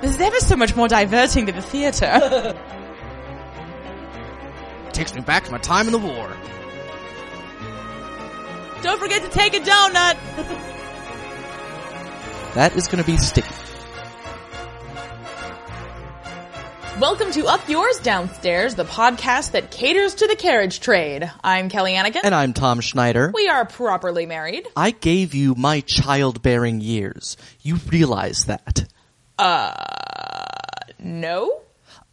This is ever so much more diverting than the theatre. Takes me back to my time in the war. Don't forget to take a donut. That is gonna be sticky. Welcome to Up Yours Downstairs, the podcast that caters to the carriage trade. I'm Kelly Anakin. And I'm Tom Schneider. we are properly married. I gave you my childbearing years. You realize that. No?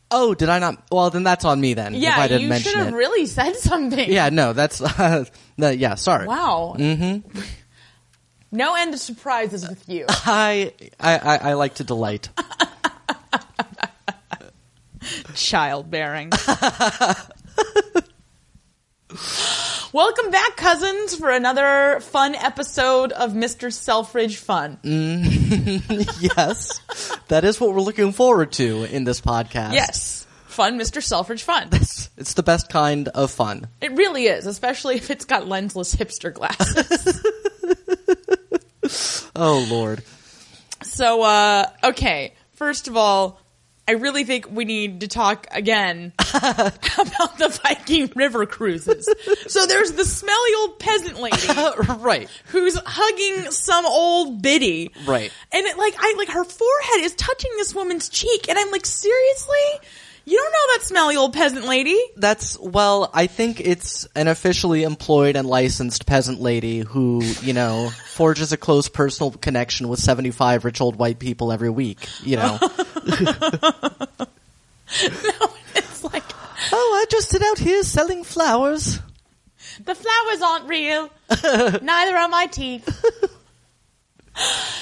Oh, did I not? Well, then that's on me then. if Yeah, I didn't you should mention have it. really said something. yeah, no, that's, uh, no, yeah, sorry. Wow. Mm-hmm. no end of surprises with you. I, I, I, I like to delight. Childbearing. Welcome back, cousins, for another fun episode of Mr. Selfridge Fun. yes. That is what we're looking forward to in this podcast. Yes. Fun, Mr. Selfridge Fun. It's the best kind of fun. It really is, especially if it's got lensless hipster glasses. Oh, Lord. so, uh, okay. First of all, I really think we need to talk again about the Viking river cruises. So there's the smelly old peasant lady right. who's hugging some old biddy. Right. And it, like I like her forehead is touching this woman's cheek and I'm like, "Seriously? You don't know that smelly old peasant lady?" That's, well, I think it's an officially employed and licensed peasant lady who, you know, forges a close personal connection with 75 rich old white people every week, you know. No, it's like oh, I just sit out here selling flowers. The flowers aren't real. Neither are my teeth.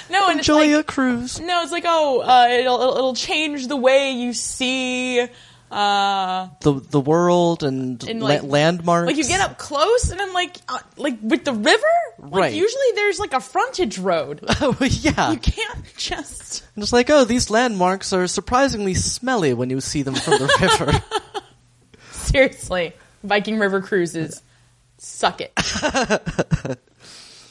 no, and Enjoy it's your like, cruise. no, it's like oh, uh, it'll it'll it'll change the way you see. Uh, The, the world and, And, la- like- landmarks. like you get up close, and I'm like, uh, like with the river, like Right. Usually there's like a frontage road. Oh, yeah. You can't just. And it's like, oh, these landmarks are surprisingly smelly when you see them from the river. Seriously, Viking River cruises, suck it.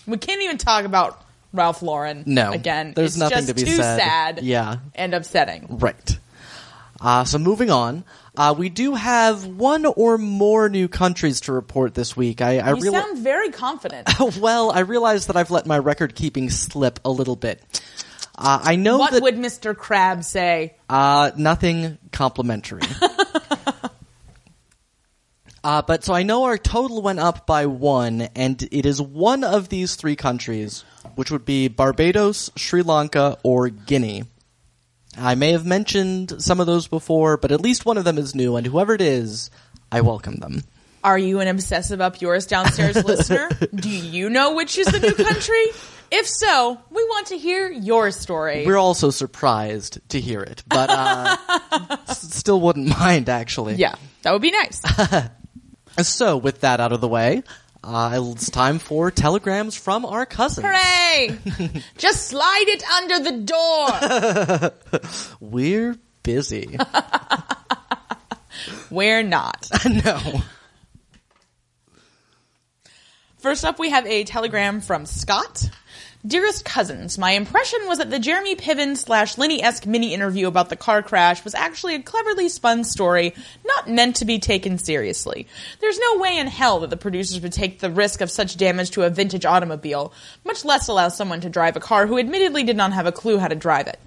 we can't even talk about Ralph Lauren. No, again, there's It's nothing just to be too said. sad. Yeah. and upsetting. right. Uh, so moving on, uh, we do have one or more new countries to report this week. I, I You reali- sound very confident. well, I realize that I've let my record keeping slip a little bit. Uh, I know What that would Mr. Crab say? Uh, nothing complimentary. uh, but so I know our total went up by one, and it is one of these three countries, which would be Barbados, Sri Lanka, or Guinea. I may have mentioned some of those before, but at least one of them is new, and whoever it is, I welcome them. Are you an obsessive up yours downstairs listener? Do you know which is the new country? If so, we want to hear your story. We're also surprised to hear it, but uh, s- still wouldn't mind, actually. yeah, that would be nice. So, with that out of the way, uh, it's time for telegrams from our cousins. Hooray! Just slide it under the door. We're busy. We're not. no. First up, we have a telegram from Scott. Dearest cousins, my impression was that the Jeremy Piven slash Lenny esque mini interview about the car crash was actually a cleverly spun story, not meant to be taken seriously. There's no way in hell that the producers would take the risk of such damage to a vintage automobile, much less allow someone to drive a car who admittedly did not have a clue how to drive it.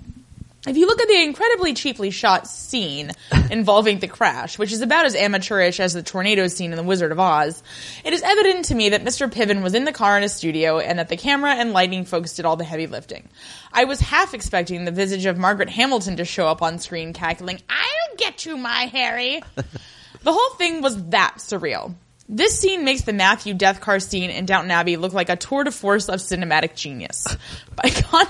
If you look at the incredibly cheaply shot scene involving the crash, which is about as amateurish as the tornado scene in The Wizard of Oz, it is evident to me that Mr. Piven was in the car in a studio and that the camera and lighting folks did all the heavy lifting. I was half expecting the visage of Margaret Hamilton to show up on screen cackling, I'll get you, my Harry! The whole thing was that surreal. This scene makes the Matthew death car scene in Downton Abbey look like a tour de force of cinematic genius. By con-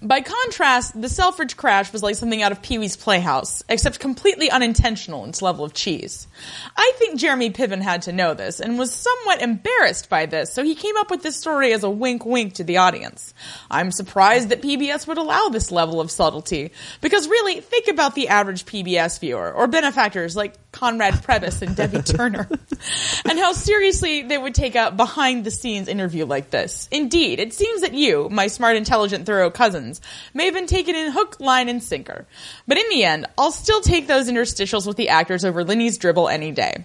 by contrast, the Selfridge crash was like something out of Pee Wee's Playhouse, except completely unintentional in its level of cheese. I think Jeremy Piven had to know this and was somewhat embarrassed by this, so he came up with this story as a wink wink to the audience. I'm surprised that PBS would allow this level of subtlety, because really, think about the average PBS viewer or benefactors like Conrad Prebis and Debbie Turner, and how seriously they would take a behind the scenes interview like this. Indeed, it seems that you, my smart, intelligent, thorough cousins, may have been taken in hook, line, and sinker. But in the end, I'll still take those interstitials with the actors over Lenny's dribble any day.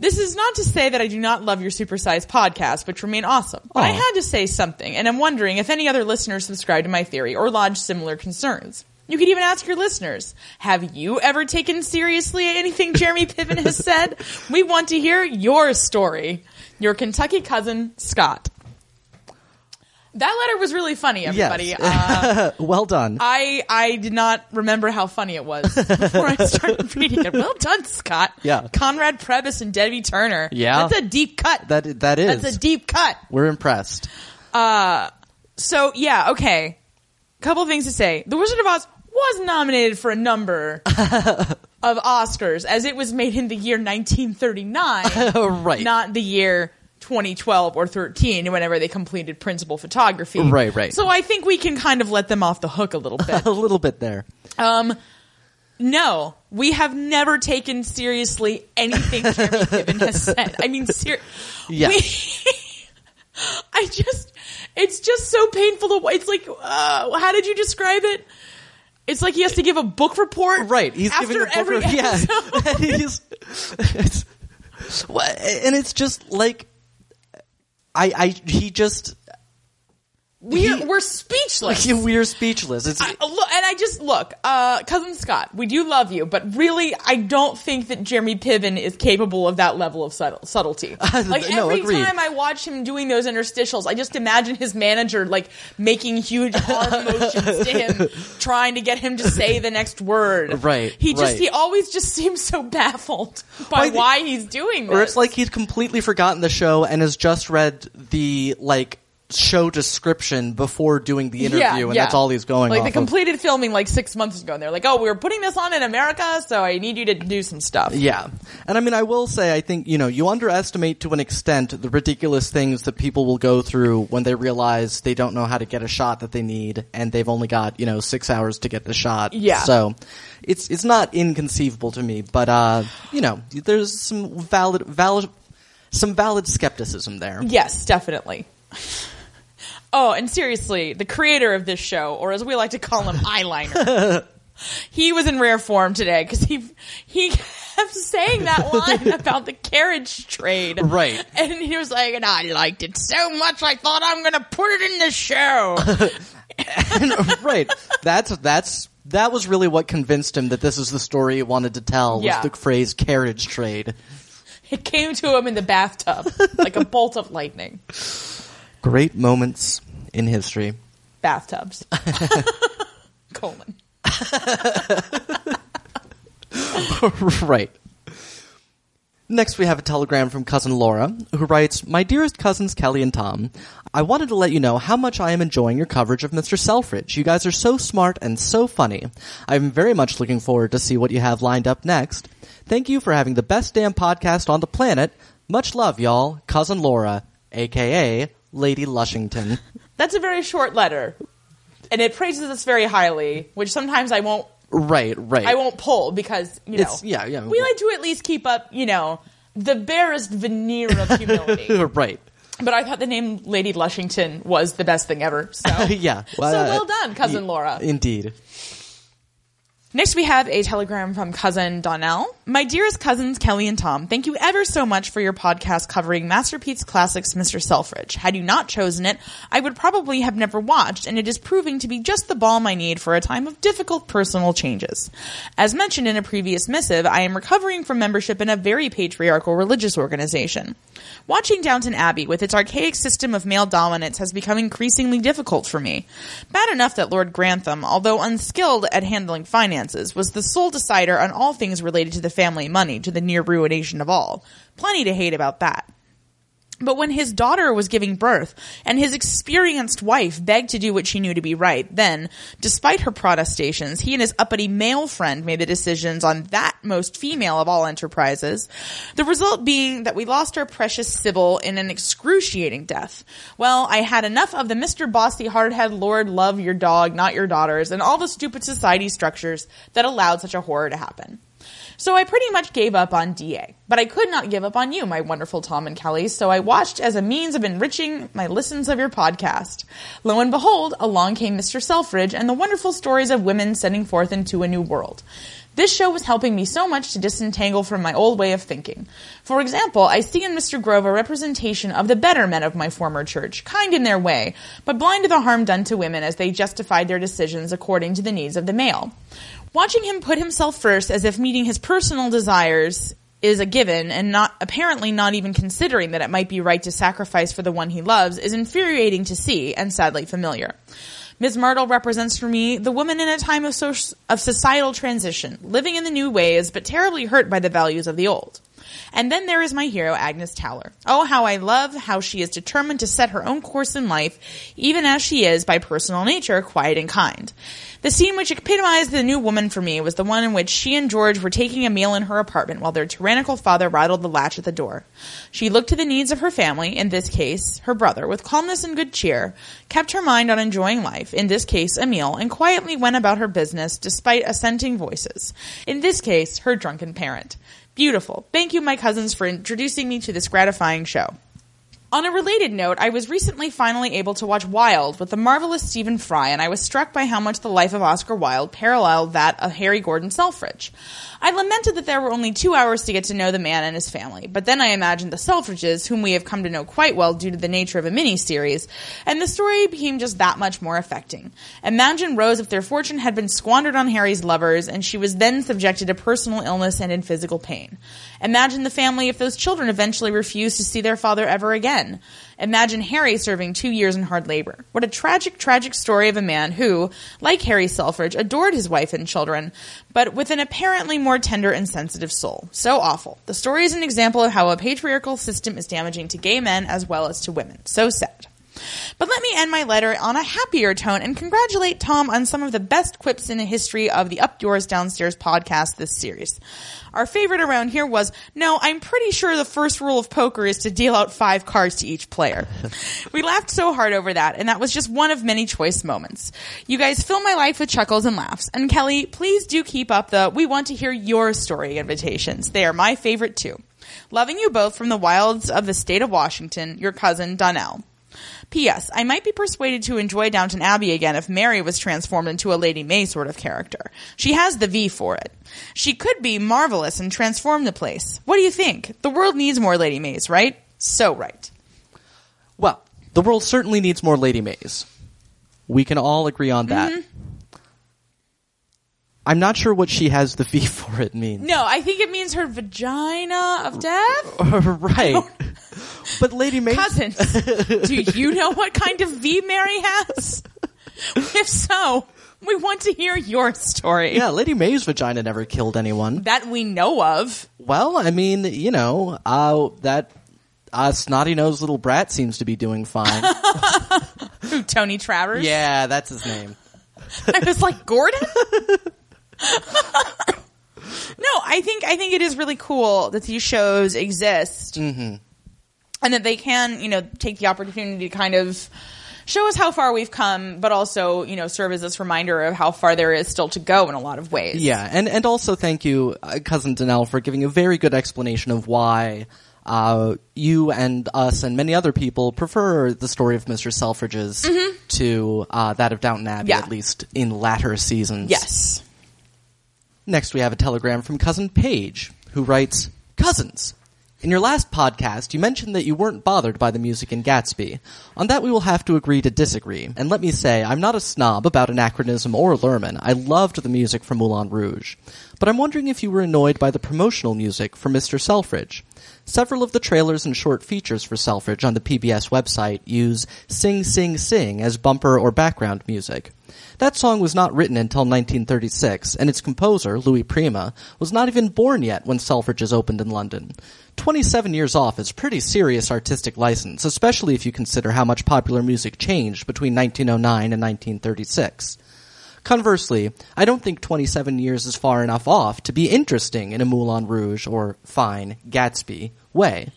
This is not to say that I do not love your supersized podcast, which remain awesome. But I Aw. had to say something, and I'm wondering if any other listeners subscribe to my theory or lodge similar concerns. You could even ask your listeners, have you ever taken seriously anything Jeremy Piven has said? We want to hear your story. Your Kentucky cousin, Scott. That letter was really funny, everybody. Yes. Uh, well done. I I did not remember how funny it was before I started reading it. Well done, Scott. Yeah. Conrad Prebis and Debbie Turner. Yeah. That's a deep cut. that that is. That's a deep cut. We're impressed. So yeah, okay. Couple things to say. The Wizard of Oz was nominated for a number of Oscars as it was made in the year 1939, right. not the year 2012 or 13, whenever they completed principal photography. Right, right. So I think we can kind of let them off the hook a little bit. a little bit there. Um, no, we have never taken seriously anything Jeremy Piven has said. I mean, ser- Yeah. we- I just, it's just so painful to. wa- It's like, uh, how did you describe it? It's like he has to give a book report. Right. He's after giving a book every re- yeah. episode. And he's it's, Well, and it's just like I I he just We're, He- we're speechless. we're speechless. It's I- look, and I just look, uh, cousin Scott. We do love you, but really, I don't think that Jeremy Piven is capable of that level of subtle, subtlety. Like No, every agreed. time I watch him doing those interstitials, I just imagine his manager like making huge arm motions to him, trying to get him to say the next word. Right, He just right. he always just seems so baffled Why by the- why he's doing this. or it's like he'd completely forgotten the show and has just read the like show description before doing the interview, and that's all he's going Like off they of. completed filming like six months ago, and they're like, "Oh, we were putting this on in America, so I need you to do some stuff." Yeah. And I mean, I will say, I think, you know, you underestimate to an extent the ridiculous things that people will go through when they realize they don't know how to get a shot that they need and they've only got, you know, six hours to get the shot. Yeah. So it's, it's not inconceivable to me, but, uh, you know, there's some valid, valid, some valid skepticism there. Yes, definitely. Oh, and seriously, the creator of this show, or as we like to call him, eyeliner, he was in rare form today because he he kept saying that line about the carriage trade, Right. And he was like, "And I liked it so much, I thought I'm going to put it in the show." right. That's, that's, that was really what convinced him that this is the story he wanted to tell Yeah. was the phrase carriage trade. it came to him in the bathtub like a bolt of lightning. Great moments in history. Bathtubs, colon. right. Next, we have a telegram from cousin Laura, who writes, My dearest cousins Kelly and Tom, I wanted to let you know how much I am enjoying your coverage of Mr. Selfridge. You guys are so smart and so funny. I'm very much looking forward to see what you have lined up next. Thank you for having the best damn podcast on the planet. Much love, y'all. Cousin Laura, aka Lady Lushington. That's a very short letter, and it praises us very highly, which sometimes I won't right, right. I won't pull because you know. It's- yeah, yeah. We like to at least keep up, you know, the barest veneer of humility. right. but I thought the name Lady Lushington was the best thing ever. So yeah. so uh, well done, cousin y- Laura. Indeed. Next, we have a telegram from cousin Donnell. My dearest cousins Kelly and Tom, thank you ever so much for your podcast covering Masterpiece Classics Mr. Selfridge. Had you not chosen it, I would probably have never watched, and it is proving to be just the balm I need for a time of difficult personal changes. As mentioned in a previous missive, I am recovering from membership in a very patriarchal religious organization. Watching Downton Abbey with its archaic system of male dominance has become increasingly difficult for me. Bad enough that Lord Grantham, although unskilled at handling finances, was the sole decider on all things related to the family money to the near ruination of all. Plenty to hate about that. But when his daughter was giving birth and his experienced wife begged to do what she knew to be right, then, despite her protestations, he and his uppity male friend made the decisions on that most female of all enterprises. The result being that we lost our precious Sybil in an excruciating death. Well, I had enough of the Mr. Bossy Hardhead Lord love your dog, not your daughters, and all the stupid society structures that allowed such a horror to happen. So I pretty much gave up on DA, but I could not give up on you, my wonderful Tom and Kelly, so I watched as a means of enriching my listens of your podcast. Lo and behold, along came Mr. Selfridge and the wonderful stories of women setting forth into a new world. This show was helping me so much to disentangle from my old way of thinking. For example, I see in Mr. Grove a representation of the better men of my former church, kind in their way, but blind to the harm done to women as they justified their decisions according to the needs of the male. Watching him put himself first as if meeting his personal desires is a given and not apparently not even considering that it might be right to sacrifice for the one he loves is infuriating to see and sadly familiar. Ms. Myrtle represents for me the woman in a time of, soc- of societal transition, living in the new ways but terribly hurt by the values of the old. And then there is my hero, Agnes Towler. Oh, how I love how she is determined to set her own course in life, even as she is, by personal nature, quiet and kind. The scene which epitomized the new woman for me was the one in which she and George were taking a meal in her apartment while their tyrannical father rattled the latch at the door. She looked to the needs of her family, in this case, her brother, with calmness and good cheer, kept her mind on enjoying life, in this case, a meal, and quietly went about her business despite assenting voices, in this case, her drunken parent. Beautiful. Thank you, my cousins, for introducing me to this gratifying show. On a related note, I was recently finally able to watch Wild with the marvelous Stephen Fry, and I was struck by how much the life of Oscar Wilde paralleled that of Harry Gordon Selfridge. I lamented that there were only two hours to get to know the man and his family, but then I imagined the Selfridges, whom we have come to know quite well due to the nature of a miniseries, and the story became just that much more affecting. Imagine Rose if their fortune had been squandered on Harry's lovers, and she was then subjected to personal illness and in physical pain. Imagine the family if those children eventually refused to see their father ever again. Imagine Harry serving two years in hard labor. What a tragic, tragic story of a man who, like Harry Selfridge, adored his wife and children, but with an apparently more tender and sensitive soul. So awful. The story is an example of how a patriarchal system is damaging to gay men as well as to women. So sad. But let me end my letter on a happier tone and congratulate Tom on some of the best quips in the history of the Up Yours Downstairs podcast this series. Our favorite around here was, no, I'm pretty sure the first rule of poker is to deal out five cards to each player. we laughed so hard over that, and that was just one of many choice moments. You guys fill my life with chuckles and laughs. And Kelly, please do keep up the we want to hear your story invitations. They are my favorite too. Loving you both from the wilds of the state of Washington, your cousin Donnell. P.S. I might be persuaded to enjoy Downton Abbey again if Mary was transformed into a Lady May sort of character. She has the V for it. She could be marvelous and transform the place. What do you think? The world needs more Lady Mays, right? So right. Well, the world certainly needs more Lady Mays. We can all agree on that. I'm not sure what she has the V for it means. No, I think it means her vagina of death. right. but Lady Mays. Cousins, do you know what kind of V Mary has? If so, we want to hear your story. Yeah, Lady May's vagina never killed anyone. That we know of. Well, I mean, you know, uh, that uh, snotty nosed little brat seems to be doing fine. Who, Tony Travers? yeah, that's his name. I was like, Gordon? no, I think I think it is really cool that these shows exist, Mm-hmm. and that they can you know take the opportunity to kind of show us how far we've come, but also you know serve as this reminder of how far there is still to go in a lot of ways. Yeah, and and also thank you, uh, cousin Danelle, for giving a very good explanation of why uh, you and us and many other people prefer the story of Mister Selfridge's to uh, that of Downton Abbey, Mm-hmm. Yeah. at least in latter seasons. Yes. Next, we have a telegram from cousin Paige, who writes, "Cousins." In your last podcast, you mentioned that you weren't bothered by the music in Gatsby. On that, we will have to agree to disagree. And let me say, I'm not a snob about Anachronism or Lerman. I loved the music from Moulin Rouge. But I'm wondering if you were annoyed by the promotional music for Mr. Selfridge. Several of the trailers and short features for Selfridge on the PBS website use Sing Sing Sing as bumper or background music. That song was not written until 1936, and its composer, Louis Prima, was not even born yet when Selfridges opened in London. 27 years off is pretty serious artistic license, especially if you consider how much popular music changed between 1909 and 1936. Conversely, I don't think 27 years is far enough off to be interesting in a Moulin Rouge or fine Gatsby way.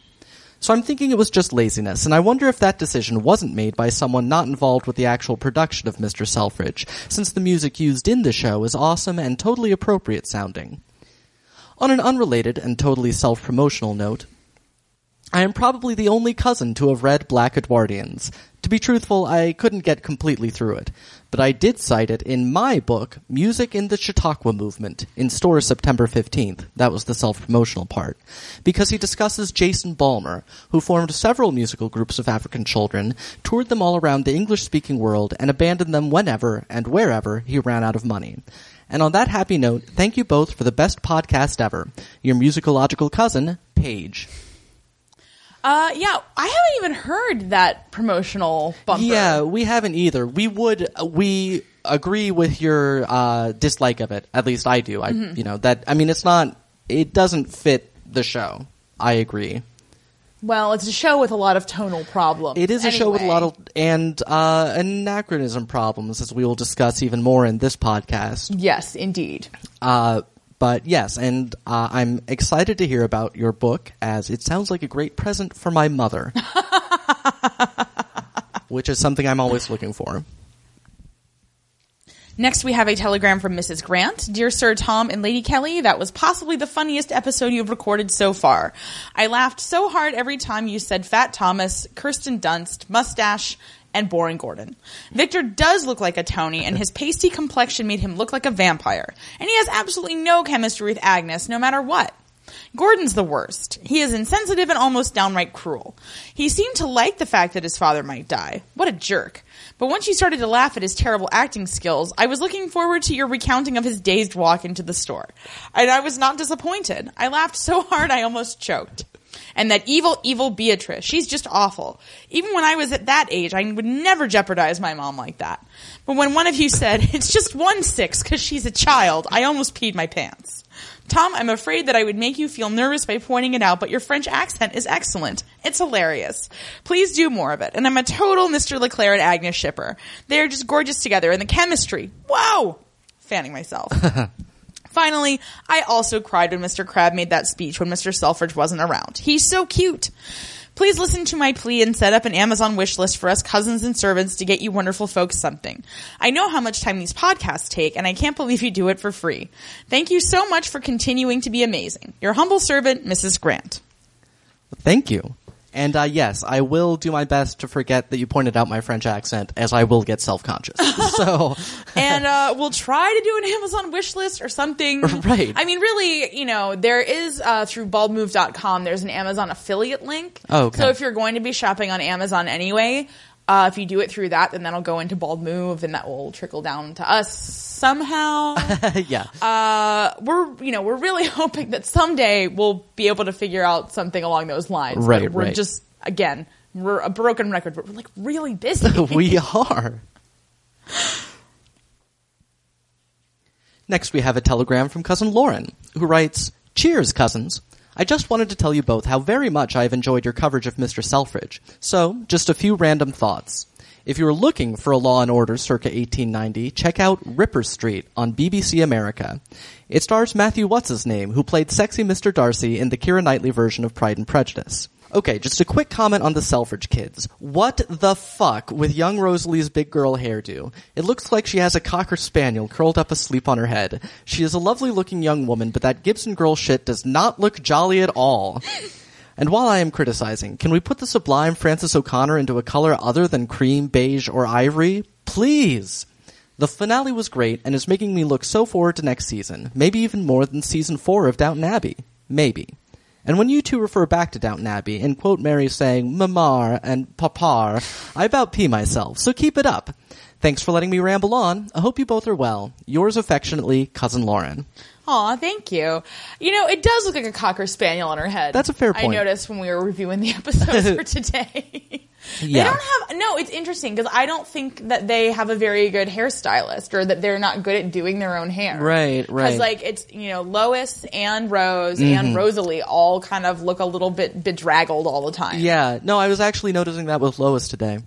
So I'm thinking it was just laziness, and I wonder if that decision wasn't made by someone not involved with the actual production of Mr. Selfridge, since the music used in the show is awesome and totally appropriate sounding. On an unrelated and totally self promotional note, I am probably the only cousin to have read Black Edwardians. To be truthful, I couldn't get completely through it, but I did cite it in my book, Music in the Chautauqua Movement, in stores September 15th. That was the self-promotional part. Because he discusses Jason Balmer, who formed several musical groups of African children, toured them all around the English-speaking world, and abandoned them whenever and wherever he ran out of money. And on that happy note, thank you both for the best podcast ever. Your musicological cousin, Paige. Uh, yeah, I haven't even heard that promotional bumper. Yeah, we haven't either. We would uh, we agree with your uh, dislike of it. At least I do. I Mm-hmm. you know that I mean it's not it doesn't fit the show. I agree. Well, it's a show with a lot of tonal problems. It is a show with a anyway. lot of and uh, anachronism problems, as we will discuss even more in this podcast. Yes, indeed. Uh, but yes, and uh, I'm excited to hear about your book as it sounds like a great present for my mother, which is something I'm always looking for. Next, we have a telegram from Mrs. Grant. Dear Sir Tom and Lady Kelly, that was possibly the funniest episode you've recorded so far. I laughed so hard every time you said Fat Thomas, Kirsten Dunst, Mustache, and Boring Gordon. Victor does look like a Tony, and his pasty complexion made him look like a vampire. And he has absolutely no chemistry with Agnes, no matter what. Gordon's the worst. He is insensitive and almost downright cruel. He seemed to like the fact that his father might die. What a jerk. But once you started to laugh at his terrible acting skills, I was looking forward to your recounting of his dazed walk into the store. And I was not disappointed. I laughed so hard I almost choked. And that evil, evil Beatrice, she's just awful. Even when I was at that age, I would never jeopardize my mom like that. But when one of you said, it's just one six because she's a child, I almost peed my pants. Tom, I'm afraid that I would make you feel nervous by pointing it out, but your French accent is excellent. It's hilarious. Please do more of it. And I'm a total Mr. LeClaire and Agnes shipper. They are just gorgeous together, and the chemistry. Wow! Fanning myself. Finally, I also cried when Mr. Crab made that speech when Mr. Selfridge wasn't around. He's so cute. Please listen to my plea and set up an Amazon wish list for us cousins and servants to get you wonderful folks something. I know how much time these podcasts take, and I can't believe you do it for free. Thank you so much for continuing to be amazing. Your humble servant, Mrs. Grant. Thank you. And uh, yes, I will do my best to forget that you pointed out my French accent, as I will get self conscious. so, and uh, we'll try to do an Amazon wish list or something. Right. I mean, really, you know, there is uh, through baldmove.com, there's an Amazon affiliate link. Oh, okay. So if you're going to be shopping on Amazon anyway, uh, if you do it through that, then that'll go into Bald Move and that will trickle down to us somehow. yeah, uh, we're, you know, we're really hoping that someday we'll be able to figure out something along those lines. Right, But We're right. just, again, we're a broken record, but we're like really busy. we are. Next, we have a telegram from cousin Lauren, who writes, "Cheers, cousins." I just wanted to tell you both how very much I have enjoyed your coverage of Mr. Selfridge. So, just a few random thoughts. If you're looking for a Law and Order circa 1890, check out Ripper Street on BBC America. It stars Matthew What's His Name, who played sexy Mr. Darcy in the Kira Knightley version of Pride and Prejudice. Okay, just a quick comment on the Selfridge kids. What the fuck with young Rosalie's big girl hairdo? It looks like she has a cocker spaniel curled up asleep on her head. She is a lovely looking young woman, but that Gibson girl shit does not look jolly at all. And while I am criticizing, can we put the sublime Frances O'Connor into a color other than cream, beige, or ivory? Please! The finale was great and is making me look so forward to next season, maybe even more than season four of Downton Abbey. Maybe. And when you two refer back to Downton Abbey and quote Mary saying mamar and papar, I about pee myself, so keep it up. Thanks for letting me ramble on. I hope you both are well. Yours affectionately, Cousin Lauren. Aw, thank you. You know, it does look like a cocker spaniel on her head. That's a fair I point. noticed when we were reviewing the episodes for today. Yeah. They don't have. No, it's interesting because I don't think that they have a very good hairstylist, or that they're not good at doing their own hair. Right, right. Mm-hmm. Because like it's you know Lois and Rose and Rosalie all kind of look a little bit bedraggled all the time. Yeah, no, I was actually noticing that with Lois today.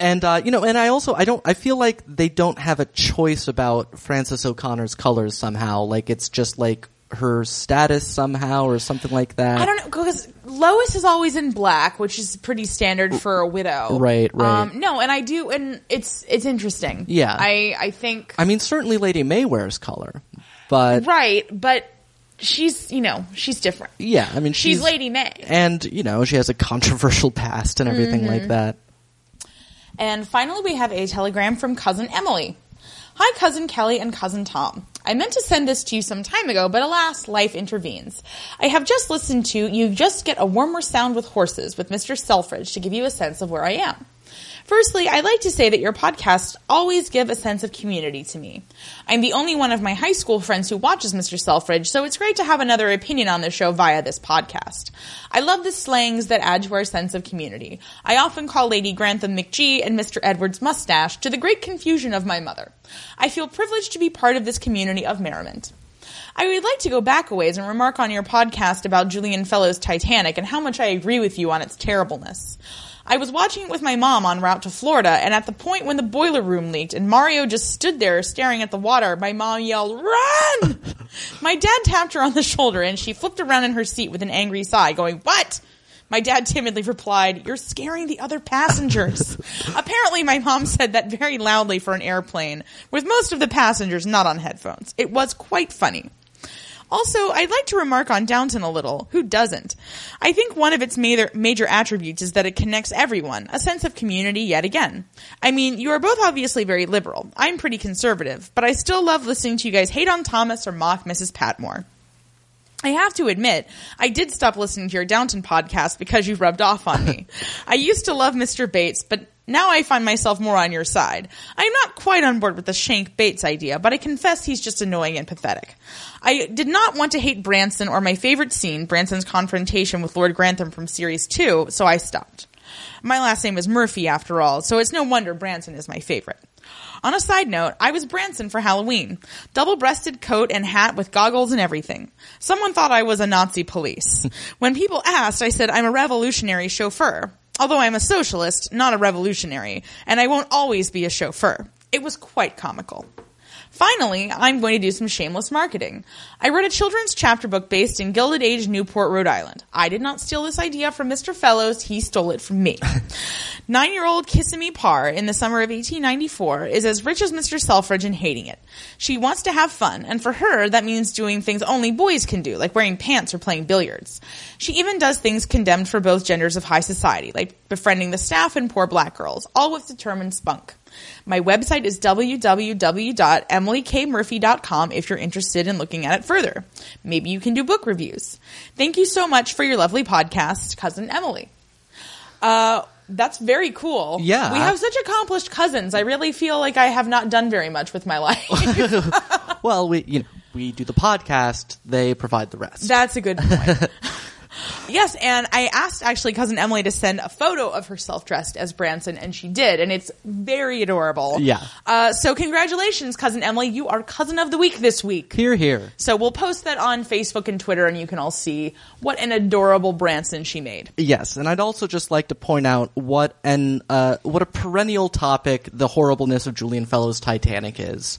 And uh, you know, and I also I don't I feel like they don't have a choice about Frances O'Connor's colors somehow. Like it's just like her status somehow or something like that. I don't know because Lois is always in black, which is pretty standard for a widow. Right, right. Um, no, and I do, and it's it's interesting. Yeah. I I think I mean, certainly Lady May wears color, but right, but she's you know she's different. Yeah, I mean, she's, She's Lady May. and you know she has a controversial past and everything Mm-hmm. like that. And finally, we have a telegram from Cousin Emily. Hi, Cousin Kelly and Cousin Tom. I meant to send this to you some time ago, but alas, life intervenes. I have just listened to You Just Get a Warmer Sound with Horses with Mr. Selfridge to give you a sense of where I am. Firstly, I'd like to say that your podcasts always give a sense of community to me. I'm the only one of my high school friends who watches Mr. Selfridge, so it's great to have another opinion on the show via this podcast. I love the slangs that add to our sense of community. I often call Lady Grantham McGee and Mr. Edwards Mustache to the great confusion of my mother. I feel privileged to be part of this community of merriment. I would like to go back a ways and remark on your podcast about Julian Fellowes' Titanic and how much I agree with you on its terribleness. I was watching it with my mom en route to Florida, and at the point when the boiler room leaked and Mario just stood there staring at the water, my mom yelled, Run! my dad tapped her on the shoulder, and she flipped around in her seat with an angry sigh, going, What? My dad timidly replied, You're scaring the other passengers. Apparently, my mom said that very loudly for an airplane, with most of the passengers not on headphones. It was quite funny. Also, I'd like to remark on Downton a little. Who doesn't? I think one of its major, major attributes is that it connects everyone, a sense of community yet again. I mean, you are both obviously very liberal. I'm pretty conservative, but I still love listening to you guys hate on Thomas or mock Mrs. Patmore. I have to admit, I did stop listening to your Downton podcast because you rubbed off on me. I used to love Mr. Bates, but now I find myself more on your side. I'm not quite on board with the Shank Bates idea, but I confess he's just annoying and pathetic. I did not want to hate Branson or my favorite scene, Branson's confrontation with Lord Grantham from series two, so I stopped. My last name is Murphy after all, so it's no wonder Branson is my favorite. On a side note, I was Branson for Halloween. Double breasted coat and hat with goggles and everything. Someone thought I was a Nazi police. when people asked, I said I'm a revolutionary chauffeur. Although I'm a socialist, not a revolutionary, and I won't always be a chauffeur. It was quite comical. Finally, I'm going to do some shameless marketing. I wrote a children's chapter book based in Gilded Age Newport, Rhode Island. I did not steal this idea from Mr. Fellows, he stole it from me. Nine year old Kissimmee Parr in the summer of 1894 is as rich as Mr. Selfridge and hating it. She wants to have fun, and for her, that means doing things only boys can do, like wearing pants or playing billiards. She even does things condemned for both genders of high society, like befriending the staff and poor black girls, all with determined spunk. My website is www.emilykmurphy.com if you're interested in looking at it further. Maybe you can do book reviews. Thank you so much for your lovely podcast, Cousin Emily. Uh, that's very cool. Yeah. We have such accomplished cousins. I really feel like I have not done very much with my life. Well, we you know we do the podcast; they provide the rest. That's a good point. yes, and I asked actually cousin Emily to send a photo of herself dressed as Branson, and she did, and it's very adorable. Yeah. Uh, so congratulations, cousin Emily. You are cousin of the week this week. here, here. So we'll post that on Facebook and Twitter, and you can all see what an adorable Branson she made. Yes, and I'd also just like to point out what an uh, what a perennial topic the horribleness of Julian Fellowes' Titanic is.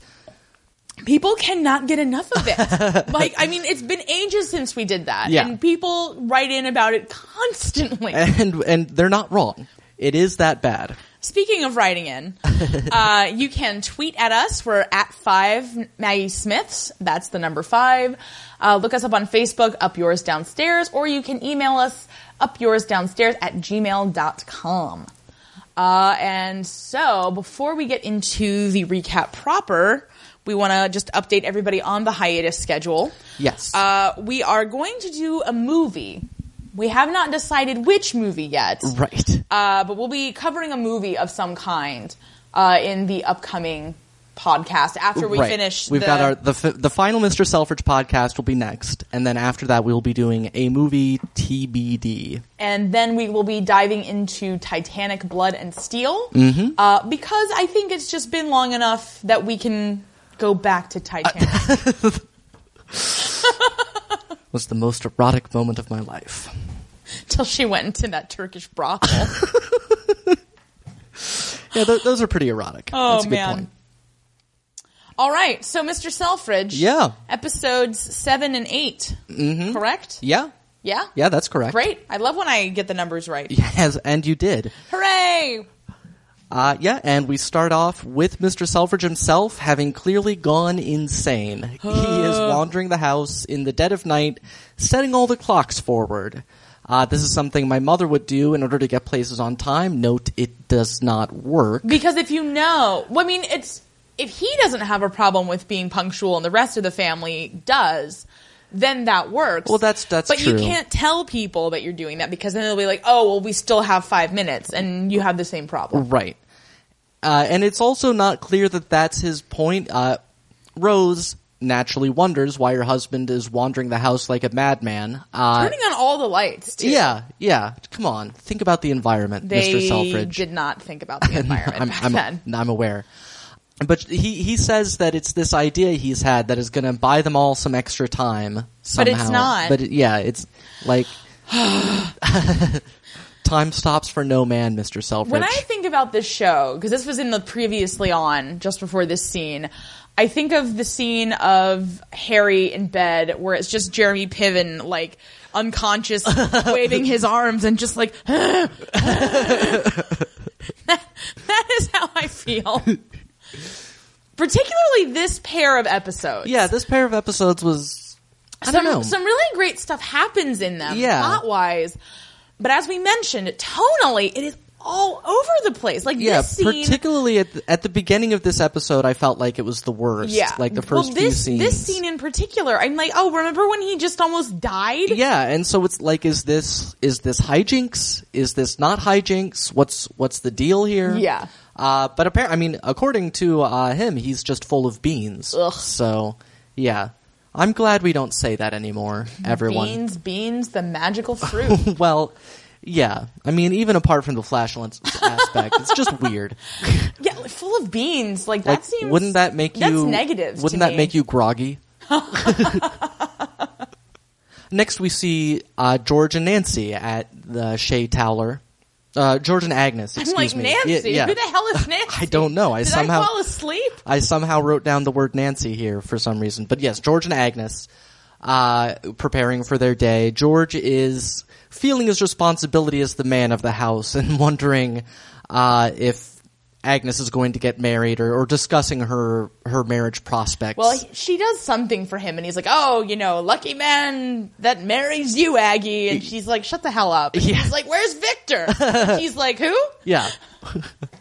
people cannot get enough of it. like, I mean, it's been ages since we did that, Yeah. and people write in about it constantly. and and they're not wrong. It is that bad. Speaking of writing in, uh, you can tweet at us. We're at five Maggie Smiths. That's the number five. Uh, look us up on Facebook, Up Yours Downstairs, or you can email us, upyoursdownstairs at gmail.com. Uh, and so before we get into the recap proper, we want to just update everybody on the hiatus schedule. Yes. Uh, we are going to do a movie. We have not decided which movie yet. right. Uh, but we'll be covering a movie of some kind uh, in the upcoming podcast after we right. finish. We've the, got our the f- the final Mr. Selfridge podcast will be next, and then after that we'll be doing a movie TBD. and then we will be diving into Titanic, Blood and Steel, Mm-hmm. uh, because I think it's just been long enough that we can go back to Titanic. Was the most erotic moment of my life. Till she went into that Turkish brothel. Yeah, th- those are pretty erotic. Oh That's a good man. point. All right, so Mr. Selfridge, Yeah. Mm-hmm. episodes seven and 8 correct? Yeah, Yeah, yeah, that's correct. great. I love when I get the numbers right. Yes, and you did. Hooray! Uh, yeah, and we start off with Mr. Selfridge himself having clearly gone insane. he is wandering the house in the dead of night, setting all the clocks forward. Uh, this is something my mother would do in order to get places on time. Note, it does not work. Because if you know, well, I mean, it's if he doesn't have a problem with being punctual and the rest of the family does, then that works. Well, that's- that's But you true. can't tell people that you're doing that because then they'll be like, "Oh, well, we still have five minutes," and you have the same problem. Right. Uh, and it's also not clear that that's his point. Uh, Rose naturally wonders why her husband is wandering the house like a madman. Uh, Turning on all the lights. Too. yeah, yeah. Come on. Think about the environment, they Mr. Selfridge. did not think about the environment I'm, back I'm, then. I'm aware. But he, he says that it's this idea he's had that is going to buy them all some extra time somehow. it's not. But it- yeah, it's like time stops for no man, Mr. Selfridge. When I think about this show, because this was in the previously on, just before this scene, I think of the scene of Harry in bed where it's just Jeremy Piven, like, unconscious, waving his arms and just like, that, that is how I feel. Particularly this pair of episodes. yeah, this pair of episodes was I some, don't know. some really great stuff happens in them, Yeah. plot wise. But as we mentioned, tonally, it is all over the place. Like yeah, this scene, particularly at the, at the beginning of this episode, I felt like it was the worst. yeah, like the Well, first this, few scenes. This scene in particular, I'm like, oh, remember when he just almost died? yeah, and so it's like, is this is this hijinks? Is this not hijinks? What's what's the deal here? Yeah. Uh, but apparently, I mean, according to uh, him, he's just full of beans. Ugh. So, yeah, I'm glad we don't say that anymore. Everyone, Oh. Beans, beans, the magical fruit. well, yeah. I mean, even apart from the flatulence aspect, it's just weird. yeah, like, full of beans. Like, Like, that seems. wouldn't that make you That's negative. Wouldn't that make you groggy? Next, we see uh, George and Nancy at the Shea Towler. Uh, George and Agnes. I'm like Excuse me. Nancy. Yeah, yeah. Who the hell is Nancy? I don't know. I Did somehow I fall asleep? I somehow wrote down the word Nancy here for some reason. But yes, George and Agnes uh, preparing for their day. George is feeling his responsibility as the man of the house and wondering uh, if Agnes is going to get married or, or discussing her her marriage prospects. Well, he- she does something for him, and he's like, "Oh, you know, lucky man that marries you, Aggie." And she's like, "Shut the hell up!" And Yeah. He's like, "Where's Victor?" And she's like, "Who? yeah.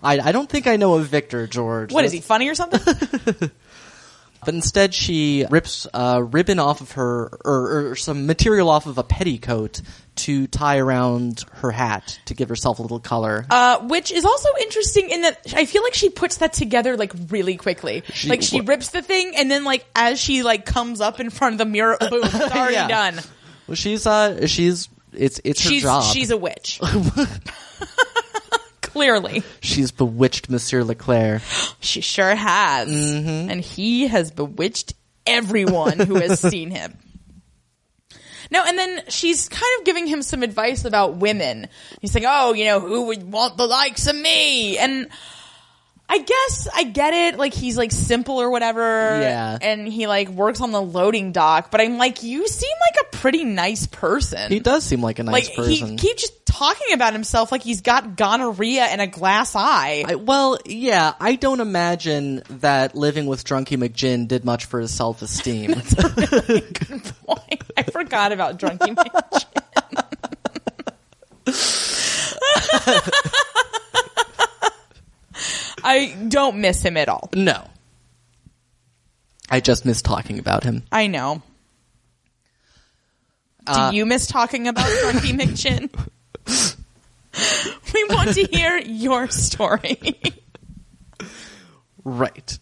I, I don't think I know of Victor George. What is he funny or something?" But instead, she rips a ribbon off of her, or, or some material off of a petticoat to tie around her hat to give herself a little color. uh, which is also interesting in that I feel like she puts that together like really quickly. like she wh- rips the thing, and then like as she like comes up in front of the mirror, boom, it's already Yeah. done. Well, she's uh, she's it's it's her She's job. she's a witch. Clearly, She's bewitched Monsieur Leclerc. she sure has, Mm-hmm. and he has bewitched everyone who has seen him. No, and then she's kind of giving him some advice about women. He's like, "Oh, you know, who would want the likes of me?" And I guess I get it. Like he's like simple or whatever. Yeah. And he like works on the loading dock, but I'm like, "You seem like a pretty nice person." He does seem like a like nice he person. keeps just talking about himself like he's got gonorrhea and a glass eye. I, well, yeah, I don't imagine that living with Drunky McGinn did much for his self-esteem. Why? I forgot about Drunky Mansion. I don't miss him at all. no, I just miss talking about him. I know. Do you miss talking about Drunky McChin? we want to hear your story. Right.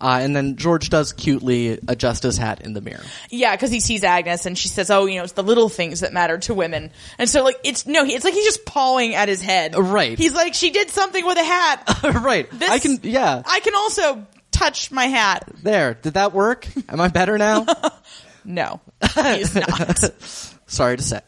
Uh, and then George does cutely adjust his hat in the mirror. yeah, because he sees Agnes and she says, "Oh, you know, it's the little things that matter to women." And so, like, it's no, it's like he's just pawing at his head. Right. He's like, she did something with a hat. right. This- I can. Yeah. I can also touch my hat. there. Did that work? Am I better now? No, he's Uh. not. Sorry to say.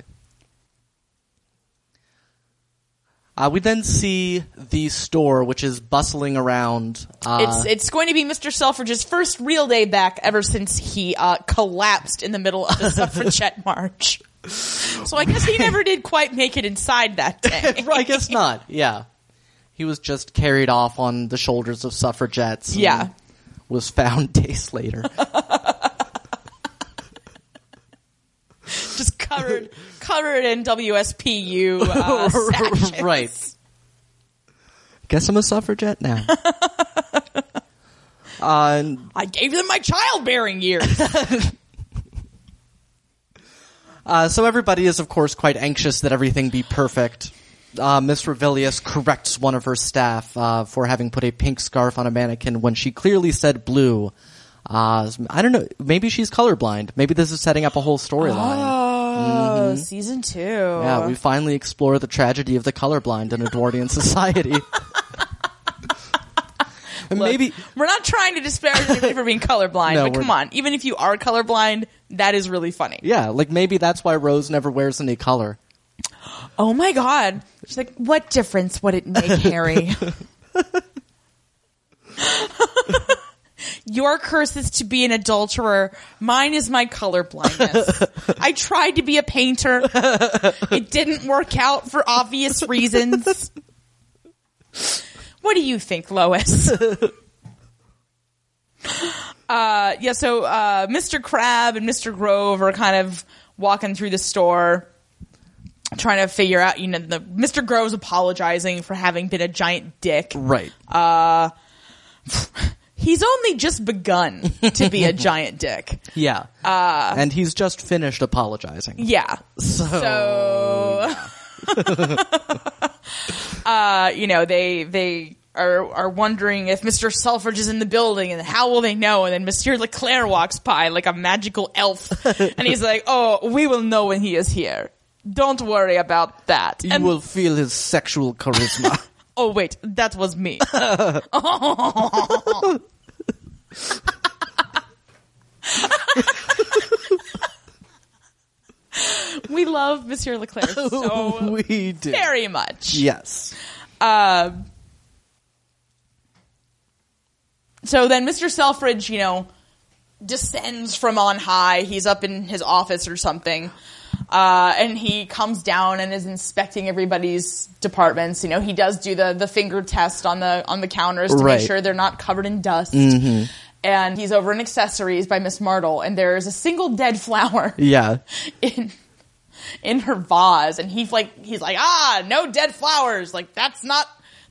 Uh, we then see the store, which is bustling around. Uh, It's it's going to be Mr. Selfridge's first real day back ever since he uh, collapsed in the middle of the suffragette march. So I guess he never did quite make it inside that day. I guess not. Yeah. He was just carried off on the shoulders of suffragettes. and Yeah. Was found days later. Just covered covered in WSPU uh, sachets. right. Guess I'm a suffragette now. uh, I gave them my childbearing years. Uh, so everybody is, of course, quite anxious that everything be perfect. Uh, Miss Revilius corrects one of her staff uh, for having put a pink scarf on a mannequin when she clearly said blue. Uh, I don't know. Maybe she's colorblind. Maybe this is setting up a whole storyline. Oh, season two. Yeah, we finally explore the tragedy of the colorblind in Edwardian society. And Look, maybe we're not trying to disparage anybody for being colorblind, No, but we're- come on, even if you are colorblind, that is really funny. yeah, like maybe that's why Rose never wears any color. Oh my god. She's like, what difference would it make, Harry? Your curse is to be an adulterer. Mine is my colorblindness. I tried to be a painter. It didn't work out for obvious reasons. What do you think, Lois? Uh, yeah, so uh, Mr. Crab and Mr. Grove are kind of walking through the store trying to figure out, you know, the Mr. Grove's apologizing for having been a giant dick. Right. He's only just begun to be a giant dick. yeah. Uh, and he's just finished apologizing. Yeah. So, uh, you know, they they are are wondering if Mr. Selfridge is in the building and how will they know? And then Monsieur Leclerc walks by like a magical elf, and he's like, "Oh, we will know when he is here. Don't worry about that." You And will feel his sexual charisma. oh wait, that was me. we love Monsieur Leclerc so we do. very much. Yes. So then Mr. Selfridge, you know, descends from on high. He's up in his office or something. Uh, and he comes down and is inspecting everybody's departments. You know, he does do the, the finger test on the on the counters to Right. make sure they're not covered in dust. And he's over in accessories by Miss Martle, and there is a single dead flower Yeah. in in her vase and he's like he's like ah no dead flowers like that's not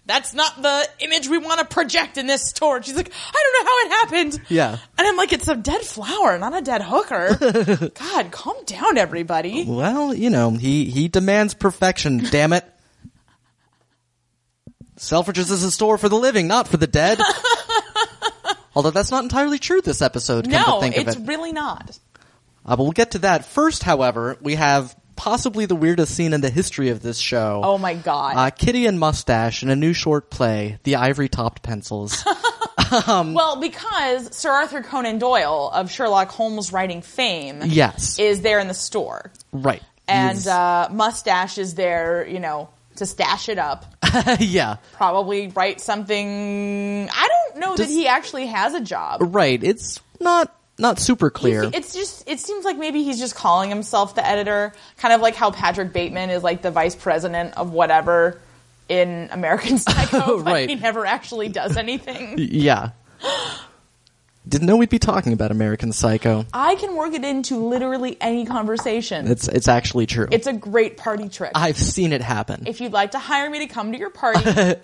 that's not the image we want to project in this store. And she's like, I don't know how it happened. Yeah. And I'm like, it's a dead flower, not a dead hooker. God, calm down, everybody. Well, you know, he he demands perfection. Damn it. Selfridges is a store for the living, not for the dead. Although that's not entirely true this episode. Come No, to think of it's it, really not. uh, but we'll get to that first. However, we have possibly the weirdest scene in the history of this show. Oh my God. Uh, Kitty and Mustache in a new short play, The Ivory Topped Pencils. well, because Sir Arthur Conan Doyle of Sherlock Holmes writing fame yes. is there in the store. right. And He's- uh, Mustache is there, you know, to stash it up. yeah. probably write something. I don't know Does- that he actually has a job. Right. It's not not super clear. It's just it seems like maybe he's just calling himself the editor, kind of like how Patrick Bateman is like the vice president of whatever in American Psycho, but Right. he never actually does anything. yeah. Didn't know we'd be talking about American Psycho. I can work it into literally any conversation. It's it's actually true. It's a great party trick. I've seen it happen. if you'd like to hire me to come to your party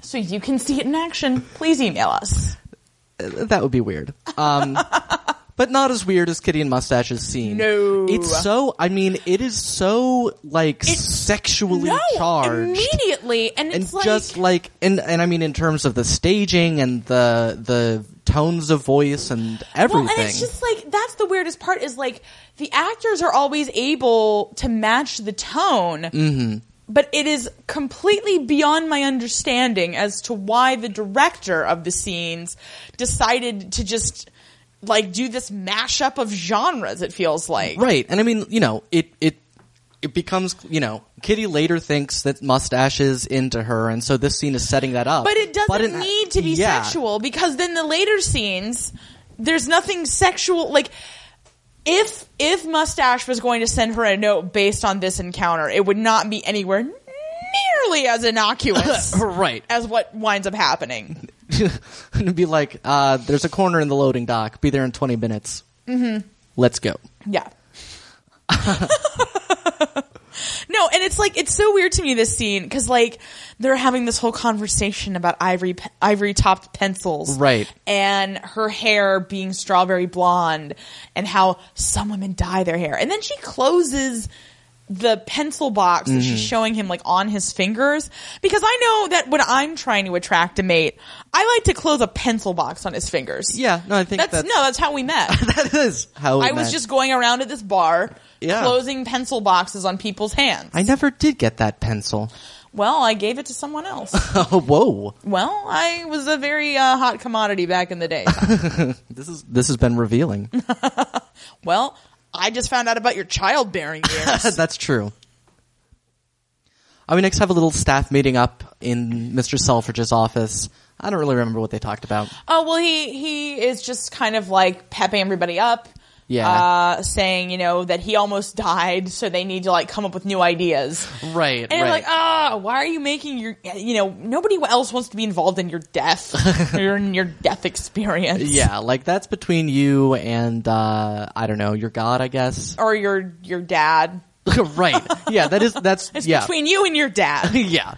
so you can see it in action, please email us. that would be weird. Um, but not as weird as Kitty and Mustache's scene. No. It's so. I mean, it is so like sexually No, charged. immediately, and and it's like just like and and I mean in terms of the staging and the the tones of voice and everything. Well, and it's just like that's the weirdest part is like the actors are always able to match the tone, but it is completely beyond my understanding as to why the director of the scenes decided to just like do this mashup of genres. It feels like Right. And I mean, you know, it it it becomes, you know, Kitty later thinks that mustache is into her and so this scene is setting that up. But it doesn't in- need to be yeah. sexual because then the later scenes, there's nothing sexual. Like, if if Mustache was going to send her a note based on this encounter, it would not be anywhere nearly as innocuous right. as what winds up happening. and be like, uh, there's a corner in the loading dock. Be there in 20 minutes. Mm-hmm. Let's go. Yeah. no, and it's like it's so weird to me this scene because like they're having this whole conversation about ivory pe- ivory topped pencils, Right. And her hair being strawberry blonde, and how some women dye their hair, and then she closes the pencil box that Mm-hmm. she's showing him like on his fingers because I know that when I'm trying to attract a mate, I like to close a pencil box on his fingers. Yeah, no, I think that's, that's, no, that's how we met. that is how it I was meant. just going around at this bar, Yeah. closing pencil boxes on people's hands. I never did get that pencil. well, I gave it to someone else. Whoa. well, I was a very uh, hot commodity back in the day. This is this has been revealing. well, I just found out about your childbearing years. That's true. Uh, we next have a little staff meeting up in Mr. Selfridge's office. I don't really remember what they talked about. oh well, he he is just kind of like pepping everybody up. Yeah. Uh, saying, you know, that he almost died, so they need to like come up with new ideas. Right, And I'm like, ah, why are you making your, you know, nobody else wants to be involved in your death, your, your death experience. yeah, like that's between you and uh, I don't know your god, I guess. or your your dad. right. Yeah, that is that's It's yeah. between you and your dad. yeah.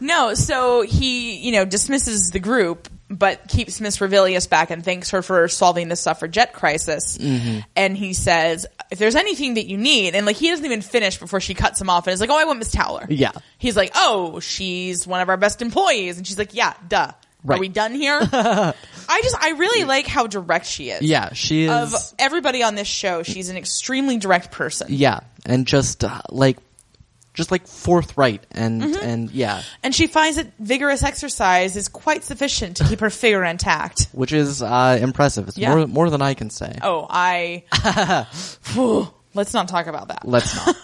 no, so he, you know, dismisses the group but keeps Miss Revilius back and thanks her for solving the suffragette crisis. Mm-hmm. And he says, "If there's anything that you need," and like he doesn't even finish before she cuts him off and is like, "Oh, I want Miss Towler." Yeah. He's like, "Oh, she's one of our best employees," and she's like, "Yeah, duh." Are Right. we done here? I just, I really like how direct she is. Yeah, she is Of everybody on this show, she's an extremely direct person. yeah, and just uh, like just like forthright and and yeah, and she finds that vigorous exercise is quite sufficient to keep her figure intact. which is uh, impressive. It's Yeah. more more than I can say. Oh, I. Phew. let's not talk about that. Let's not.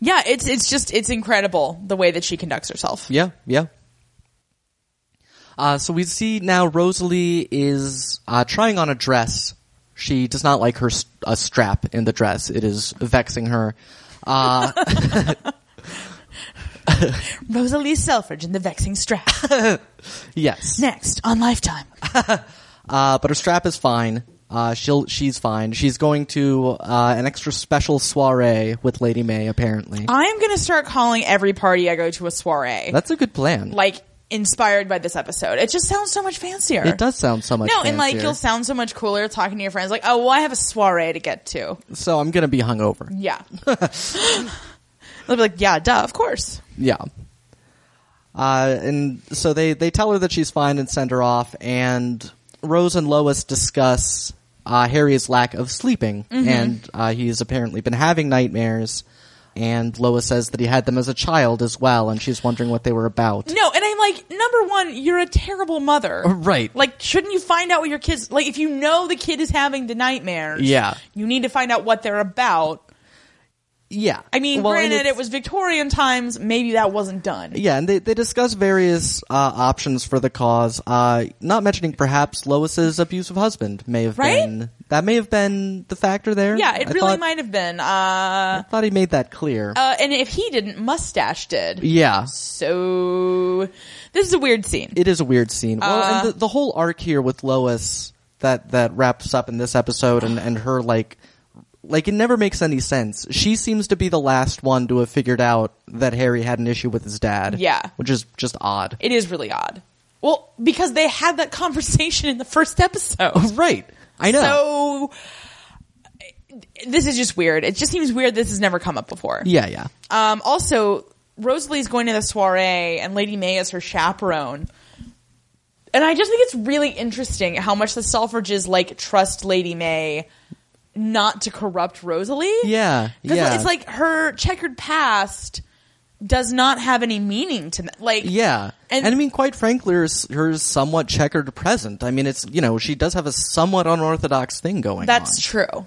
Yeah, it's it's just it's incredible the way that she conducts herself. Yeah, yeah. Uh, so we see now Rosalie is uh, trying on a dress. She does not like her s a strap in the dress. It is vexing her. Uh, Rosalie Selfridge and the vexing strap. yes, Next on Lifetime. uh, but her strap is fine. Uh, she'll she's fine. She's going to uh, an extra special soiree with Lady May. Apparently, I am gonna start calling every party I go to a soiree. that's a good plan. like inspired by this episode. It just sounds so much fancier. it does sound so much. No, and like fancier. you'll sound so much cooler talking to your friends. Like, oh, well, I have a soiree to get to. so I'm gonna be hungover. Yeah. They'll be like, yeah, duh, of course. Yeah. Uh, and so they, they tell her that she's fine and send her off, and Rose and Lois discuss uh, Harry's lack of sleeping, Mm-hmm. and uh, he's apparently been having nightmares, and Lois says that he had them as a child as well, and she's wondering what they were about. No, and I'm like, number one, you're a terrible mother. Uh, Right. Like, shouldn't you find out what your kids, like, if you know the kid is having the nightmares, Yeah. you need to find out what they're about. yeah. I mean, Well, and granted, it's- it was Victorian times, maybe that wasn't done. Yeah, and they, they discuss various uh, options for the cause, uh, not mentioning perhaps Lois's abusive husband may have Right? been. That may have been the factor there. Yeah, it I really thought- might have been. Uh, I thought he made that clear. uh, and if he didn't, Mustache did. yeah. So, this is a weird scene. It is a weird scene. Well, Uh, and the, the whole arc here with Lois that that wraps up in this episode and and her like like it never makes any sense. She seems to be the last one to have figured out that Harry had an issue with his dad. Yeah. Which is just odd. it is really odd. Well, because they had that conversation in the first episode. Right. I So know. this is just weird. It just seems weird this has never come up before. yeah, yeah. Um, also, Rosalie's going to the soiree and Lady May is her chaperone. And I just think it's really interesting how much the Selfridges like trust Lady May not to corrupt Rosalie. Yeah. 'Cause Yeah. It's like her checkered past does not have any meaning to them. Like yeah. and- And, I mean, quite frankly, her, s- her somewhat checkered present. I mean, it's, you know, she does have a somewhat unorthodox thing going that's on. true.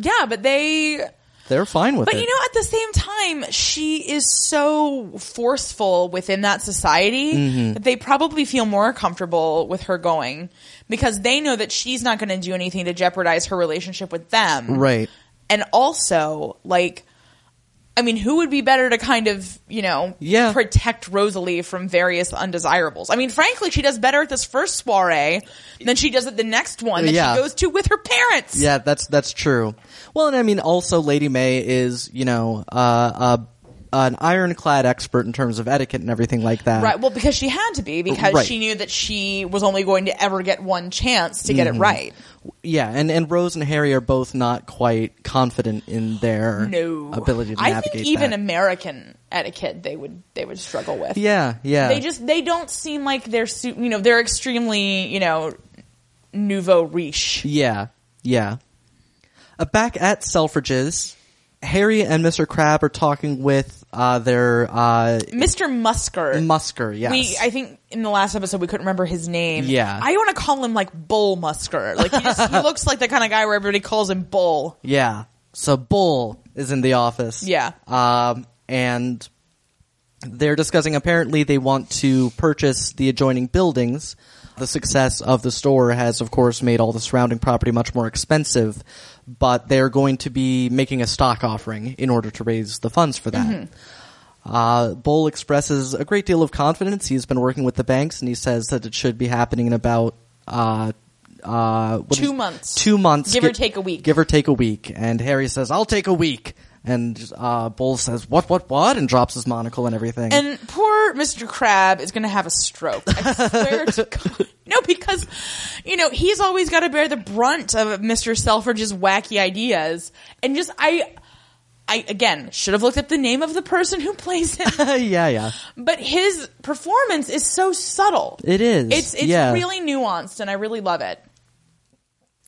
Yeah, but they They're fine with But it. you know, at the same time, she is so forceful within that society Mm-hmm. that they probably feel more comfortable with her going because they know that she's not going to do anything to jeopardize her relationship with them. Right. And also, like, I mean, who would be better to kind of, you know, Yeah. protect Rosalie from various undesirables? I mean, frankly, she does better at this first soiree than she does at the next one that Yeah. she goes to with her parents. Yeah, that's that's true. Well, and I mean, also Lady May is you know uh, uh, an ironclad expert in terms of etiquette and everything like that. Right. Well, because she had to be because Right. she knew that she was only going to ever get one chance to get Mm-hmm. it right. Yeah, and and Rose and Harry are both not quite confident in their No ability to I navigate. think even that. American etiquette they would they would struggle with. yeah, yeah, They just they don't seem like they're su- you know they're extremely you know nouveau riche. yeah, yeah. Uh, back at Selfridges, Harry and Mr. Crab are talking with uh, their uh, Mr. Musker. Musker. Yes, We, I think in the last episode we couldn't remember his name. Yeah. I want to call him like Bull Musker. Like he, just, he looks like the kind of guy where everybody calls him Bull. Yeah. So Bull is in the office. Yeah. Um, and they're discussing apparently they want to purchase the adjoining buildings. The success of the store has, of course, made all the surrounding property much more expensive, but they're going to be making a stock offering in order to raise the funds for that. Mm-hmm. Uh, Bull expresses a great deal of confidence. He's been working with the banks, and he says that it should be happening in about uh, uh, what Two is- months. Two months, Give or Gi- take a week. Give or take a week. And Harry says, "I'll take a week." And uh, Bull says, "What? What? What?" and drops his monocle and everything. And poor Mr. Crab is going to have a stroke. I swear to God. No, because, you know, he's always got to bear the brunt of Mr. Selfridge's wacky ideas. And just, I, I, again, should have looked up the name of the person who plays him. yeah, yeah, but his performance is so subtle. it is. It's, it's yeah. really nuanced and I really love it.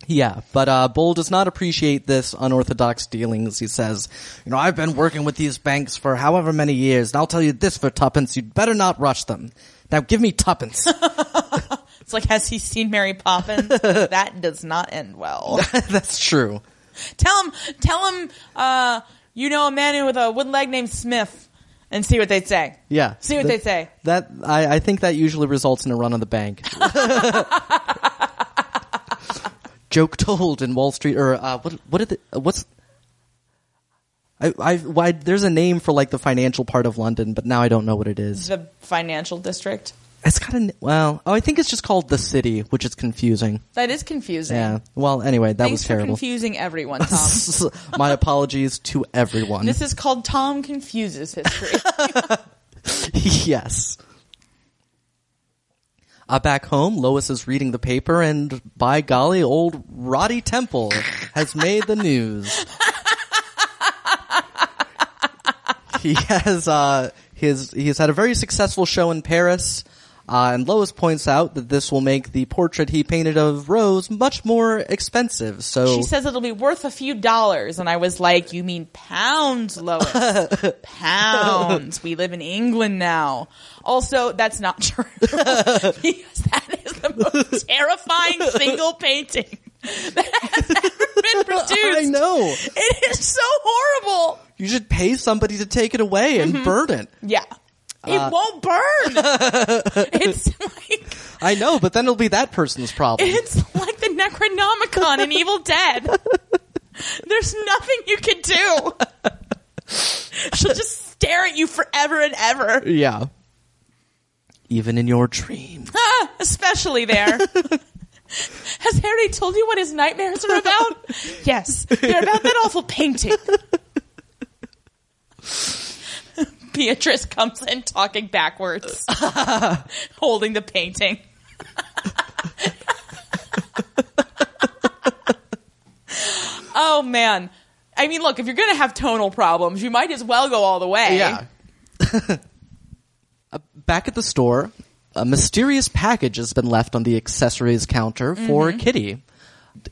Yeah, but uh, Bull does not appreciate this unorthodox dealings. He says, "You know, I've been working with these banks for however many years, and I'll tell you this for tuppence: you'd better not rush them. Now, give me tuppence." It's like, has he seen Mary Poppins? that does not end well. That's true. Tell him, tell him, uh, you know a man with a wooden leg named Smith, and see what they say. Yeah. See what Th- they say. That I, I think that usually results in a run on the bank. Joke told in Wall Street, or uh, what? What did? The, what's? I, I, why, there's a name for like the financial part of London, but now I don't know what it is. The financial district. It's got a n- well. Oh, I think it's just called the city, which is confusing. That is confusing. Yeah. Well, anyway, that Thanks was for terrible. confusing everyone, Tom. My apologies to everyone. this is called Tom Confuses History. yes. Uh, back home, Lois is reading the paper, and by golly, old Roddy Temple has made the news. he has uh, his he has had a very successful show in Paris, uh, and Lois points out that this will make the portrait he painted of Rose much more expensive. So she says it'll be worth a few dollars, and I was like, "You mean pounds, Lois? pounds. We live in England now." Also, that's not true because that is the most terrifying single painting that has ever been produced. I know It is so horrible. you should pay somebody to take it away and burn it. Yeah. It Uh, won't burn. it's like I know, but then it'll be that person's problem. it's like the Necronomicon in Evil Dead. There's nothing you can do. She'll just stare at you forever and ever, Yeah. Even in your dream. Ah, especially there. Has Harry told you what his nightmares are about? yes, they're about that awful painting. Beatrice comes in talking backwards, holding the painting. oh man. I mean, look, if you're going to have tonal problems, you might as well go all the way. Uh, Back at the store, a mysterious package has been left on the accessories counter Mm-hmm. for Kitty.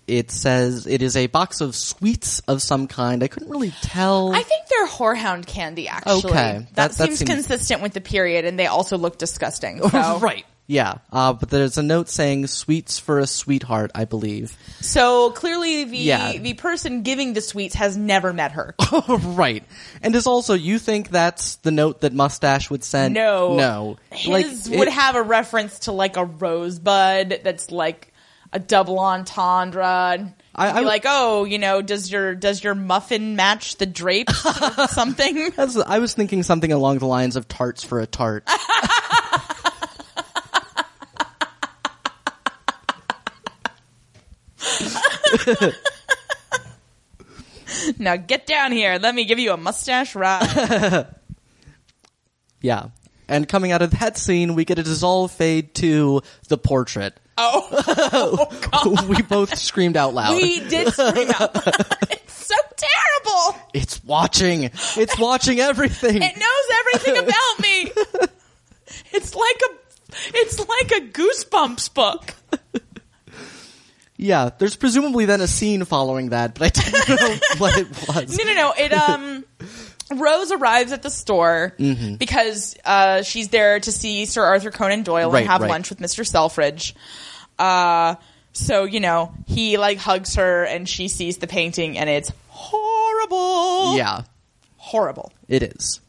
It says it is a box of sweets of some kind. I couldn't really tell. I think they're whorehound candy, actually. Okay. That, That- that seems, seems- consistent with the period, and they also look disgusting. So. right. Yeah. Uh, but there's a note saying sweets for a sweetheart, I believe. So clearly, the Yeah. the person giving the sweets has never met her. right. And is also, you think that's the note that Mustache would send? No, No. his would it- have a reference to like a rosebud that's like a double entendre. And I- I be would- like, oh, you know, does your does your muffin match the drapes? or something. That's, I was thinking something along the lines of tarts for a tart. now get down here. Let me give you a mustache ride. Yeah. And coming out of that scene, we get a dissolve fade to the portrait. oh, we both screamed out loud. we did scream out. it's so terrible. it's watching. It's watching everything. It knows everything about me. It's like a it's like a goosebumps book. yeah. There's presumably then a scene following that, but I didn't know what it was. No, no, no. It um. Rose arrives at the store Mm-hmm. because uh, she's there to see Sir Arthur Conan Doyle Right, and have right. lunch with Mr. Selfridge. Uh, so you know he like hugs her and she sees the painting and it's horrible. Yeah. horrible. It is.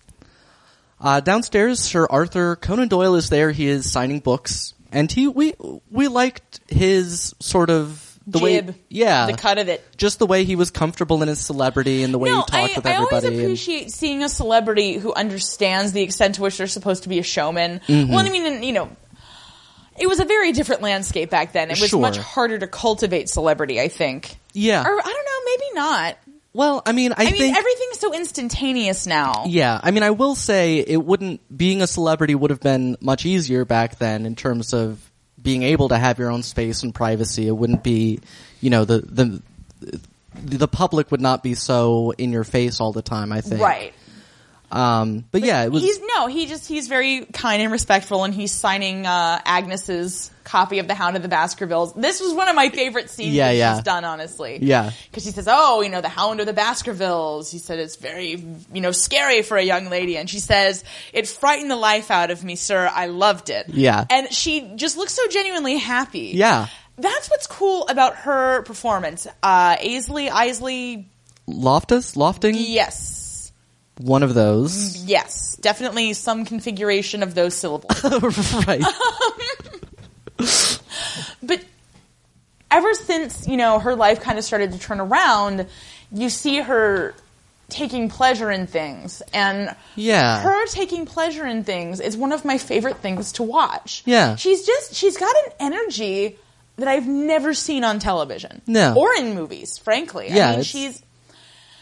Uh, downstairs, Sir Arthur Conan Doyle is there. He is signing books, and he we we liked his sort of the Jib, way, yeah, the cut of it. just the way he was comfortable in his celebrity and the way no, he talked I, with I always everybody. and- appreciate seeing a celebrity who understands the extent to which they're supposed to be a showman. Mm-hmm. Well, I mean, and, you know, it was a very different landscape back then. It was Sure. much harder to cultivate celebrity, I think. Yeah. Or I don't know, maybe not. well, I mean, I, I mean, think everything's so instantaneous now. yeah. I mean, I will say it wouldn't being a celebrity would have been much easier back then in terms of being able to have your own space and privacy. It wouldn't be, you know, the the the public would not be so in your face all the time. I think Right. Um, but yeah, it was He's no, he just he's very kind and respectful, and he's signing uh, Agnes's copy of The Hound of the Baskervilles. This was one of my favorite scenes Yeah, that yeah. she's done, honestly. Yeah. because she says, "Oh, you know, The Hound of the Baskervilles." He said it's very you know scary for a young lady, and she says it frightened the life out of me, sir. I loved it. Yeah. and she just looks so genuinely happy. Yeah. That's what's cool about her performance. Uh, Aisley, Isley, Loftus, Lofting, yes. one of those. Yes, definitely some configuration of those syllables. Mm-hmm. right. but ever since, you know, her life kind of started to turn around, you see her taking pleasure in things. And Yeah. her taking pleasure in things is one of my favorite things to watch. Yeah. She's just, she's got an energy that I've never seen on television. No. Or in movies, frankly. Yeah, I mean, it's- she's,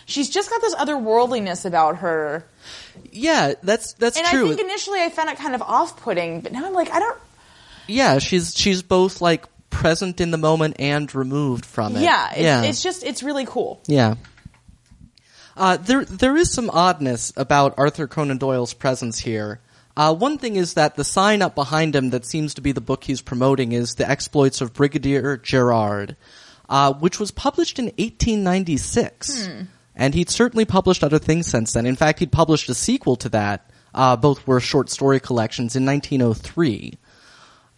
she's just got this otherworldliness about her. yeah, that's that's And I true. think initially I found it kind of off putting, but now I'm like, I don't, yeah, she's she's both like present in the moment and removed from it. Yeah, it's, yeah, it's just it's really cool. yeah. Uh, there there is some oddness about Arthur Conan Doyle's presence here. Uh, one thing is that the sign up behind him that seems to be the book he's promoting is The Exploits of Brigadier Gerard, uh, which was published in 1896. Hmm. And he'd certainly published other things since then. In fact, he'd published a sequel to that. Uh, both were short story collections in 1903.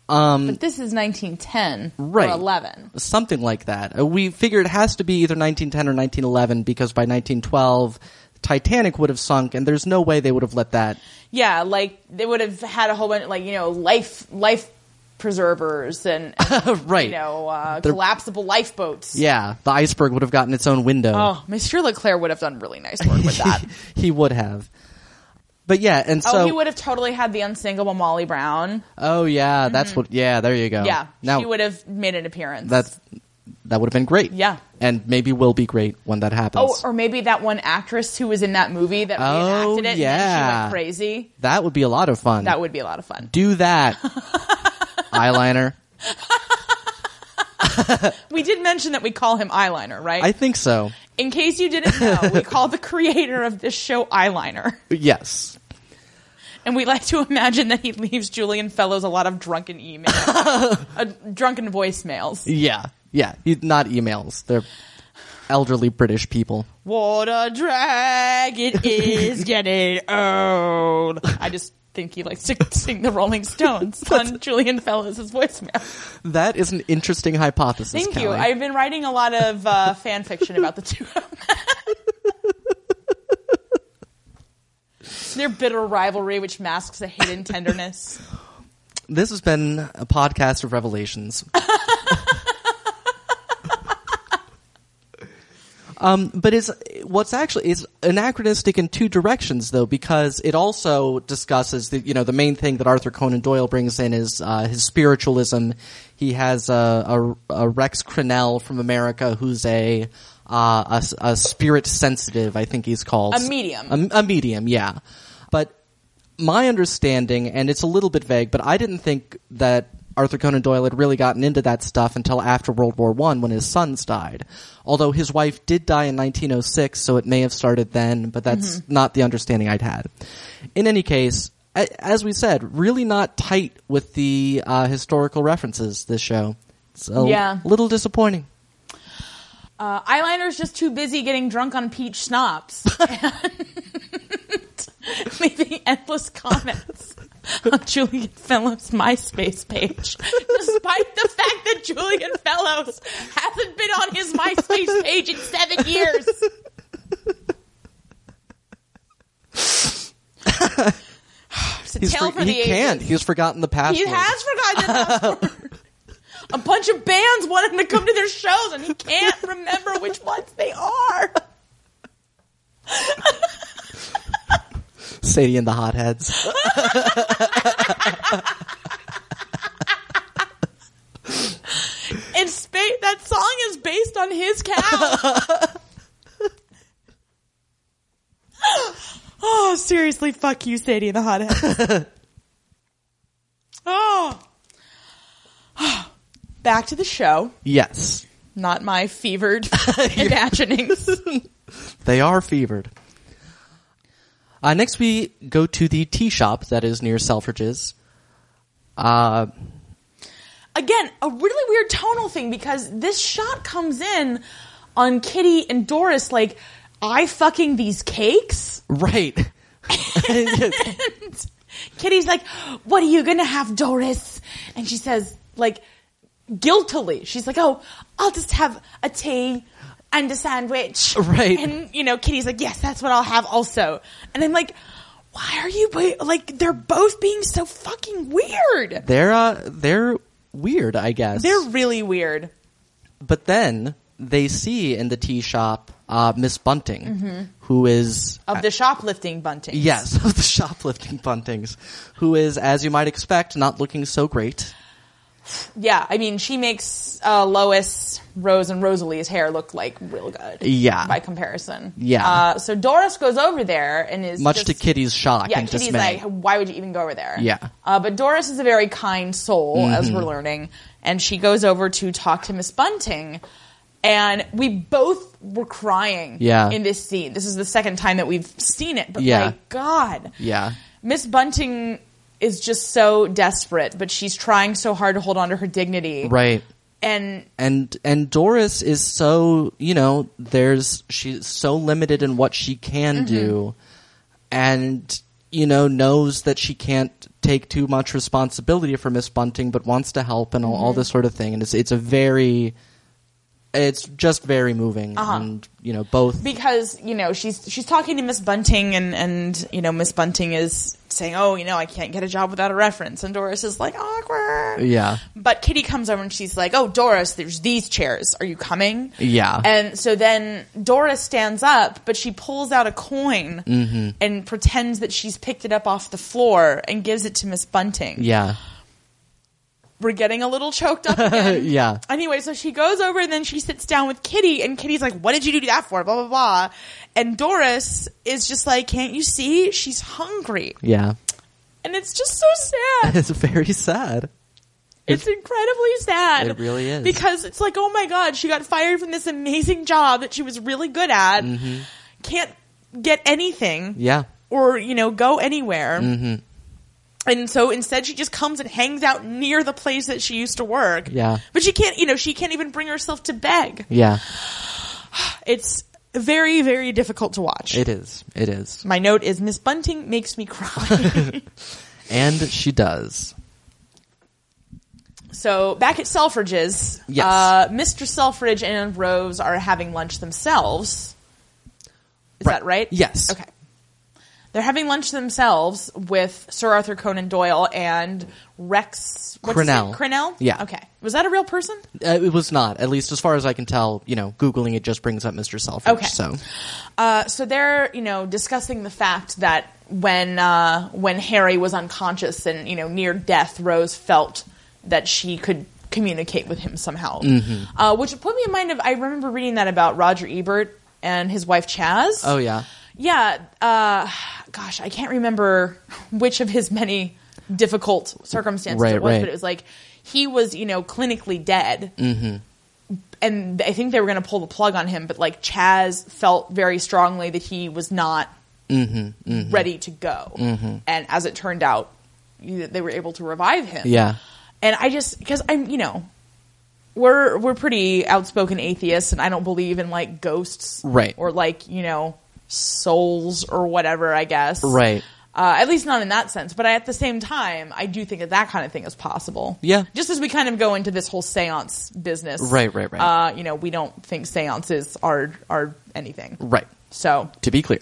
But this is 1910 Right. or 11. something like that. Uh, We figure it has to be either 1910 or 1911 because by 1912, Titanic would have sunk, and there's no way they would have let that. Yeah, like they would have had a whole bunch like you know life life preservers and, and, right. you know uh, They're- collapsible lifeboats. Yeah, the iceberg would have gotten its own window. Oh, Monsieur Leclerc would have done really nice work with that. he would have. But yeah, and oh, so he would have totally had the unsingable Molly Brown. oh yeah, that's what. Yeah, there you go. Mm-hmm. yeah, Oh, now she would have made an appearance. that's that would have been great. Yeah. and maybe will be great when that happens. oh, or maybe that one actress who was in that movie that Oh, reenacted it. and then she yeah. went crazy. that would be a lot of fun. That would be a lot of fun. do that. Eyeliner. We did mention that we call him eyeliner, right? I think so. In case you didn't know, we call the creator of this show eyeliner. Yes. And we like to imagine that he leaves Julian Fellows a lot of drunken emails, uh, drunken voicemails. Yeah, yeah. E- Not emails. They're elderly British people. What a drag it is getting old. I just think he likes to sing the Rolling Stones on Julian Fellows' voicemail. That is an interesting hypothesis. Thank you. Callie. I've been writing a lot of uh, fan fiction about the two of them. Their bitter rivalry, which masks a hidden tenderness. This has been a podcast of revelations. Um, but it's what's actually is anachronistic in two directions though, because it also discusses the you know the main thing that Arthur Conan Doyle brings in is uh, his spiritualism. He has a, a, a Rex Crenell from America who's a uh, a, s- a spirit sensitive, I think he's called A medium. A, a medium, yeah. But my understanding, and it's a little bit vague, but I didn't think that Arthur Conan Doyle had really gotten into that stuff until after World War One, when his sons died. Although his wife did die in 1906, so it may have started then, but that's Mm-hmm. not the understanding I'd had. In any case, a- as we said, really not tight with the uh, historical references. This show, it's a Yeah. little disappointing. Uh, Eyeliner's just too busy getting drunk on peach schnapps and leaving endless comments on Julian Fellowes' MySpace page, despite the fact that Julian Fellows hasn't been on his MySpace page in seven years. It's a He's tale for- for the he can't. ages. He's forgotten the password. He has forgotten the password. A bunch of bands want him to come to their shows, and he can't remember which ones they are. Sadie and the Hotheads. And spa- that song is based on his cow. oh, seriously, fuck you, Sadie and the Hotheads. oh. Back to the show. Yes, Not my fevered imaginings. they are fevered. Uh, next, we go to the tea shop that is near Selfridges. Uh, again, a really weird tonal thing because this shot comes in on Kitty and Doris like I fucking these cakes. right. Yes. Kitty's like, "What are you going to have, Doris?" And she says like guiltily. She's like, "Oh, I'll just have a tea and a sandwich." Right. And you know, Kitty's like, "Yes, that's what I'll have also." And I'm like, "Why are you bo- like they're both being so fucking weird?" They're uh, they're weird, I guess. They're really weird. but then they see in the tea shop uh, Miss Bunting, Mm-hmm. who is Of the shoplifting bunting. yes of the shoplifting Buntings, who is as you might expect not looking so great. Yeah, I mean, she makes uh, Lois, Rose, and Rosalie's hair look like real good. Yeah. by comparison. Yeah. Uh, so Doris goes over there and is Much just- to Kitty's shock Yeah, and Kitty's dismay. like, why would you even go over there? Yeah. Mm-hmm. Uh, but Doris is a very kind soul, as we're learning, and she goes over to talk to Miss Bunting, and we both were crying. Yeah. In this scene, this is the second time that we've seen it, but Yeah. my God. Yeah. Miss Bunting is just so desperate, but she's trying so hard to hold on to her dignity. Right. And and and Doris is so you know there's she's so limited in what she can do, and you know knows that she can't take too much responsibility for Miss Bunting, but wants to help and all, all this sort of thing. And it's it's a very it's just very moving, and you know both because, you know, she's she's talking to Miss Bunting and and you know, Miss Bunting is saying, "Oh, you know, I can't get a job without a reference." And Doris is like, "Awkward." yeah But Kitty comes over and she's like, "Oh, Doris, there's these chairs. Are you coming?" Yeah. And so then Doris stands up, but she pulls out a coin Mm-hmm. and pretends that she's picked it up off the floor and gives it to Miss Bunting. yeah We're getting a little choked up again. yeah Anyway, so she goes over and then she sits down with Kitty, and Kitty's like, "What did you do that for?" Blah blah blah. And Doris is just like, "Can't you see? She's hungry." yeah And it's just so sad. it's very sad. It's incredibly sad. It really is. Because it's like, oh my god, she got fired from this amazing job that she was really good at. Mm-hmm. Can't get anything Yeah. or, you know, go anywhere. Mm-hmm. And so instead she just comes and hangs out near the place that she used to work. Yeah. But she can't, you know, she can't even bring herself to beg. Yeah. It's very, very difficult to watch. It is. It is. My note is Miss Bunting makes me cry. And she does. So back at Selfridge's, Yes. uh, Mr. Selfridge and Rose are having lunch themselves. Is that right? Yes. Okay. They're having lunch themselves with Sir Arthur Conan Doyle and Rex what's his Crinell. name? Crinell? Yeah. Okay. Was that a real person? Uh, it was not, at least as far as I can tell. You know, googling it just brings up Mr. Selfridge. Okay. So Uh, so they're you know discussing the fact that when uh, when Harry was unconscious and you know near death, Rose felt that she could communicate with him somehow, uh, which put me in mind of I remember reading that about Roger Ebert and his wife Chaz. Oh, yeah. yeah. Uh, gosh, I can't remember which of his many difficult circumstances Right, it was, right. but it was like he was you know clinically dead Mm-hmm. and I think they were going to pull the plug on him, but like Chaz felt very strongly that he was not Mm-hmm, ready to go. And as it turned out, you- they were able to revive him. Yeah. And I just because I'm you know we're we're pretty outspoken atheists, and I don't believe in like ghosts, Right. Or like you know souls or whatever. I guess Right. Uh, at least not in that sense, but I, at the same time, I do think that that kind of thing is possible. Yeah. Just as we kind of go into this whole seance business. Right, right, right. Uh, you know, we don't think seances are, are anything. right. So To be clear,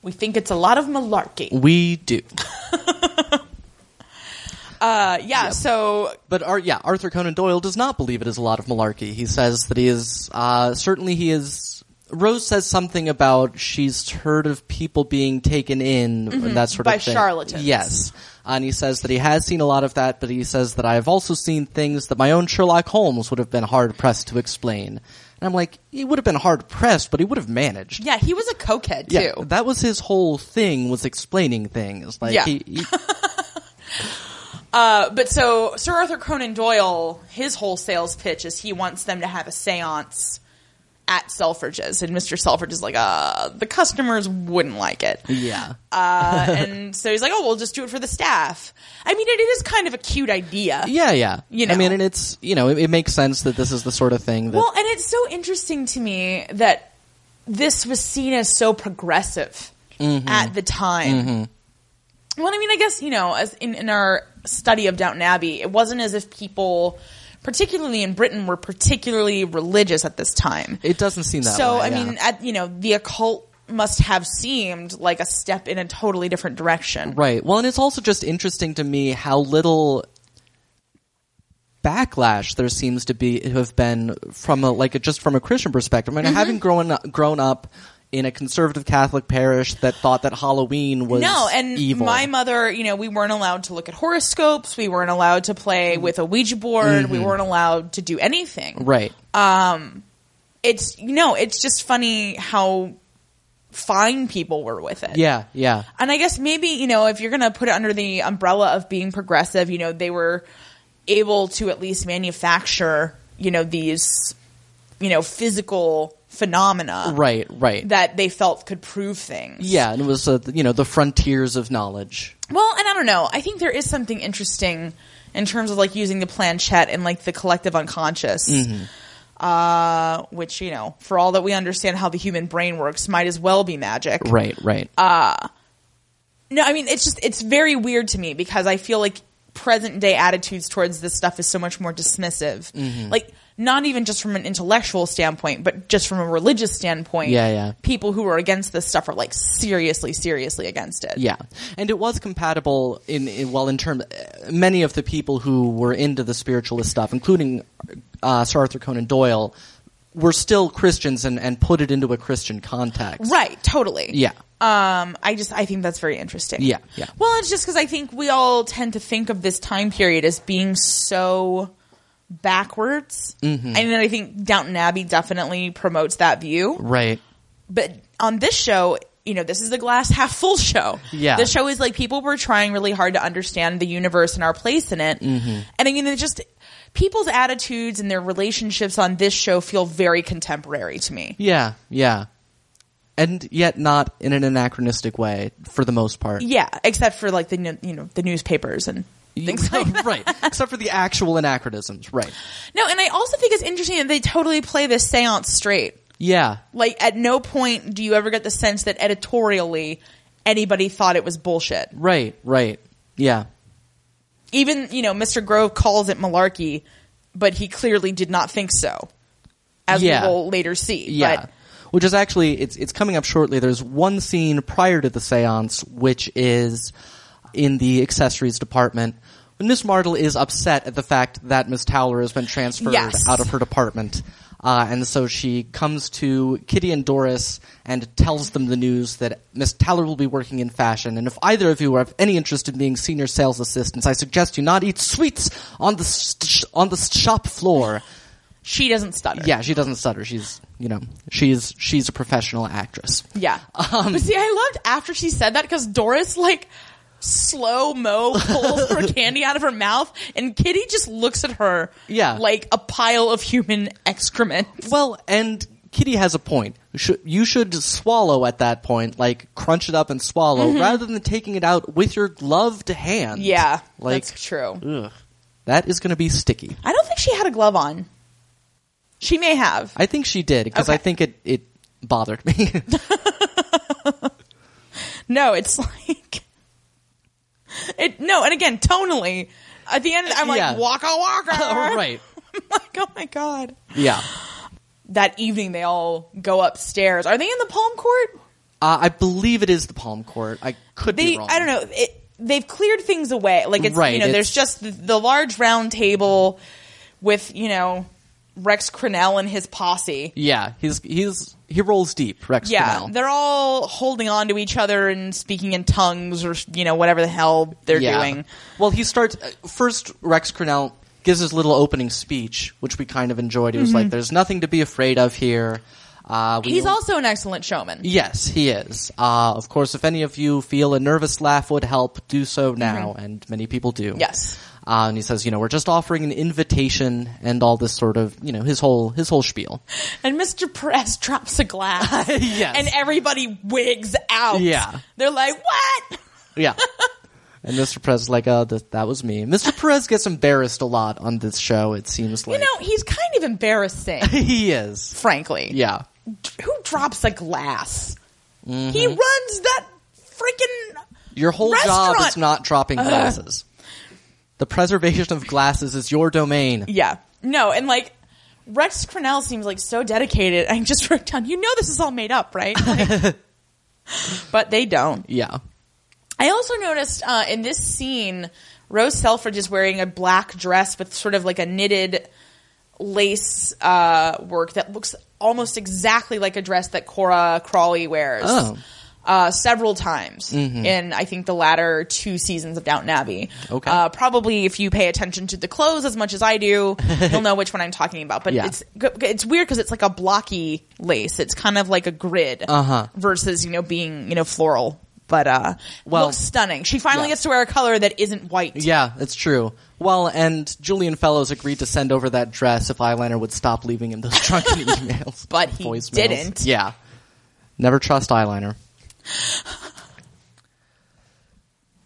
we think it's a lot of malarkey. we do. Uh, yeah. So But Ar- yeah, Arthur Conan Doyle does not believe it is a lot of malarkey. He says that he is uh, certainly he is. Rose says something about she's heard of people being taken in and that sort Mm-hmm. by of thing. charlatans. Yes, and he says that he has seen a lot of that, but he says that I have also seen things that my own Sherlock Holmes would have been hard pressed to explain. And I'm like, he would have been hard pressed, but he would have managed. yeah, he was a cokehead too. Yeah, that was his whole thing was explaining things. Like Yeah. he, he- Uh, but so Sir Arthur Conan Doyle, his whole sales pitch is he wants them to have a seance at Selfridge's, and Mr. Selfridge is like, uh, the customers wouldn't like it. yeah. Uh, and so he's like, oh, we'll just do it for the staff. I mean, it is kind of a cute idea. Yeah, yeah. You know. I mean, and it's you know, it, it makes sense that this is the sort of thing that. Well, and it's so interesting to me that this was seen as so progressive Mm-hmm. at the time. Well, I mean, I guess you know, as in, in our study of Downton Abbey, it wasn't as if people, particularly in Britain, were particularly religious at this time. it doesn't seem that. so, way, I yeah. mean, at, you know, the occult must have seemed like a step in a totally different direction. right. Well, and it's also just interesting to me how little backlash there seems to be to have been from a like a, just from a Christian perspective. I Mm-hmm. mean, having grown up, grown up in a conservative Catholic parish that thought that Halloween was No, and evil. my mother, you know, we weren't allowed to look at horoscopes. We weren't allowed to play with a Ouija board. We weren't allowed to do anything. Mm-hmm. right. It's you know, it's just funny how fine people were with it. yeah, yeah. And I guess maybe, you know, if you're going to put it under the umbrella of being progressive, you know, they were able to at least manufacture, you know, these, you know, physical phenomena Right, right. that they felt could prove things. yeah, and it was uh, you know the frontiers of knowledge. Well, and I don't know. I think there is something interesting in terms of like using the planchette and like the collective unconscious. Mm-hmm. Uh, which, you know, for all that we understand how the human brain works, might as well be magic. Right, right. No, I mean, it's just, it's very weird to me because I feel like present day attitudes towards this stuff is so much more dismissive. Mm-hmm. Like, not even just from an intellectual standpoint, but just from a religious standpoint. Yeah, yeah. People who are against this stuff are like seriously, seriously against it. Yeah, and it was compatible in, in well in terms many of the people who were into the spiritualist stuff, including uh, Sir Arthur Conan Doyle, were still Christians and, and put it into a Christian context. Right, totally. Yeah. Um, I just I think that's very interesting. Yeah, yeah. Well, it's just because I think we all tend to think of this time period as being so backwards, mm-hmm. and then I think Downton Abbey definitely promotes that view. Right. But on this show, you know, this is the glass half full show. Yeah. the show is like people were trying really hard to understand the universe and our place in it, mm-hmm. and I mean, it just people's attitudes and their relationships on this show feel very contemporary to me. Yeah. Yeah. And yet not in an anachronistic way for the most part. Yeah, except for like the nu- you know the newspapers and things like that. right. Except for the actual anachronisms. Right. No, and I also think it's interesting that they totally play this séance straight. Yeah. Like at no point do you ever get the sense that editorially anybody thought it was bullshit. Right. Right. Yeah. Even, you know, Mr. Grove calls it malarkey, but he clearly did not think so. As Yeah. we will later see. Yeah. But which is actually it's it's coming up shortly. There's one scene prior to the séance which is in the accessories department. when Miss Martle is upset at the fact that Miss Towler has been transferred Yes. out of her department. Uh, and so she comes to Kitty and Doris and tells them the news that Miss Towler will be working in fashion. And if either of you have any interest in being senior sales assistants, I suggest you not eat sweets on the st- on the shop floor. She doesn't stutter. Yeah, she doesn't stutter. She's you know she's she's a professional actress. Yeah. Um, but see, I loved after she said that because Doris like slow mo pulls her candy out of her mouth, and Kitty just looks at her. Yeah. Like a pile of human excrement. Well, and Kitty has a point. You should, you should swallow at that point, like crunch it up and swallow, rather than taking it out with your gloved hand. Mm-hmm. Yeah. like that's true. ugh, that is going to be sticky. I don't think she had a glove on. She may have. I think she did because I Okay. think it it bothered me. No, it's like it. No, and again, tonally. At the end, I'm like Yeah. Oh, waka waka. right? I'm like, oh my god. Yeah. That evening, they all go upstairs. Are they in the palm court? Uh, I believe it is the palm court. I could They, be wrong. I don't know. It, they've cleared things away. Like it's Right, you know, there's it's- just the, the large round table with you know Rex Cornell and his posse. Yeah, he's he's he rolls deep. Rex Yeah, Cornell. they're all holding on to each other and speaking in tongues or you know whatever the hell they're Yeah. doing. Well, he starts uh, first. Rex Cornell gives his little opening speech, which we kind of enjoyed. He was Mm-hmm. like, "There's nothing to be afraid of here." Uh, we He's also an excellent showman. yes, he is. Uh, of course, if any of you feel a nervous laugh would help, do so now, and many people do. Mm-hmm. Yes. Uh, and he says, you know, we're just offering an invitation and all this sort of, you know, his whole his whole spiel. And Mr. Perez drops a glass. Yes. And everybody wigs out. Yeah. They're like, what? Yeah. And Mr. Perez is like, uh, th- that was me. Mr. Perez gets embarrassed a lot on this show, it seems You like. know, he's kind of embarrassing, he is. frankly. Yeah. Who drops a glass? He Mm-hmm. runs that freaking. Your whole job Restaurant! is not dropping glasses. The preservation of glasses is your domain. Yeah. No, and like, Rex Cornell seems like so dedicated. I just wrote down, you know, this is all made up, right? Like- but they don't. Yeah. I also noticed uh, in this scene, Rose Selfridge is wearing a black dress with sort of like a knitted lace uh, work that looks almost exactly like a dress that Cora Crawley wears. Oh. Mm-hmm. Uh, several times in, I think, the latter two seasons of Downton Abbey. Okay. Uh, probably if you pay attention to the clothes as much as I do, you'll know which one I'm talking about. But Yeah. it's it's weird because it's like a blocky lace. It's kind of like a grid Uh-huh. versus you know being you know floral. But uh, Well- looks stunning. She finally Yeah. gets to wear a color that isn't white. Yeah, it's true. Well, and Julian Fellows agreed to send over that dress if eyeliner would stop leaving him those drunken emails. But he voicemails. didn't. Yeah. Never trust eyeliner.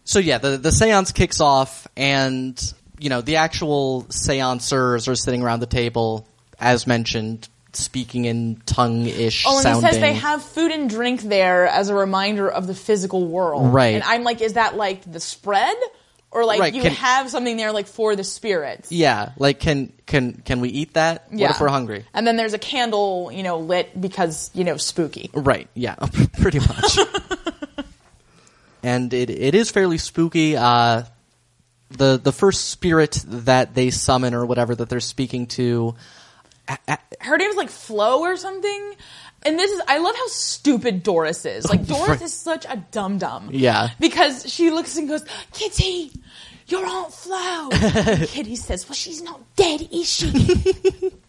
So yeah, the, the seance kicks off and, you know, the actual seancers are sitting around the table, as mentioned, speaking in tongue-ish Oh, and sounding. it says they have food and drink there as a reminder of the physical world. Right. And I'm like, is that like the spread, or like Right, you can- have something there like for the spirits? yeah, like can can can we eat that? What if we're hungry? And then there's a candle, you know, lit because you know spooky. Right. Yeah. Pretty much. and it it is fairly spooky. Uh, the the first spirit that they summon or whatever that they're speaking to. her name's like Flo or something. And this is I love how stupid Doris is. Like Doris Right. is such a dum dum. Yeah. Because she looks and goes, Kitty, your Aunt Flo. And Kitty says, Well, she's not dead, is she?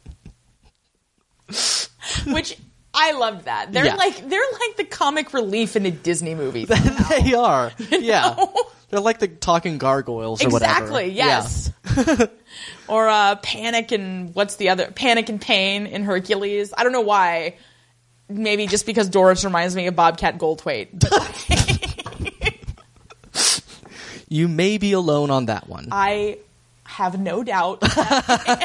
Which I loved that. They're Yeah. like they're like the comic relief in a Disney movie. they are. Yeah. They're like the talking gargoyles or whatever. exactly, yes. or uh, Panic and what's the other Panic and Pain in Hercules. I don't know why. Maybe just because Doris reminds me of Bobcat Goldthwait. But Yeah. You may be alone on that one. I have no doubt. I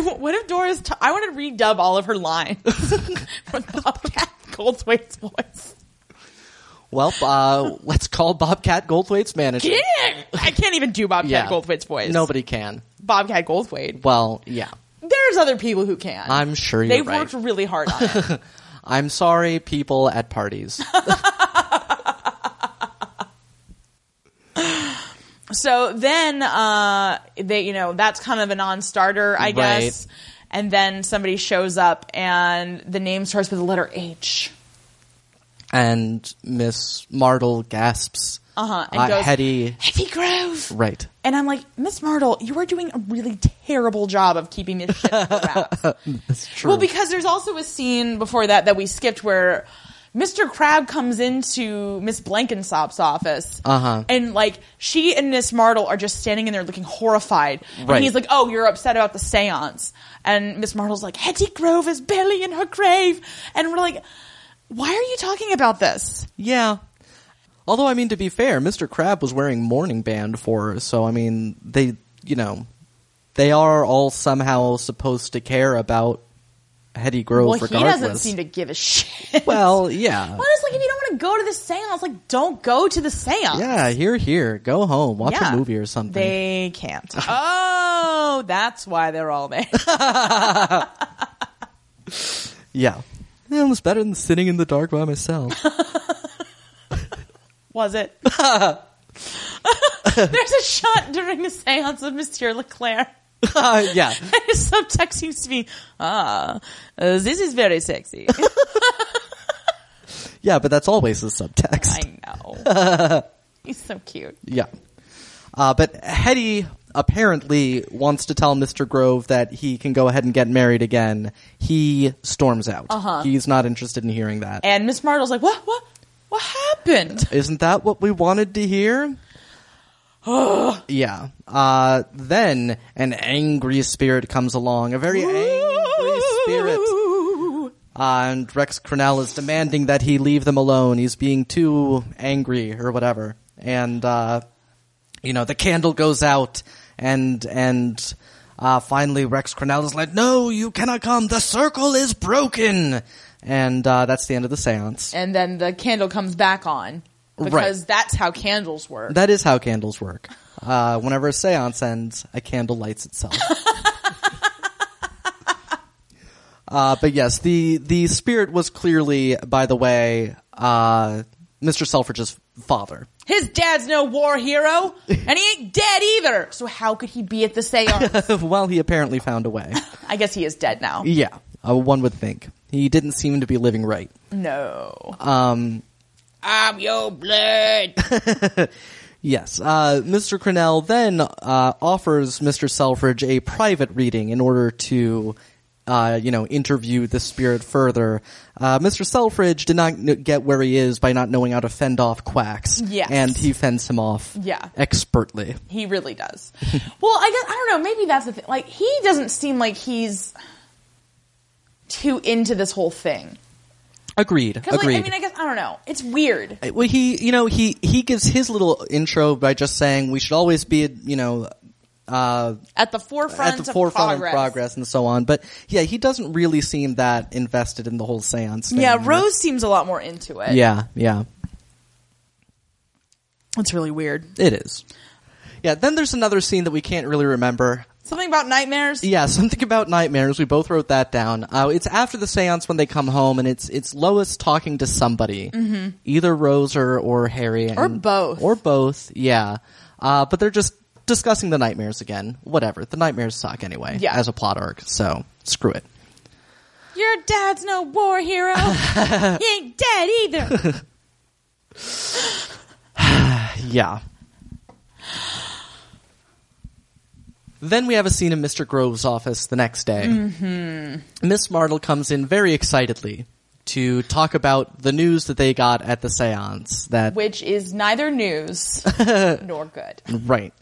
w- what if Doris? T- I want to redub all of her lines from Bobcat Goldthwait's voice. well, uh, let's call Bobcat Goldthwait's manager. Yeah, I can't even do Bobcat Yeah. Goldthwait's voice. Nobody can. Bobcat Goldthwait. Well, yeah. There there's other people who can. I'm sure you're they right. worked really hard on it. I'm sorry, people at parties. So then, uh, they, you know, that's kind of a non-starter, I guess. And then somebody shows up and the name starts with the letter H. and Miss Martle gasps. Uh-huh, and Uh, goes- Hetty, Heavy Grove! right. And I'm like, Miss Martle, you are doing a really terrible job of keeping this shit under wraps. That's true. well, because there's also a scene before that that we skipped where Mr. Crab comes into Miss Blankensop's office. Uh-huh. And like she and Miss Martle are just standing in there looking horrified. Right. And he's like, Oh, you're upset about the seance. And Miss Martle's like, Hetty Grove is barely in her grave. And we're like, Why are you talking about this? yeah. Although, I mean, to be fair, Mr. Crab was wearing morning band for her, so I mean, they, you know, they are all somehow supposed to care about Hetty Grove Well, he regardless. doesn't seem to give a shit. well, yeah. Honestly, if you don't want to go to the seance, like, don't go to the seance. Yeah, here, here. Go home. Watch Yeah. a movie or something. They can't. oh, that's why they're all there. yeah. Yeah, It was better than sitting in the dark by myself. Was it? There's a shot during the seance of Monsieur Leclerc. yeah. And his subtext seems to be, ah, uh, this is very sexy. Yeah, but that's always the subtext. I know. He's so cute. Yeah. Uh, but Hetty apparently wants to tell Mr. Grove that he can go ahead and get married again. He storms out. Uh-huh. He's not interested in hearing that. And Miss Martle's like, what, what, what happened? Isn't that what we wanted to hear? yeah. Uh, then an angry spirit comes along, a very angry spirit, uh, and Rex Cornell is demanding that he leave them alone. He's being too angry or whatever. And, uh, you know, the candle goes out and, and, uh, finally Rex Cornell is like, no, you cannot come. The circle is broken. And, uh, that's the end of the seance. And then the candle comes back on. Because Right. that's how candles work. That is how candles work. Uh, whenever a seance ends, a candle lights itself. uh, but yes, the, the spirit was clearly, by the way, uh, Mr. Selfridge's father. His dad's no war hero, and he ain't dead either. So how could he be at the seance? well, he apparently found a way. I guess he is dead now. yeah, uh, one would think. He didn't seem to be living right. No. Um, I'm your blood. yes, uh, Mr. Cornell then uh, offers Mr. Selfridge a private reading in order to, uh, you know, interview the spirit further. Uh, Mr. Selfridge did not kn- get where he is by not knowing how to fend off quacks. Yes. And he fends him off Yeah. expertly. He really does. well, I guess I don't know. Maybe that's the thing. Like he doesn't seem like he's too into this whole thing. Agreed. 'Cause, like, Agreed. Uh, I mean, I guess I don't know. It's weird. Well, he, you know, he he gives his little intro by just saying we should always be, you know, uh, At the forefront at the of forefront progress. of progress and so on. But yeah, he doesn't really seem that invested in the whole seance. Thing. Yeah, Rose seems a lot more into it. Mm-hmm. Yeah, yeah, It's really weird. it is. Yeah, then there's another scene that we can't really remember. Something about nightmares. Yeah, something about nightmares. We both wrote that down. Uh, it's after the seance when they come home, and it's it's Lois talking to somebody, mm-hmm. either Rose or or Harry, Or and- both. or both. Yeah, uh, but they're just discussing the nightmares again. Whatever, the nightmares suck anyway. Yeah. as a plot arc, so screw it. Your dad's no war hero. he ain't dead either. Yeah. Then we have a scene in Mr. Grove's office the next day. Mm-hmm. Miss Martle comes in very excitedly to talk about the news that they got at the seance. That Which is neither news nor good. right.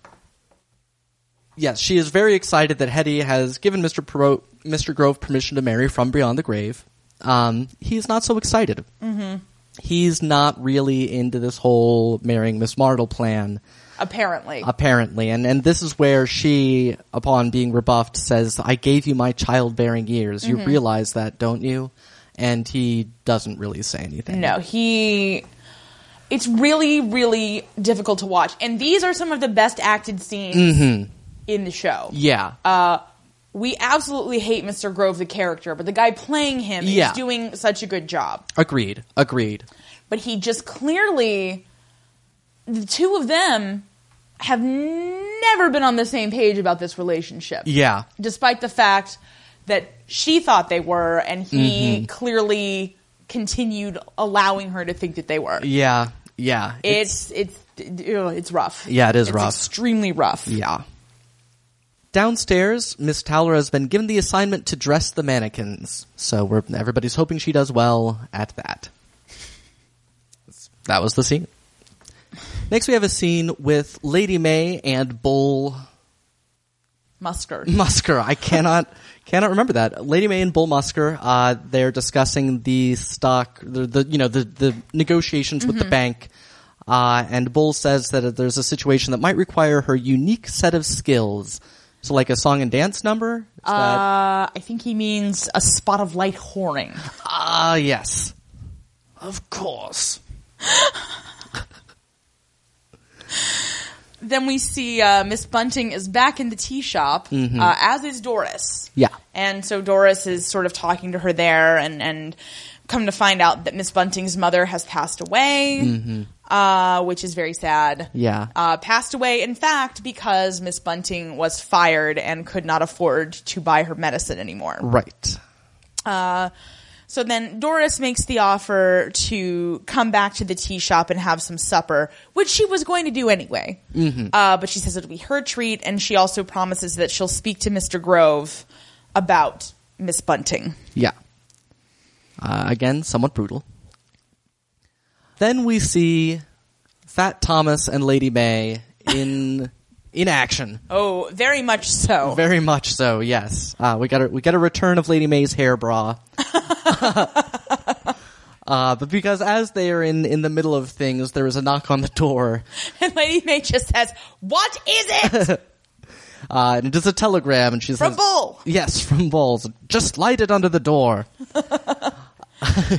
Yes, she is very excited that Hetty has given Mr. Pro- Mr. Grove permission to marry from beyond the grave. Um, he's not so excited. Mm-hmm. He's not really into this whole marrying Miss Martle plan. Apparently. apparently and and this is where she upon being rebuffed says i gave you my childbearing years you realize that don't you and he doesn't really say anything No, he. It's really, really difficult to watch, and these are some of the best acted scenes in the show. yeah we absolutely hate Mr. Grove the character, but the guy playing him Yeah. is doing such a good job. Agreed. Agreed. But he just clearly the two of them have never been on the same page about this relationship. Yeah. Despite the fact that she thought they were and he Mm-hmm. clearly continued allowing her to think that they were. Yeah. Yeah. It's it's ugh, it's rough. Yeah, it is It's rough. Extremely rough. Yeah. Downstairs, Miss Towler has been given the assignment to dress the mannequins, so we're, everybody's hoping she does well at that. That was the scene. Next, we have a scene with Lady May and Bull Musker. Musker. I cannot cannot remember that. Lady May and Bull Musker. Uh, they're discussing the stock, the, the you know the the negotiations with the bank. Uh, and Bull says that there's a situation that might require her unique set of skills. So, like a song and dance number. Is that- Uh, I think he means a spot of light whoring. Ah, yes. Of course. Then we see uh, Miss Bunting is back in the tea shop, uh, as is Doris. Mm-hmm. Yeah. And so Doris is sort of talking to her there, and and come to find out that Miss Bunting's mother has passed away, uh, which is very sad. Mm-hmm. Yeah. Uh, passed away, in fact, because Miss Bunting was fired and could not afford to buy her medicine anymore. Right. So then Doris makes the offer to come back to the tea shop and have some supper, which she was going to do anyway. Uh, but she says it'll be her treat, and she also promises that she'll speak to Mr. Grove about Miss Bunting. Yeah. Uh, again, somewhat brutal. Then we see Fat Thomas and Lady May in in action. Oh, very much so. Very much so. Yes, uh, we got a, we got a return of Lady May's hair bra. Uh, but because as they are in, in the middle of things, there is a knock on the door, and Lady May just says, "What is it?" uh, and it is a telegram, and she From says, Bull. Yes, from Bulls. Just light it under the door.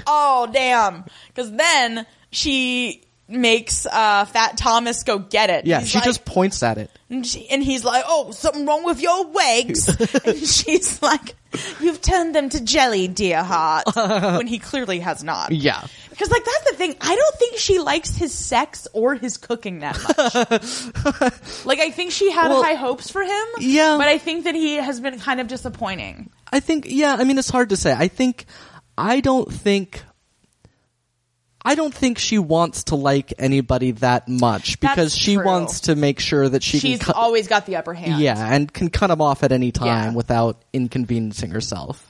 oh, damn! Because then she makes uh, Fat Thomas go get it. Yeah, He's she like- just points at it. And, she, and he's like, "Oh, something wrong with your legs." and she's like, "You've turned them to jelly, dear heart." when he clearly has not. Yeah. Because like that's the thing. I don't think she likes his sex or his cooking that much. like I think she had Well, high hopes for him. yeah. But I think that he has been kind of disappointing. I think, yeah, I mean, it's hard to say. I think, I don't think, I don't think she wants to like anybody that much because That's she true. wants to make sure that she She's can cut, always got the upper hand. yeah, and can cut him off at any time Yeah. without inconveniencing herself.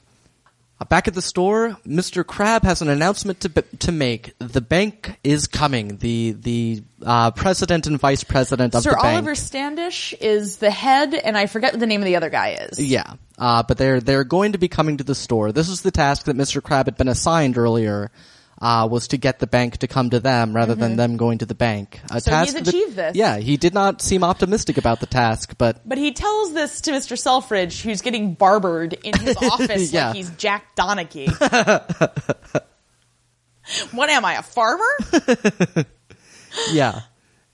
Uh, Back at the store, Mr. Crab has an announcement to b- to make. The bank is coming. The the uh, president and vice president of Sir the bank. Oliver Standish is the head, and I forget what the name of the other guy is. Yeah, uh, but they're they're going to be coming to the store. This is the task that Mr. Crab had been assigned earlier, uh, was to get the bank to come to them rather than them going to the bank. A Mm-hmm. So he's that- achieved this. Yeah, he did not seem optimistic about the task, but But he tells this to Mr. Selfridge, who's getting barbered in his office Yeah. like he's Jack Donaghy. what am I, a farmer? yeah.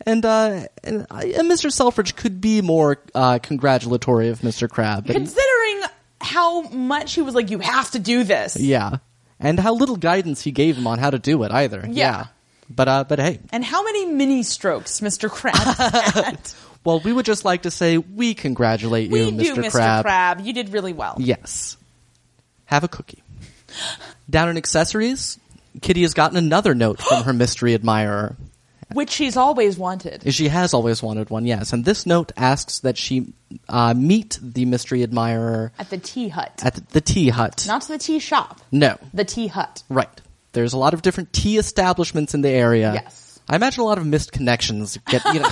And, uh, and, I- and Mr. Selfridge could be more uh, congratulatory of Mr. Crab. but- Considering how much he was like, you have to do this. yeah, and how little guidance he gave him on how to do it either. Yeah, but uh, but hey, And how many mini strokes Mr. Crab had. well, we would just like to say we congratulate we you, do, Mr. Crab. You did really well. Yes. Have a cookie. Down in accessories, Kitty has gotten another note from her mystery admirer. Which he's always wanted. She has always wanted one, yes. And this note asks that she uh, meet the mystery admirer At the tea hut. at the tea hut. Not to the tea shop. no. The tea hut. Right. There's a lot of different tea establishments in the area. Yes. I imagine a lot of missed connections get, you know.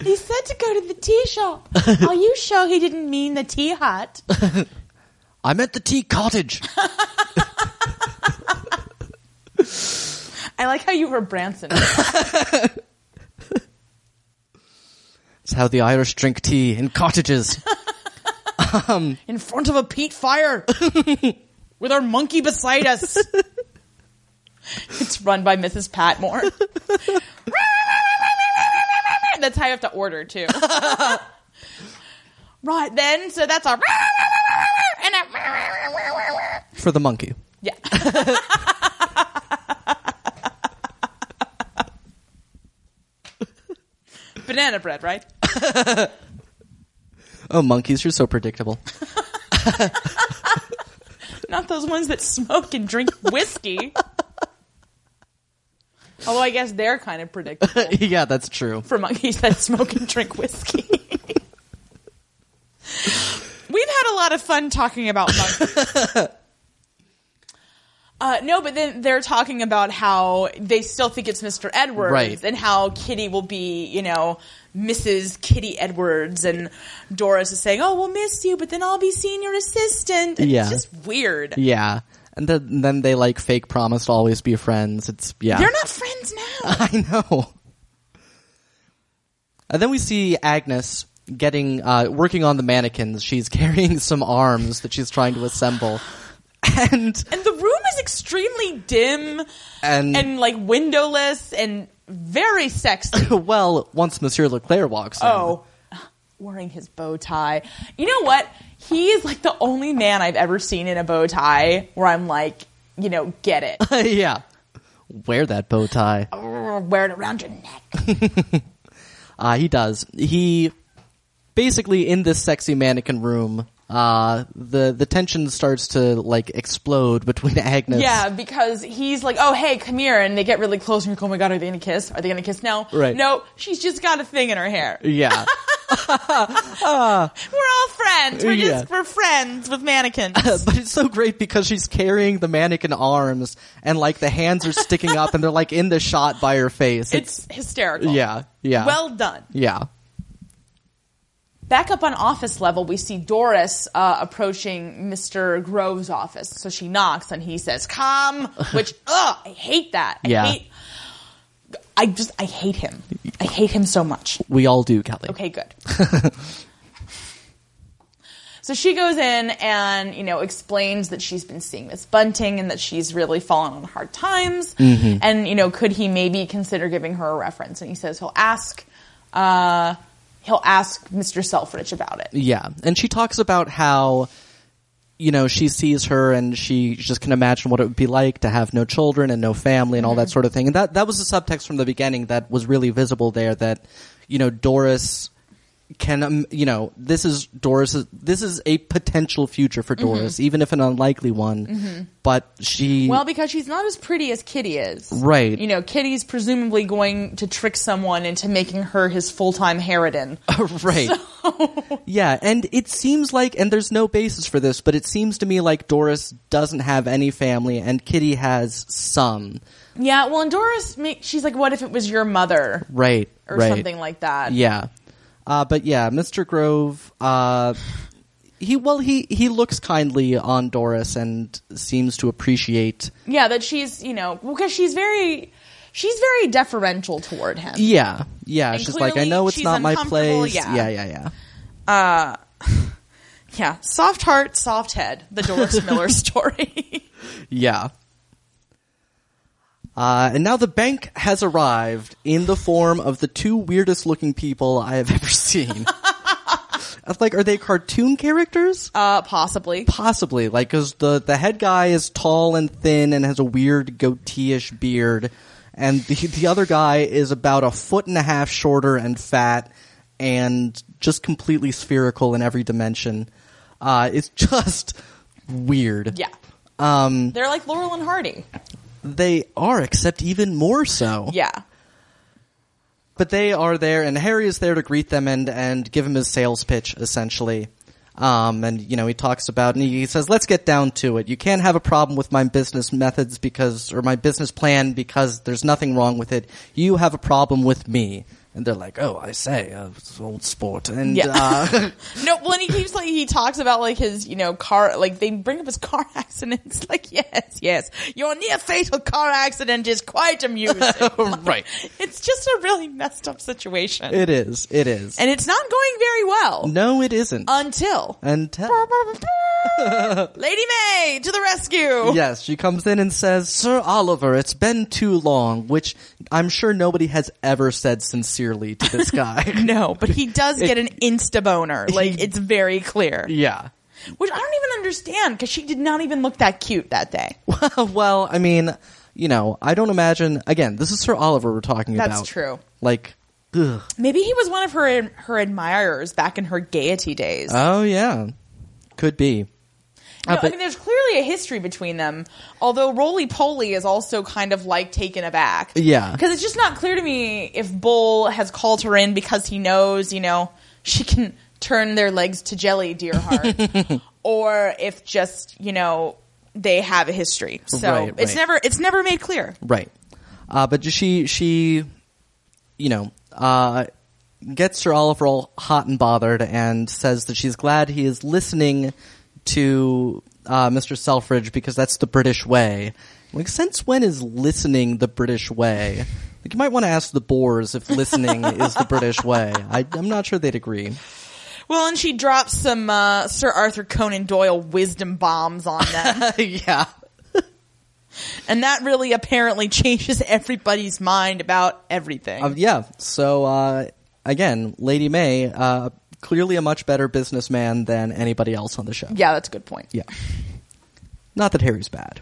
He said to go to the tea shop. Are you sure he didn't mean the tea hut? I'm at the tea cottage. I like how you were Branson. It's how the Irish drink tea in cottages. in front of a peat fire with our monkey beside us. it's run by Mrs. Patmore. That's how you have to order too. Right then, so that's our and a, for the monkey. yeah. Banana bread, right? Oh, monkeys, you're so predictable. Not those ones that smoke and drink whiskey. Although I guess they're kind of predictable yeah, that's true. for monkeys that smoke and drink whiskey. We've had a lot of fun talking about monkeys. Uh, no, but then they're talking about how they still think it's Mr. Edwards Right. and how Kitty will be, you know, Mrs. Kitty Edwards. And Doris is saying, Oh, we'll miss you, but then I'll be senior assistant. And Yeah. It's just weird. Yeah. And then, and then they like fake promise to always be friends. It's, yeah. They're not friends now. I know. And then we see Agnes getting uh, working on the mannequins. She's carrying some arms that she's trying to assemble, and And the room is extremely dim and, and like windowless and very sexy. well, once Monsieur Leclerc walks in, Oh, wearing his bow tie. You know what? He is like the only man I've ever seen in a bow tie where I'm like, you know, get it. yeah, wear that bow tie. Or Wear it around your neck. Uh, he does. He basically in this sexy mannequin room. Uh, the the tension starts to like explode between Agnes. Yeah, because he's like, oh, hey, come here. And they get really close and you're like, oh my God, are they going to kiss? Are they going to kiss? No. Right. No, she's just got a thing in her hair. yeah. We're all friends. We're Yeah. just, we're friends with mannequins. but it's so great because she's carrying the mannequin arms and like the hands are sticking up and they're like in the shot by her face. it's hysterical. yeah, yeah, Well done. yeah, Back up on office level, we see Doris uh, approaching Mr. Grove's office. So she knocks and he says, Come, which, ugh, I hate that. I Yeah. hate, I just, I hate him. I hate him so much. we all do, Kelly. Okay, good. so she goes in and, you know, explains that she's been seeing Miss Bunting and that she's really fallen on hard times. Mm-hmm. And, you know, could he maybe consider giving her a reference? And he says he'll ask, uh, he'll ask Mr. Selfridge about it. Yeah, and she talks about how you know she sees her and she just can imagine what it would be like to have no children and no family and all that sort of thing. And that that was the subtext from the beginning that was really visible there. That you know Doris can um, you know this is Doris this is a potential future for Doris, even if an unlikely one. But she Well, because she's not as pretty as Kitty is. Right. You know, Kitty's presumably going to trick someone into making her his full time harridan. right. yeah, and it seems like, and there's no basis for this, but it seems to me like Doris doesn't have any family, and Kitty has some. yeah, well, and Doris, ma- she's like, what if it was your mother? Right. Or right. something like that. Yeah. Uh, but yeah, Mr. Grove, uh, he, well, he, he looks kindly on Doris and seems to appreciate. Yeah, that she's, you know, because she's very, she's very deferential toward him. Yeah. Yeah. And she's like, I clearly know it's she's not my uncomfortable, place. yeah. Yeah. Yeah. Yeah. Yeah, soft heart, soft head. The Doris Miller story. Yeah. Uh, and now the bank has arrived in the form of the two weirdest looking people I have ever seen. I was like, are they cartoon characters? uh, possibly. Possibly, like, cause the, the head guy is tall and thin and has a weird goatee-ish beard, and the, the other guy is about a foot and a half shorter and fat and just completely spherical in every dimension. Uh, it's just weird. Yeah. Um, They're like Laurel and Hardy. They are, except even more so. Yeah. But they are there, and Harry is there to greet them and, and give him his sales pitch, essentially. Um, and, you know, he talks about, and he says, let's get down to it. You can't have a problem with my business methods because, or my business plan because there's nothing wrong with it. You have a problem with me. And they're like, oh, I say, uh, it's old sport. And, Yeah. uh, No, well, and he keeps like he talks about like his you know car like they bring up his car accident. It's like yes, yes, your near fatal car accident is quite amusing. uh, right. it's just a really messed up situation, It is, it is. and it's not going very well no, it isn't. until Until. Lady May to the rescue. Yes, she comes in and says, Sir Oliver, it's been too long, which I'm sure nobody has ever said sincerely to this guy. No, but he does get an insta boner. Like it's very clear, yeah. which I don't even understand because she did not even look that cute that day. well, I mean, you know, I don't imagine, again, this is Sir Oliver we're talking That's about. true. Like, ugh. Maybe he was one of her her admirers back in her gaiety days. oh yeah. Could be. No, Uh, I but- mean, there's clearly a history between them. Although Roly Poly is also kind of like taken aback. Yeah. because it's just not clear to me if Bull has called her in because he knows, you know, she can turn their legs to jelly, dear heart, or if just you know they have a history. So Right, it's right. never it's never made clear. Right. Uh, but she, she, you know, uh, gets Sir Oliver all hot and bothered and says that she's glad he is listening to uh, Mr. Selfridge because that's the British way. Like, since when is listening the British way? Like, you might want to ask the Boers if listening is the British way. I, I'm not sure they'd agree. Well, and she drops some uh, Sir Arthur Conan Doyle wisdom bombs on them. yeah. and that really apparently changes everybody's mind about everything. Uh, yeah. So uh, again, Lady May, uh, clearly a much better businessman than anybody else on the show. yeah, that's a good point. Yeah. Not that Harry's bad.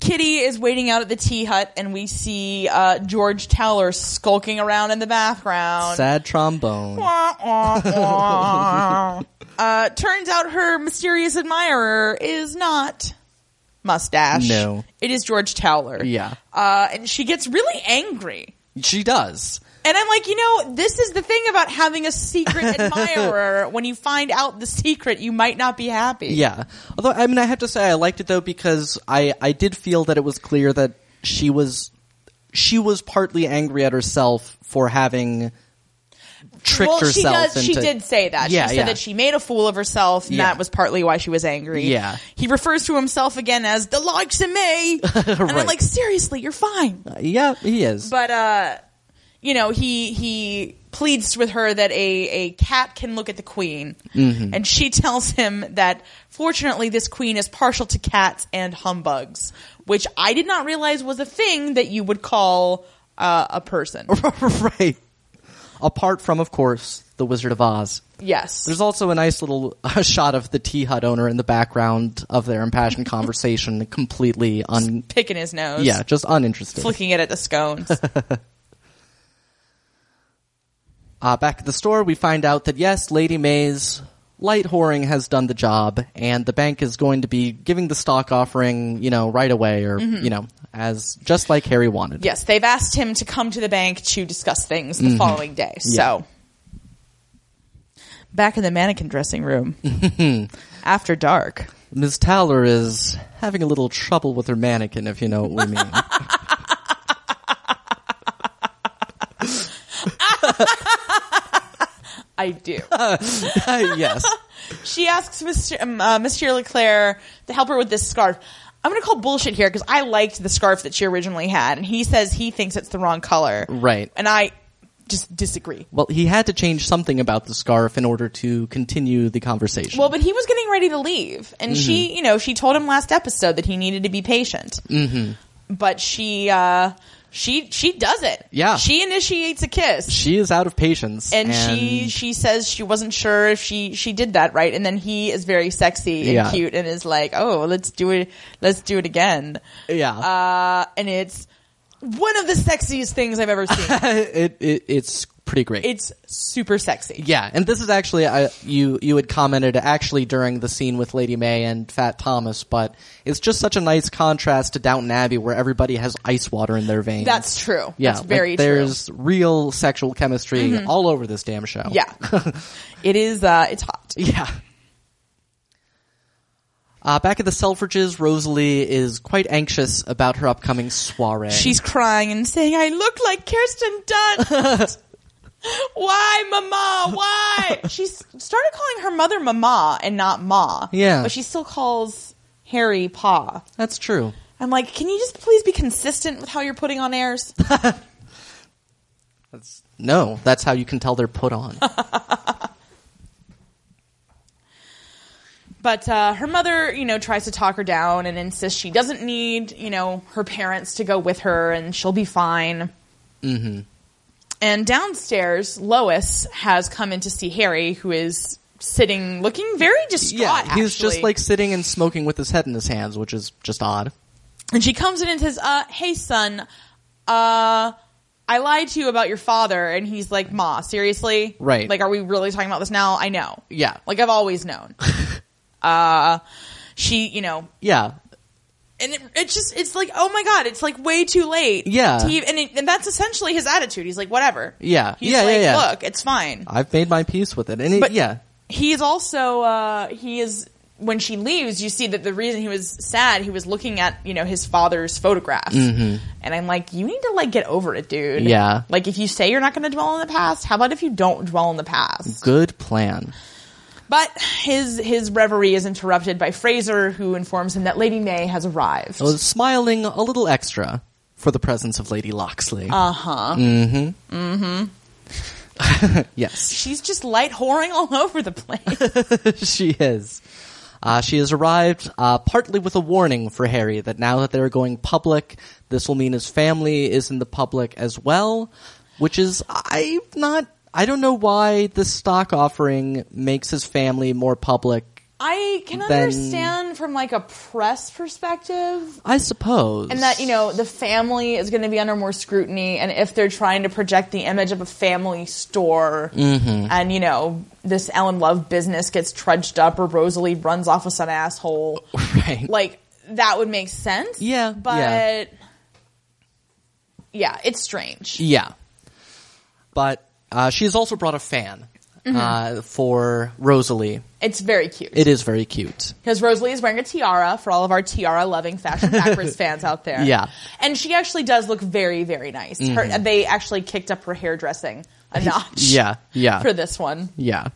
Kitty is waiting out at the tea hut, and we see uh, George Towler skulking around in the background. Sad trombone. Wah, wah, wah. uh, turns out her mysterious admirer is not mustache. No. it is George Towler. Yeah. uh, and she gets really angry. She does. And I'm like, you know, this is the thing about having a secret admirer. when you find out the secret, you might not be happy. Yeah. Although I mean I have to say I liked it though because I I did feel that it was clear that she was she was partly angry at herself for having tricked well, she herself does. She into- did say that. Yeah, she said yeah. that she made a fool of herself, and Yeah. that was partly why she was angry. Yeah. He refers to himself again as the likes of me, and I'm Right. like, seriously, you're fine. Yeah, he is. But uh, you know, he he pleads with her that a a cat can look at the queen, Mm-hmm. and she tells him that fortunately this queen is partial to cats and humbugs, which I did not realize was a thing that you would call uh, a person. right. Apart from of course the Wizard of Oz. Yes. There's also a nice little uh, shot of the tea hut owner in the background of their impassioned conversation, completely un Picking his nose. yeah, just uninterested. flicking it at the scones. Uh, back at the store, we find out that yes, Lady May's light whoring has done the job, and the bank is going to be giving the stock offering, you know, right away, or Mm-hmm. you know, as just like Harry wanted. yes, they've asked him to come to the bank to discuss things the following day. So, back in the mannequin dressing room after dark. Ms. Towler is having a little trouble with her mannequin, if you know what we mean. I do. yes, she asks Mr. Um, uh, Monsieur Leclerc to help her with this scarf. I'm going to call bullshit here because I liked the scarf that she originally had, and he says he thinks it's the wrong color. right. And I just disagree. Well, he had to change something about the scarf in order to continue the conversation. Well, but he was getting ready to leave, and Mm-hmm. she, you know, she told him last episode that he needed to be patient. Mm-hmm. But she, uh, she, she does it. Yeah. she initiates a kiss, she is out of patience, and, she, she says she wasn't sure if she, she did that right, and then he is very sexy and Yeah. cute, and is like, oh, let's do it, let's do it again, yeah. uh, and it's one of the sexiest things I've ever seen. it, it it's pretty great. it's super sexy. Yeah, and this is actually I, you you had commented actually during the scene with Lady May and Fat Thomas, but it's just such a nice contrast to Downton Abbey where everybody has ice water in their veins. That's true. yeah, That's like, very true. Mm-hmm. there's real sexual chemistry all over this damn show. Yeah, it is. Uh, it's hot. yeah. Uh, back at the Selfridges, Rosalie is quite anxious about her upcoming soiree. She's crying and saying, I look like Kirsten Dunst. Why, Mama? Why? She s- started calling her mother Mama and not Ma. Yeah. But she still calls Harry Pa. that's true. I'm like, can you just please be consistent with how you're putting on airs? No, that's how you can tell they're put on. But uh, her mother, you know, tries to talk her down and insists she doesn't need, you know, her parents to go with her and she'll be fine. Mm-hmm. And downstairs, Lois has come in to see Harry, who is sitting looking very distraught. yeah, he's actually. just like sitting and smoking with his head in his hands, which is just odd. And she comes in and says, uh, hey son, uh, I lied to you about your father. And he's like, ma, seriously? Right. Like, are we really talking about this now? I know. Yeah. Like, I've always known. uh, she, you know, Yeah, and it, it's just, it's like, oh my God, it's like way too late. Yeah. To even, and, it, and that's essentially his attitude. He's like, whatever. Yeah. He's Yeah, yeah, like, yeah. look, it's fine. I've made my peace with it, and it, But- yeah, He's also uh, he is when she leaves. You see that the reason he was sad, he was looking at you know his father's photographs, and I'm like, you need to like get over it, dude. Mm-hmm. Yeah. like if you say you're not going to dwell on the past, how about if you don't dwell on the past? good plan. But his his reverie is interrupted by Fraser, who informs him that Lady May has arrived. I was smiling a little extra for the presence of Lady Loxley. Uh huh. Mm-hmm. yes, She's just light whoring all over the place. she is. Uh, she has arrived uh, partly with a warning for Harry that now that they're going public, this will mean his family is in the public as well, which is I'm not. I don't know why this stock offering makes his family more public. I can Then- understand from like a press perspective I suppose, and that you know the family is going to be under more scrutiny and if they're trying to project the image of a family store Mm-hmm. and you know this ellen love business gets trudged up or rosalie runs off with some asshole right? like that would make sense Yeah, but yeah. yeah, it's strange Yeah. But uh, she's also brought a fan Mm-hmm. uh, for Rosalie. it's very cute It is very cute. because rosalie is wearing a tiara for all of our tiara loving fashion backwards fans out there Yeah. Mm-hmm. and she actually does look very very nice her, they actually kicked up her hairdressing a notch Yeah, yeah, for this one yeah.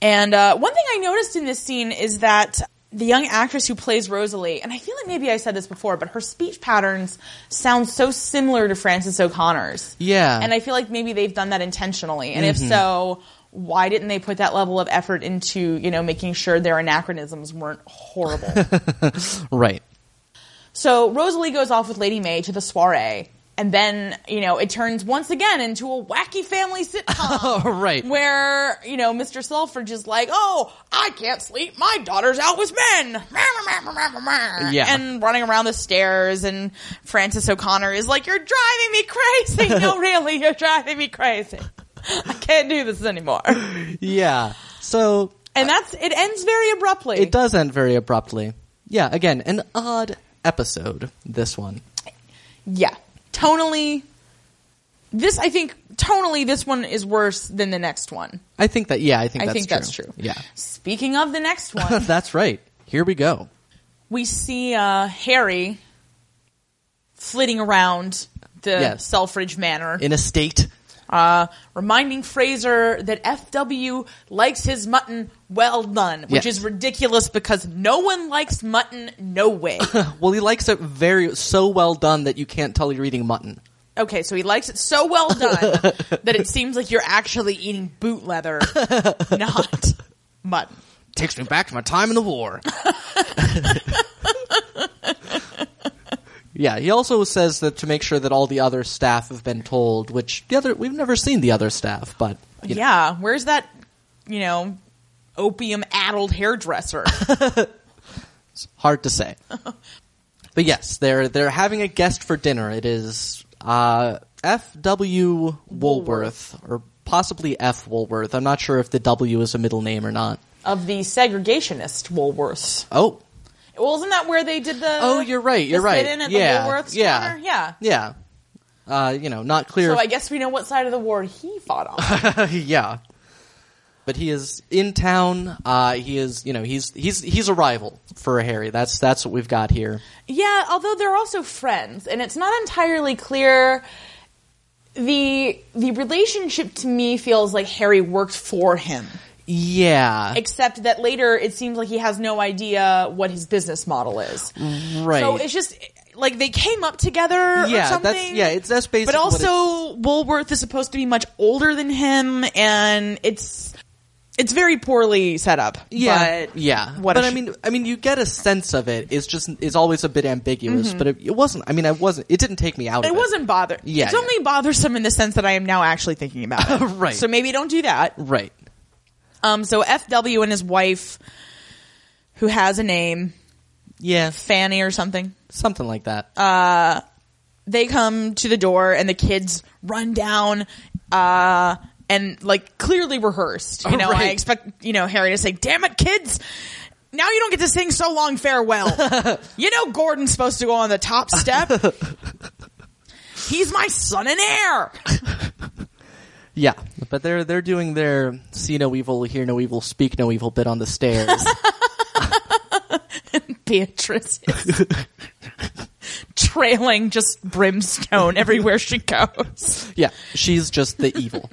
And uh, one thing I noticed in this scene is that the young actress who plays Rosalie, and I feel like maybe I said this before, but her speech patterns sound so similar to Frances O'Connor's. Yeah. Mm-hmm. And I feel like maybe they've done that intentionally. And if so, why didn't they put that level of effort into, you know, making sure their anachronisms weren't horrible? Right. So Rosalie goes off with Lady May to the soiree, and then you know it turns once again into a wacky family sitcom. Right. Where you know Mr. Selfridge is like, "Oh, I can't sleep. My daughter's out with men." Yeah. And running around the stairs, and Frances O'Connor is like, "You're driving me crazy. no, really, you're driving me crazy. I can't do this anymore." Yeah. So And that's it. Ends very abruptly. it does end very abruptly. Yeah. Again, an odd episode. This one. Yeah. Tonally, this, I think, tonally, this one is worse than the next one. I think that. Yeah. I think. I that's think true. that's true. Yeah. Speaking of the next one, that's right. Here we go. we see uh, Harry flitting around the Yes. Selfridge Manor, In a state. uh, reminding Fraser that FW likes his mutton well done, which Yeah. is ridiculous because no one likes mutton, no way. Well, he likes it very so well done that you can't tell you're eating mutton. Okay, so he likes it so well done that it seems like you're actually eating boot leather, not mutton. Takes me back to my time in the war. yeah, he also says that to make sure that all the other staff have been told, which the other we've never seen the other staff, but you know. Yeah, where's that, you know, opium addled hairdresser? hard to say. but yes, they're they're having a guest for dinner. It is uh, F. W. Woolworth, or possibly F. Woolworth. I'm not sure if the W is a middle name or not. of the segregationist Woolworths. Oh, Well, isn't that where they did the. oh, you're right. You're the sit right. in at yeah, the Woolworths yeah, corner? Yeah. yeah. Uh, you know, not clear. So I guess we know what side of the war he fought on. yeah. But he is in town. Uh, he is, you know, he's he's he's a rival for Harry. That's that's what we've got here. yeah, although they're also friends, and it's not entirely clear. The the relationship to me feels like Harry worked for him. Yeah, except that later it seems like he has no idea what his business model is. right. So it's just like they came up together or Yeah, that's- something. yeah, it's- that's basically But what also Woolworth is supposed to be much older than him and it's It's very poorly set up. Yeah, but yeah. what but a I sh- mean, I mean, you get a sense of it. It's just it's always a bit ambiguous. But it, it wasn't. I mean, I wasn't. It didn't take me out. Mm-hmm. it of wasn't bother. Yeah, it's yeah. only bothersome in the sense that I am now actually thinking about it. Right. So maybe don't do that. right. Um. So FW and his wife, who has a name, Yeah, Fanny or something. something like that. Uh, they come to the door and the kids run down uh and like clearly rehearsed you Oh, know i right. expect you know harry to say damn it kids now you don't get to sing so long farewell you know gordon's supposed to go on the top step he's my son and heir yeah, but they're they're doing their see no evil, hear no evil, speak no evil bit on the stairs. beatrice is trailing just brimstone everywhere she goes yeah, she's just the evil.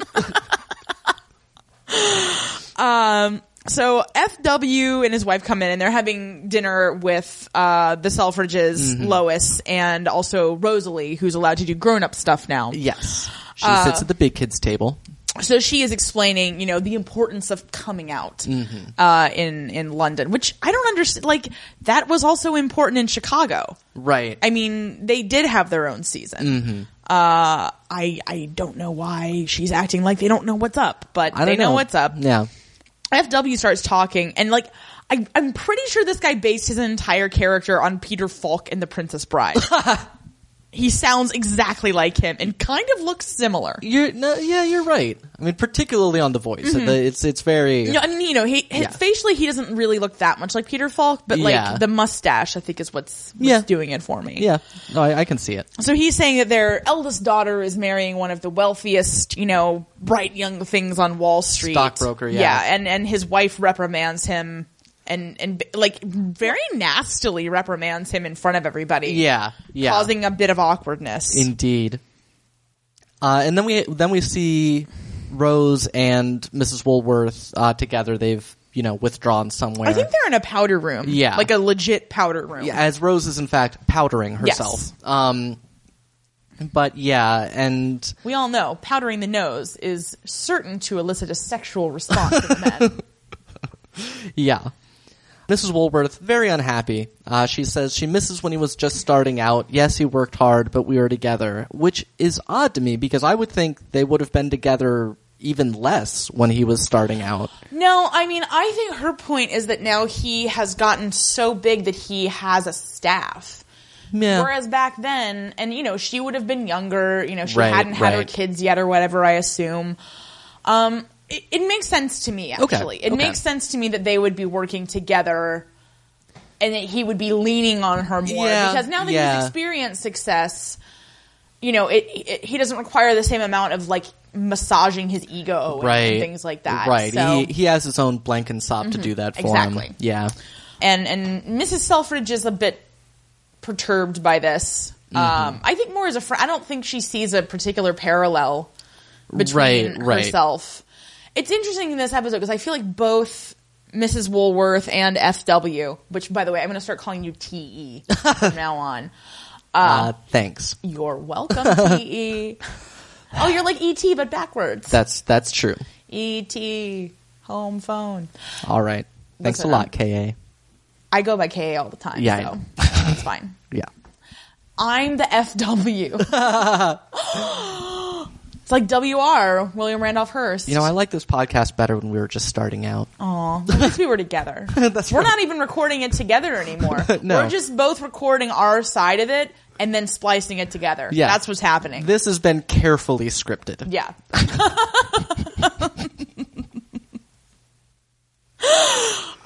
So FW and his wife come in and they're having dinner with uh, the Selfridges, Mm-hmm. Lois, and also Rosalie, who's allowed to do grown up stuff now. yes, Uh, she sits at the big kids' table. So she is explaining, you know, the importance of coming out Mm-hmm. uh, in in London, which I don't understand. Like that was also important in Chicago. Right. I mean, they did have their own season. Mm-hmm. Uh, I I don't know why she's acting like they don't know what's up, but I they don't know what's up. Yeah. FW starts talking and like I, I'm pretty sure this guy based his entire character on Peter Falk in The Princess Bride. he sounds exactly like him and kind of looks similar. You're no, yeah, you're right. I mean, particularly on the voice, The- it's it's very No, I mean, you know, he, he- Yeah. facially he doesn't really look that much like Peter Falk, but like Yeah. the mustache I think is what's, what's Yeah. doing it for me. yeah. No, I, I can see it. So he's saying that their eldest daughter is marrying one of the wealthiest, you know, bright young things on Wall Street. Stockbroker, yeah. Yeah, and and his wife reprimands him and and like very nastily reprimands him in front of everybody. Yeah, yeah. Causing a bit of awkwardness. Indeed. Uh, and then we then we see Rose and Mrs. Woolworth uh, together. They've you know withdrawn somewhere. I think they're in a powder room. Yeah. Like a legit powder room. Yeah, as Rose is in fact powdering Yes. herself. Um, but yeah, and We all know powdering the nose is certain to elicit a sexual response in men. yeah. Mrs. Woolworth, very unhappy. Uh, she says she misses when he was just starting out. Yes, he worked hard, but we were together, which is odd to me because I would think they would have been together even less when he was starting out. No, I mean, I think her point is that now he has gotten so big that he has a staff. Yeah. Whereas back then, and you know, she would have been younger. You know, she Right, hadn't had her right. kids yet or whatever. I assume. Um, it, it makes sense to me. Actually, it okay. makes sense to me that they would be working together, and that he would be leaning on her more Yeah, because now that yeah. he's experienced success, you know, it, it he doesn't require the same amount of like massaging his ego and, and things like that. Right. So- Mm-hmm. He, he has his own Blenkinsop sop to do that for exactly. him. Yeah. and and Mrs. Selfridge is a bit perturbed by this. Mm-hmm. Um, I think more as a friend. I don't think she sees a particular parallel between Right, right. herself. It's interesting in this episode because I feel like both Mrs. Woolworth and FW, which by the way, I'm going to start calling you TE from now on. Um, Uh, thanks. You're welcome, TE. Oh, you're like ET but backwards. That's that's true. ET home phone. All right. Thanks Listen, a lot, um, Ka. I go by KA all the time, Yeah, I so know. it's fine. Yeah. I'm the FW. it's like WR, William Randolph Hearst. You know, I like this podcast better when we were just starting out. Aw, at least we were together. That's we're right. not even recording it together anymore. No. We're just both recording our side of it and then splicing it together. Yeah. That's what's happening. This has been carefully scripted. yeah.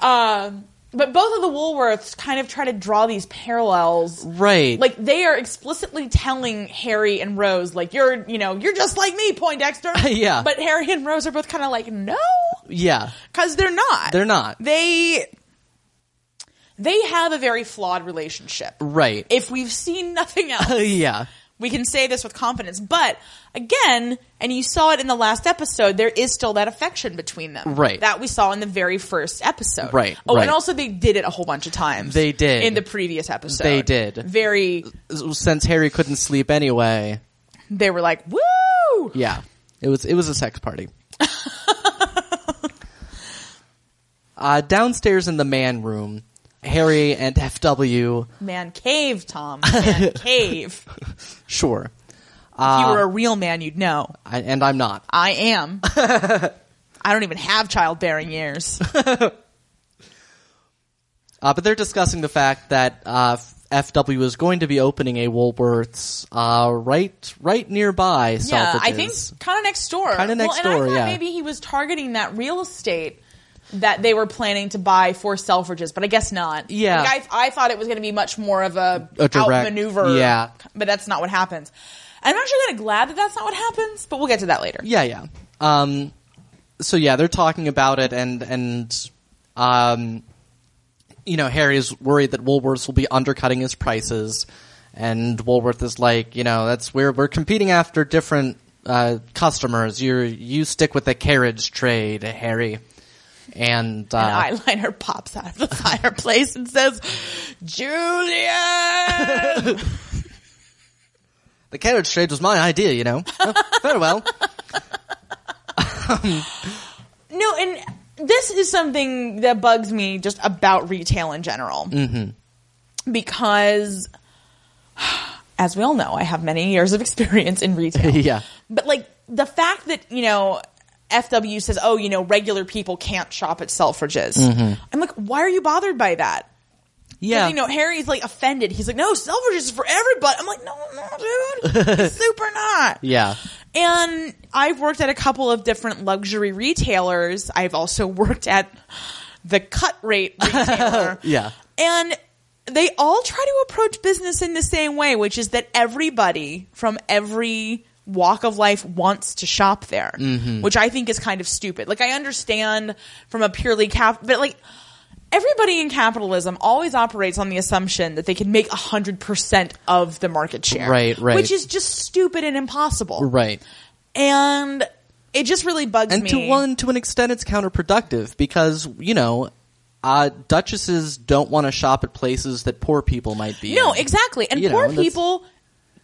um, but both of the Woolworths kind of try to draw these parallels Right. like they are explicitly telling Harry and Rose, like you're, you know, you're just like me, Poindexter. Yeah. But Harry and Rose are both kind of like, no, yeah. because they're not. They're not. They they have a very flawed relationship. Right. Uh, If we've seen nothing else, yeah. we can say this with confidence. But again, and you saw it in the last episode, there is still that affection between them, Right. That we saw in the very first episode, Right, Oh, right. and also they did it a whole bunch of times. They did. in the previous episode. They did. very. Since Harry couldn't sleep anyway. They were like, woo. Yeah. It was it was a sex party. Uh, downstairs in the man room, Harry and FW, Man cave, Tom. Man cave. If sure. you Uh, were a real man, you'd know. I, and I'm not. I am. I don't even have childbearing years. Uh, but they're discussing the fact that uh, FW is going to be opening a Woolworths uh, right right nearby. yeah, Selfridges. I think kind of next door. Kinda next well, door, And I yeah. thought maybe he was targeting that real estate that they were planning to buy for Selfridges, but I guess not. Yeah. like I, I thought it was going to be much more of a, A direct- outmaneuver. yeah. but that's not what happens. I'm actually kind of glad that that's not what happens, but we'll get to that later. Yeah, yeah. Um, so yeah, they're talking about it, and and um, you know, Harry's worried that Woolworths will be undercutting his prices, and Woolworth is like, you know, that's where we're competing after different uh, customers. You you stick with the carriage trade, Harry. And, uh, An eyeliner pops out of the fireplace and says, "Julian." the carriage trade was my idea, you know. oh, very well. No, and this is something that bugs me just about retail in general. Mm-hmm. Because, as we all know, I have many years of experience in retail. Yeah. But, like, the fact that, you know, FW says, oh, you know, regular people can't shop at Selfridges. I'm like, why are you bothered by that? 'Cause, Yeah. You know, Harry's like offended. He's like, no, Selfridges is for everybody. I'm like, no, no, dude. It's super not. yeah. And I've worked at a couple of different luxury retailers. I've also worked at the cut rate retailer. Yeah. And they all try to approach business in the same way, which is that everybody from every walk of life wants to shop there, Mm-hmm. which I think is kind of stupid. Like I understand from a purely cap, but like everybody in capitalism always operates on the assumption that they can make 100% of the market share. Right, right. Which is just stupid and impossible Right. and it just really bugs and me. to one to an extent it's counterproductive because you know uh, duchesses don't want to shop at places that poor people might be no, in. exactly. And You know, poor that's- people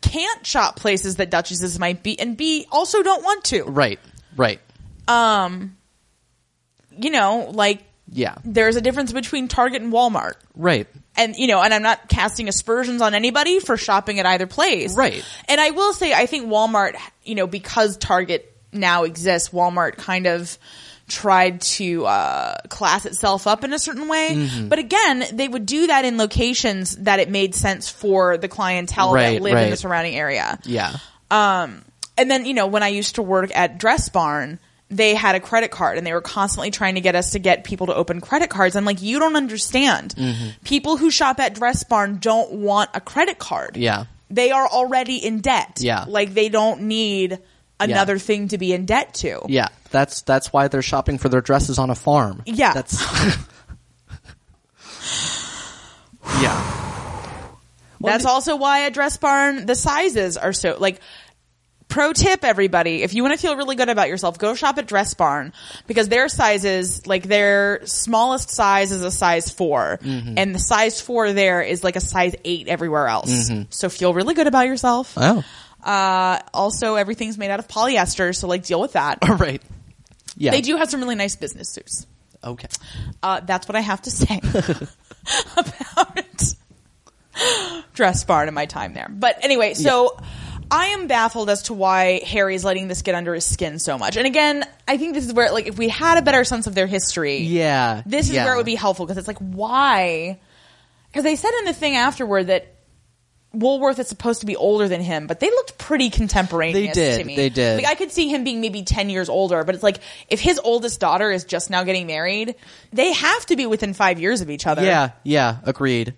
can't shop places that duchesses might be, and B also don't want to. right right You know, like yeah there's a difference between Target and Walmart. right And you know, and I'm not casting aspersions on anybody for shopping at either place. Right. And I will say I think Walmart, you know, because Target now exists, Walmart kind of tried to uh, class itself up in a certain way. Mm-hmm. But again, they would do that in locations that it made sense for the clientele Right, that lived in the right. surrounding area. yeah And then, you know, when I used to work at Dress Barn, they had a credit card and they were constantly trying to get us to get people to open credit cards. I'm like, you don't understand. Mm-hmm. People who shop at Dress Barn don't want a credit card. Yeah. They are already in debt. Yeah. Like they don't need another thing to be in debt to. yeah that's that's why they're shopping for their dresses on a farm Yeah. that's yeah That's also why at Dress Barn the sizes are so like. Pro tip, everybody: if you want to feel really good about yourself, go shop at Dress Barn because their sizes, like their smallest size, is a size 4 Mm-hmm. and the size four there is like a size eight everywhere else. Mm-hmm. So feel really good about yourself. oh Uh, also, everything's made out of polyester, so like deal with that. all right yeah They do have some really nice business suits. okay Uh, that's what I have to say about Dress Barn and my time there. But anyway, so I am baffled as to why Harry's letting this get under his skin so much. And again, I think this is where, like, if we had a better sense of their history, yeah this is yeah. where it would be helpful because it's like, why? Because they said in the thing afterward that Woolworth is supposed to be older than him, but they looked pretty contemporaneous They did, to me. they did. Like I could see him being maybe ten years older, but it's like if his oldest daughter is just now getting married, they have to be within five years of each other. Yeah, yeah, agreed.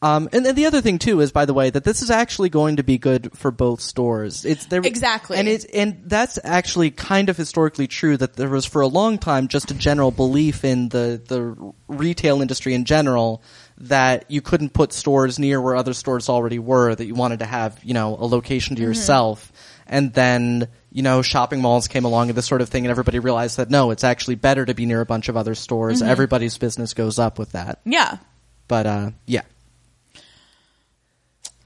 Um, and, and the other thing too is, by the way, that this is actually going to be good for both stores. It's there Exactly. and it's and that's actually kind of historically true that there was for a long time just a general belief in the the retail industry in general that you couldn't put stores near where other stores already were. That you wanted to have you know a location to yourself, and then you know shopping malls came along and this sort of thing, and everybody realized that no, it's actually better to be near a bunch of other stores. Everybody's business goes up with that. Yeah. But uh, yeah,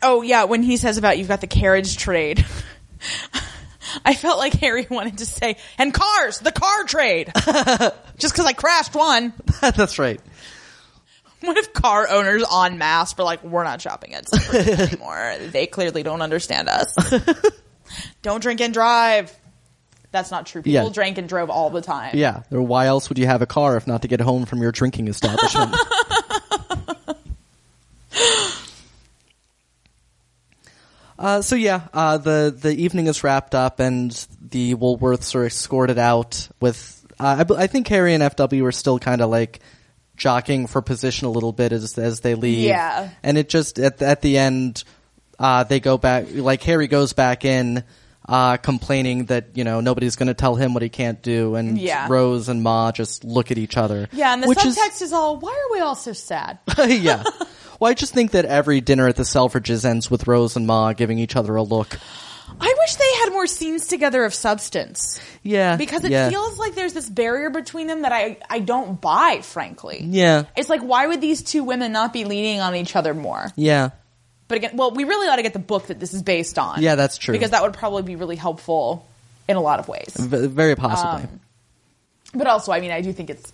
Oh yeah, when he says about you've got the carriage trade. I felt like Harry wanted to say, and cars, the car trade. Just because I crashed one. That's right. What if car owners en masse were like, we're not shopping at Sainsbury's anymore? They clearly don't understand us. don't drink and drive. That's not true. People Yeah. drank and drove all the time. Yeah. Or why else would you have a car if not to get home from your drinking establishment? uh, so yeah, uh, the the evening is wrapped up, and the Woolworths are escorted out. With uh, I, b- I think Harry and FW are still kind of like jockeying for position a little bit as as they leave. Yeah. and it just at the- at the end, uh, they go back. Like Harry goes back in. Uh, complaining that you know nobody's going to tell him what he can't do, and Yeah. Rose and Ma just look at each other. Yeah, and the which is- subtext is, all, why are we all so sad? yeah. Well, I just think that every dinner at the Selfridges ends with Rose and Ma giving each other a look. I wish they had more scenes together of substance. Yeah. Because it yeah. feels like there's this barrier between them that I, I don't buy, frankly. Yeah. It's like, why would these two women not be leaning on each other more? Yeah. But again, well, we really ought to get the book that this is based on. Yeah, that's true. Because that would probably be really helpful in a lot of ways. V- very possibly. But also, I mean, I do think it's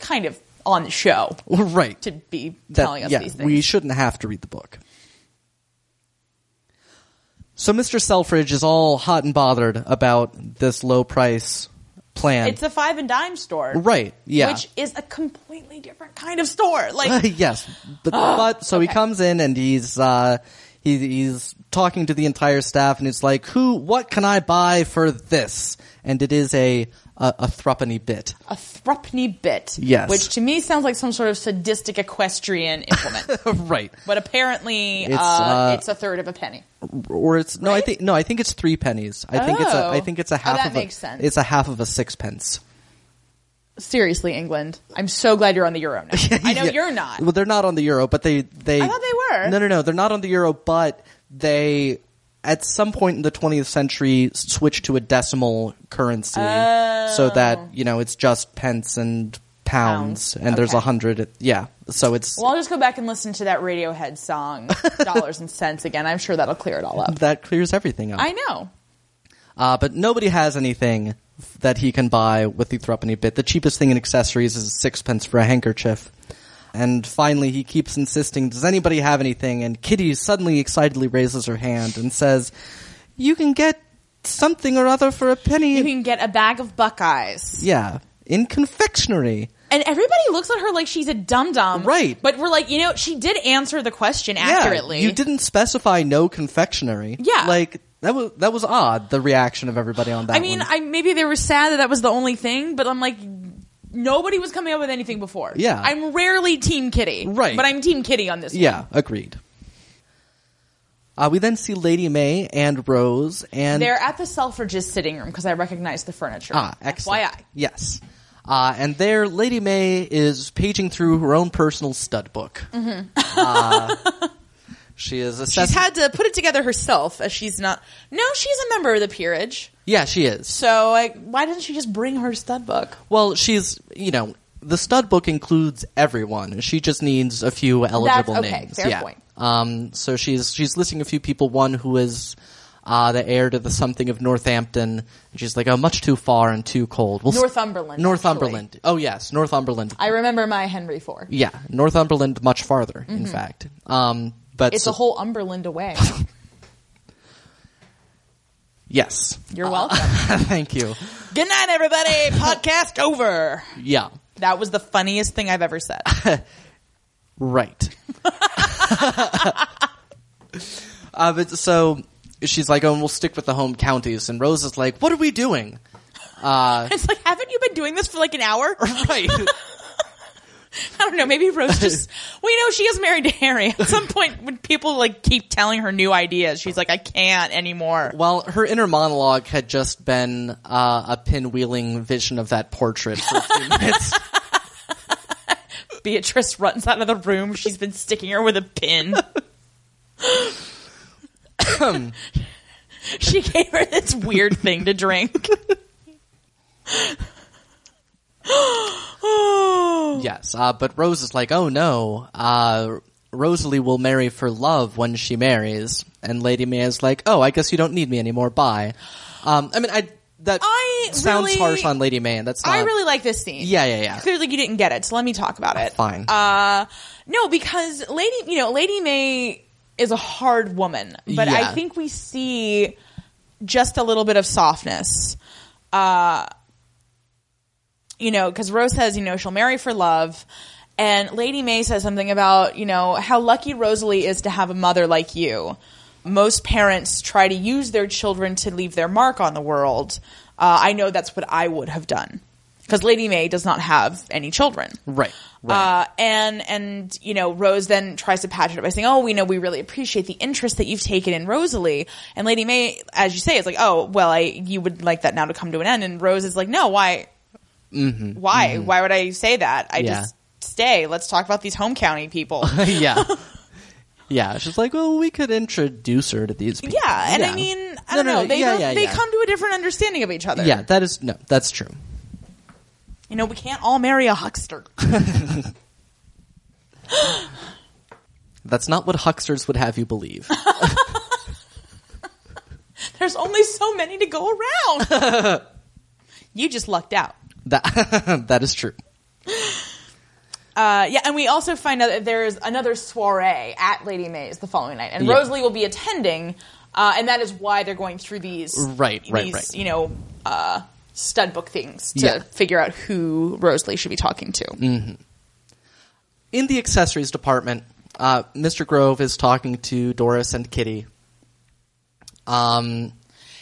kind of on the show right. to be That- telling us yeah, these things. we shouldn't have to read the book. So Mr. Selfridge is all hot and bothered about this low price plan. it's the five and dime store. right. Yeah. Which is a completely different kind of store. Like, yes, but, but so he okay. comes in and he's uh, he, he's talking to the entire staff and he's like, "Who? What can I buy for this?" And it is a a, a threepenny bit. a thruppenny bit. Yes. Which to me sounds like some sort of sadistic equestrian implement. right. but apparently, It's, uh, uh, it's a third of a penny. Or it's no, I Right? think no, I think it's three pennies. I think it's a Oh. I think it's a Oh, half that of makes a sense. it's a half of a sixpence. Seriously, England. I'm so glad you're on the euro now. I know Yeah. you're not. Well, they're not on the euro, but they they. I thought they were. No, no, no. They're not on the euro, but they at some point in the 20th century switched to a decimal currency, Oh. so that you know it's just pence and pounds, Pounds. and there's Okay. a hundred. Yeah, so it's Well, I'll just go back and listen to that Radiohead song, Dollars and Cents, again. I'm sure that'll clear it all up. that clears everything up. I know. Uh, but nobody has anything that he can buy with the threepenny bit. The cheapest thing in accessories is sixpence for a handkerchief. And finally, he keeps insisting, does anybody have anything? And Kitty suddenly excitedly raises her hand and says, you can get something or other for a penny. You can get a bag of Buckeyes. yeah. In confectionery. And everybody looks at her like she's a dum dum. Right. But we're like, you know, she did answer the question accurately. Yeah, you didn't specify no confectionery. Yeah. Like, that was, that was odd, the reaction of everybody on that I mean, one. I maybe they were sad that that was the only thing, but I'm like, nobody was coming up with anything before. Yeah. I'm rarely Team Kitty. Right. But I'm Team Kitty on this one. Yeah, agreed. Uh, we then see Lady May and Rose and They're at the Selfridges sitting room because I recognize the furniture. ah, excellent. FYI. Yes. Uh, and there, Lady May is paging through her own personal stud book. Mm-hmm. she is assessing. She's had to put it together herself as she's not. No, she's a member of the peerage. yeah, she is. So like, why doesn't she just bring her stud book? Well, she's you know the stud book includes everyone. She just needs a few eligible okay, names. fair yeah. point. Um, so she's she's listing a few people. One who is uh, the heir to the something of Northampton. And she's like, oh, much too far and too cold. Well, s- Northumberland, Northumberland. Oh yes, Northumberland. I remember my Henry IV. yeah, Northumberland much farther. In fact, um, but Mm-hmm. It's a whole Umberland away. yes. You're welcome. Thank you. Good night, everybody. Podcast over. Yeah. That was the funniest thing I've ever said. Right. uh, but so she's like, "Oh, and we'll stick with the home counties." And Rose is like, "What are we doing?" It's like, haven't you been doing this for like an hour? I Right. don't know. Maybe Rose just. Well, you know, she is married to Harry. At some point, when people like keep telling her new ideas, she's like, I can't anymore. well, her inner monologue had just been uh, a pinwheeling vision of that portrait for a few minutes. Beatrice runs out of the room. She's been sticking her with a pin. she gave her this weird thing to drink. Yes, uh, but Rose is like, oh no, uh, Rosalie will marry for love when she marries. And Lady May is like, oh, I guess you don't need me anymore, bye. Um, I mean, I that I sounds really- harsh on Lady May. and That's not, I really like this scene. Yeah, yeah, yeah. Clearly, you didn't get it, so let me talk about it. Fine. Uh, no, because Lady, you know, Lady May is a hard woman, but Yeah. I think we see just a little bit of softness. Uh, you know, because Rose says, you know, she'll marry for love. And Lady May says something about, you know, how lucky Rosalie is to have a mother like you. Most parents try to use their children to leave their mark on the world. Uh, I know that's what I would have done. Because Lady May does not have any children. right. Right. Uh, and and you know Rose then tries to patch it up by saying, "Oh, we know we really appreciate the interest that you've taken in Rosalie." And Lady May, as you say, is like, "Oh, well, I you would like that now to come to an end." And Rose is like, "No, why? why? Why would I say that? I Mm-hmm. Yeah. just stay. Let's talk about these home county people." yeah. Yeah, she's like, well, we could introduce her to these people. yeah, and I mean, I No, don't no, know. no, They yeah, don't- yeah, they yeah. come to a different understanding of each other. yeah, that is no, that's true. You know, we can't all marry a huckster. That's not what hucksters would have you believe. There's only so many to go around. you just lucked out. that that is true. Uh, yeah, and we also find out that there's another soiree at Lady May's the following night, and Yeah. Rosalie will be attending, uh, and that is why they're going through these Right, right, these, right. you know uh, stud book things to Yeah. Mm. figure out who Rosalie should be talking to. In the accessories department, uh, Mr. Grove is talking to Doris and Kitty. Um,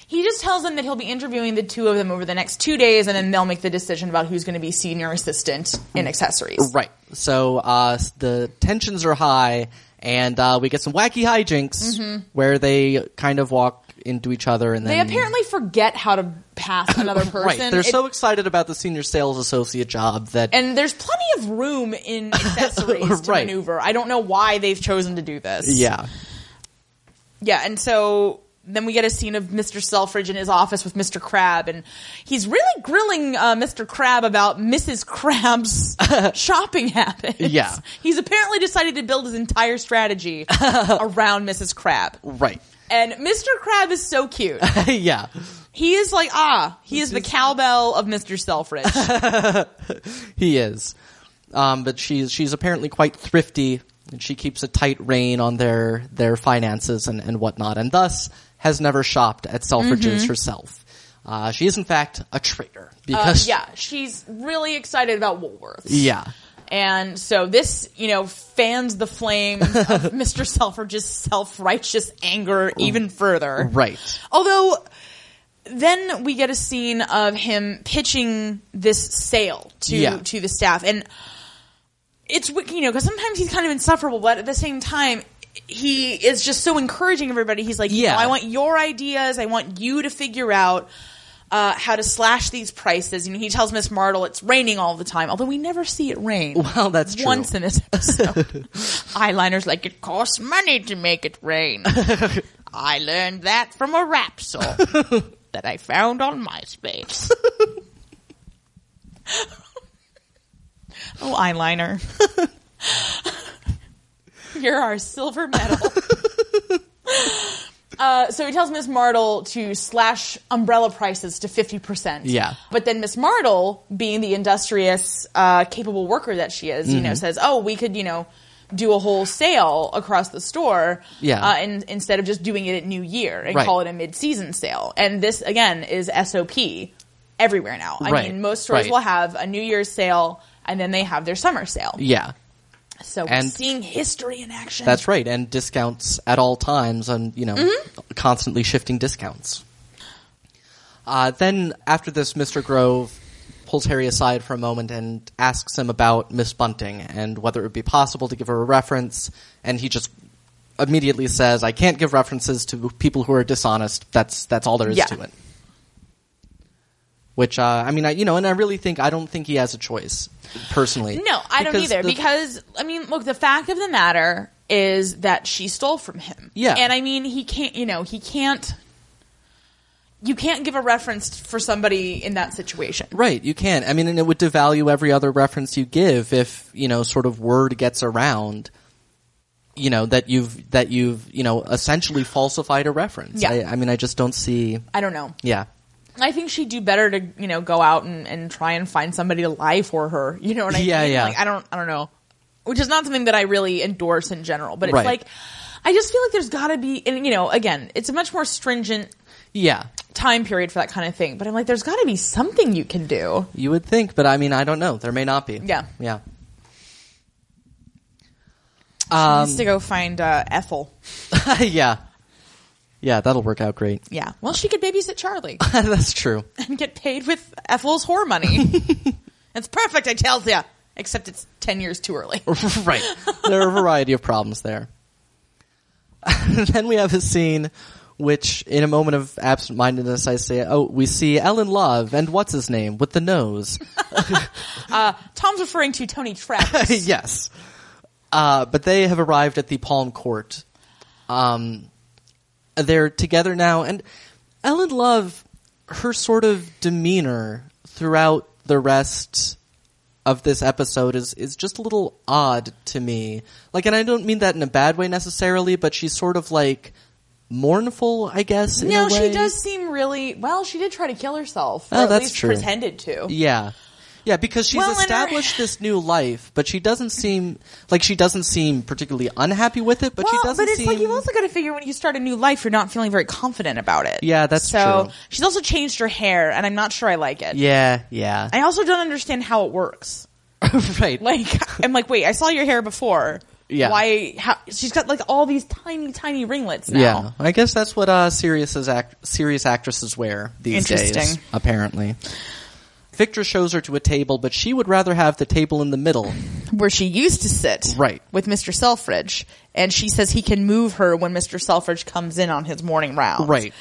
He just tells them that he'll be interviewing the two of them over the next two days, and then they'll make the decision about who's going to be senior assistant in accessories. right. So uh, s- the tensions are high, and uh, we get some wacky hijinks where they kind of walk into each other, and Mm-hmm. They then apparently forget how to pass another person. right. They're It- so excited about the senior sales associate job that and there's plenty of room in accessories to Right. maneuver. I don't know why they've chosen to do this. yeah, Yeah, and so then we get a scene of Mr. Selfridge in his office with Mr. Crab, and he's really grilling uh, Mr. Crab about Mrs. Crab's shopping habits. Yeah. he's apparently decided to build his entire strategy around Mrs. Crab, right, and Mr. Crab is so cute. yeah. He is like ah, he is the cowbell of Mr. Selfridge. He is, um, but she's she's apparently quite thrifty, and she keeps a tight rein on their their finances and and whatnot, and thus has never shopped at Selfridges herself. Uh, she is in fact a traitor Mm-hmm. Uh, because yeah, she's really excited about Woolworths. yeah, And so this, you know, fans the flame of Mr. Selfridge's self-righteous anger even further. right, Although then we get a scene of him pitching this sale to Yeah. to the staff and it's wi- you know because sometimes he's kind of insufferable but at the same time he is just so encouraging everybody he's like yeah Yeah. i want your ideas i want you to figure out uh, how to slash these prices you know he tells miss martle it's raining all the time although we never see it rain Well, that's true. once in this episode eyeliners like it costs money to make it rain I learned that from a rap song that I found on MySpace. oh, eyeliner. You're our silver medal. Uh, so he tells Miss Martle to slash umbrella prices to 50%. Yeah. But then Miss Martle, being the industrious, uh, capable worker that she is, Mm-hmm. you know, says, oh, we could, you know, do a whole sale across the store Yeah. uh, in, instead of just doing it at New Year and Right. call it a mid-season sale. And this, again, is SOP everywhere now. I Right. mean, most stores Right. will have a New Year's sale and then they have their summer sale. yeah. So we're And- seeing history in action. That's right, and discounts at all times, and you know, Mm-hmm. constantly shifting discounts. Uh, then after this, Mr. Grove pulls Harry aside for a moment and asks him about Miss Bunting and whether it would be possible to give her a reference, and he just immediately says, "I can't give references to people who are dishonest. That's that's all there is Yeah. to it." Which uh, I mean, I, you know, and I really think I don't think he has a choice personally. No, I don't either. the- because I mean, look, the fact of the matter is that she stole from him. Yeah. and I mean, he can't. You know, he can't. You can't give a reference for somebody in that situation. Right, you can. I mean, and it would devalue every other reference you give if, you know, sort of word gets around. you know that you've that you've you know essentially falsified a reference. Yeah. I, I mean, I just don't see. I don't know. Yeah, I think she'd do better to you know go out and, and try and find somebody to lie for her. You know what I Yeah, mean? yeah. Like, I don't I don't know, which is not something that I really endorse in general. But it's Right. like I just feel like there's got to be and you know again it's a much more stringent yeah. time period for that kind of thing. But I'm like there's got to be something you can do. You would think, but I mean, I don't know. There may not be. Yeah. yeah. She Um, needs to go find uh, Ethel. yeah, yeah. That'll work out great. Yeah, well she could babysit Charlie That's true. and get paid with Ethel's whore money. it's perfect, I tell ya. Except it's ten years too early. right. There are a variety of problems there. then we have a scene which, in a moment of absent-mindedness, I say, "Oh, we see Ellen Love and what's his name with the nose." Tom's referring to Tony Travis. yes, uh, but they have arrived at the Palm Court. Um, they're together now, and Ellen Love, her sort of demeanor throughout the rest of this episode is is just a little odd to me. Like, and I don't mean that in a bad way necessarily, but she's sort of like mournful, I guess. In a No, she way. does seem really well. She did try to kill herself. Or Oh, at that's least true. Pretended to. Yeah. Yeah, because she's Well, and her- established this new life, but she doesn't seem like she doesn't seem particularly unhappy with it, but she doesn't but it's seem like you've also got to figure when you start a new life, you're not feeling very confident about it. Yeah, that's so, true. She's also changed her hair, and I'm not sure I like it. Yeah, yeah. I also don't understand how it works. right. Like, I'm like, wait, I saw your hair before. Yeah. Why? How, she's got like all these tiny, tiny ringlets now. yeah. I guess that's what uh serious act- serious actresses wear these days Interesting. apparently. Victor shows her to a table, but she would rather have the table in the middle. where she used to sit Right. with Mr. Selfridge and she says he can move her when Mr. Selfridge comes in on his morning round. Right.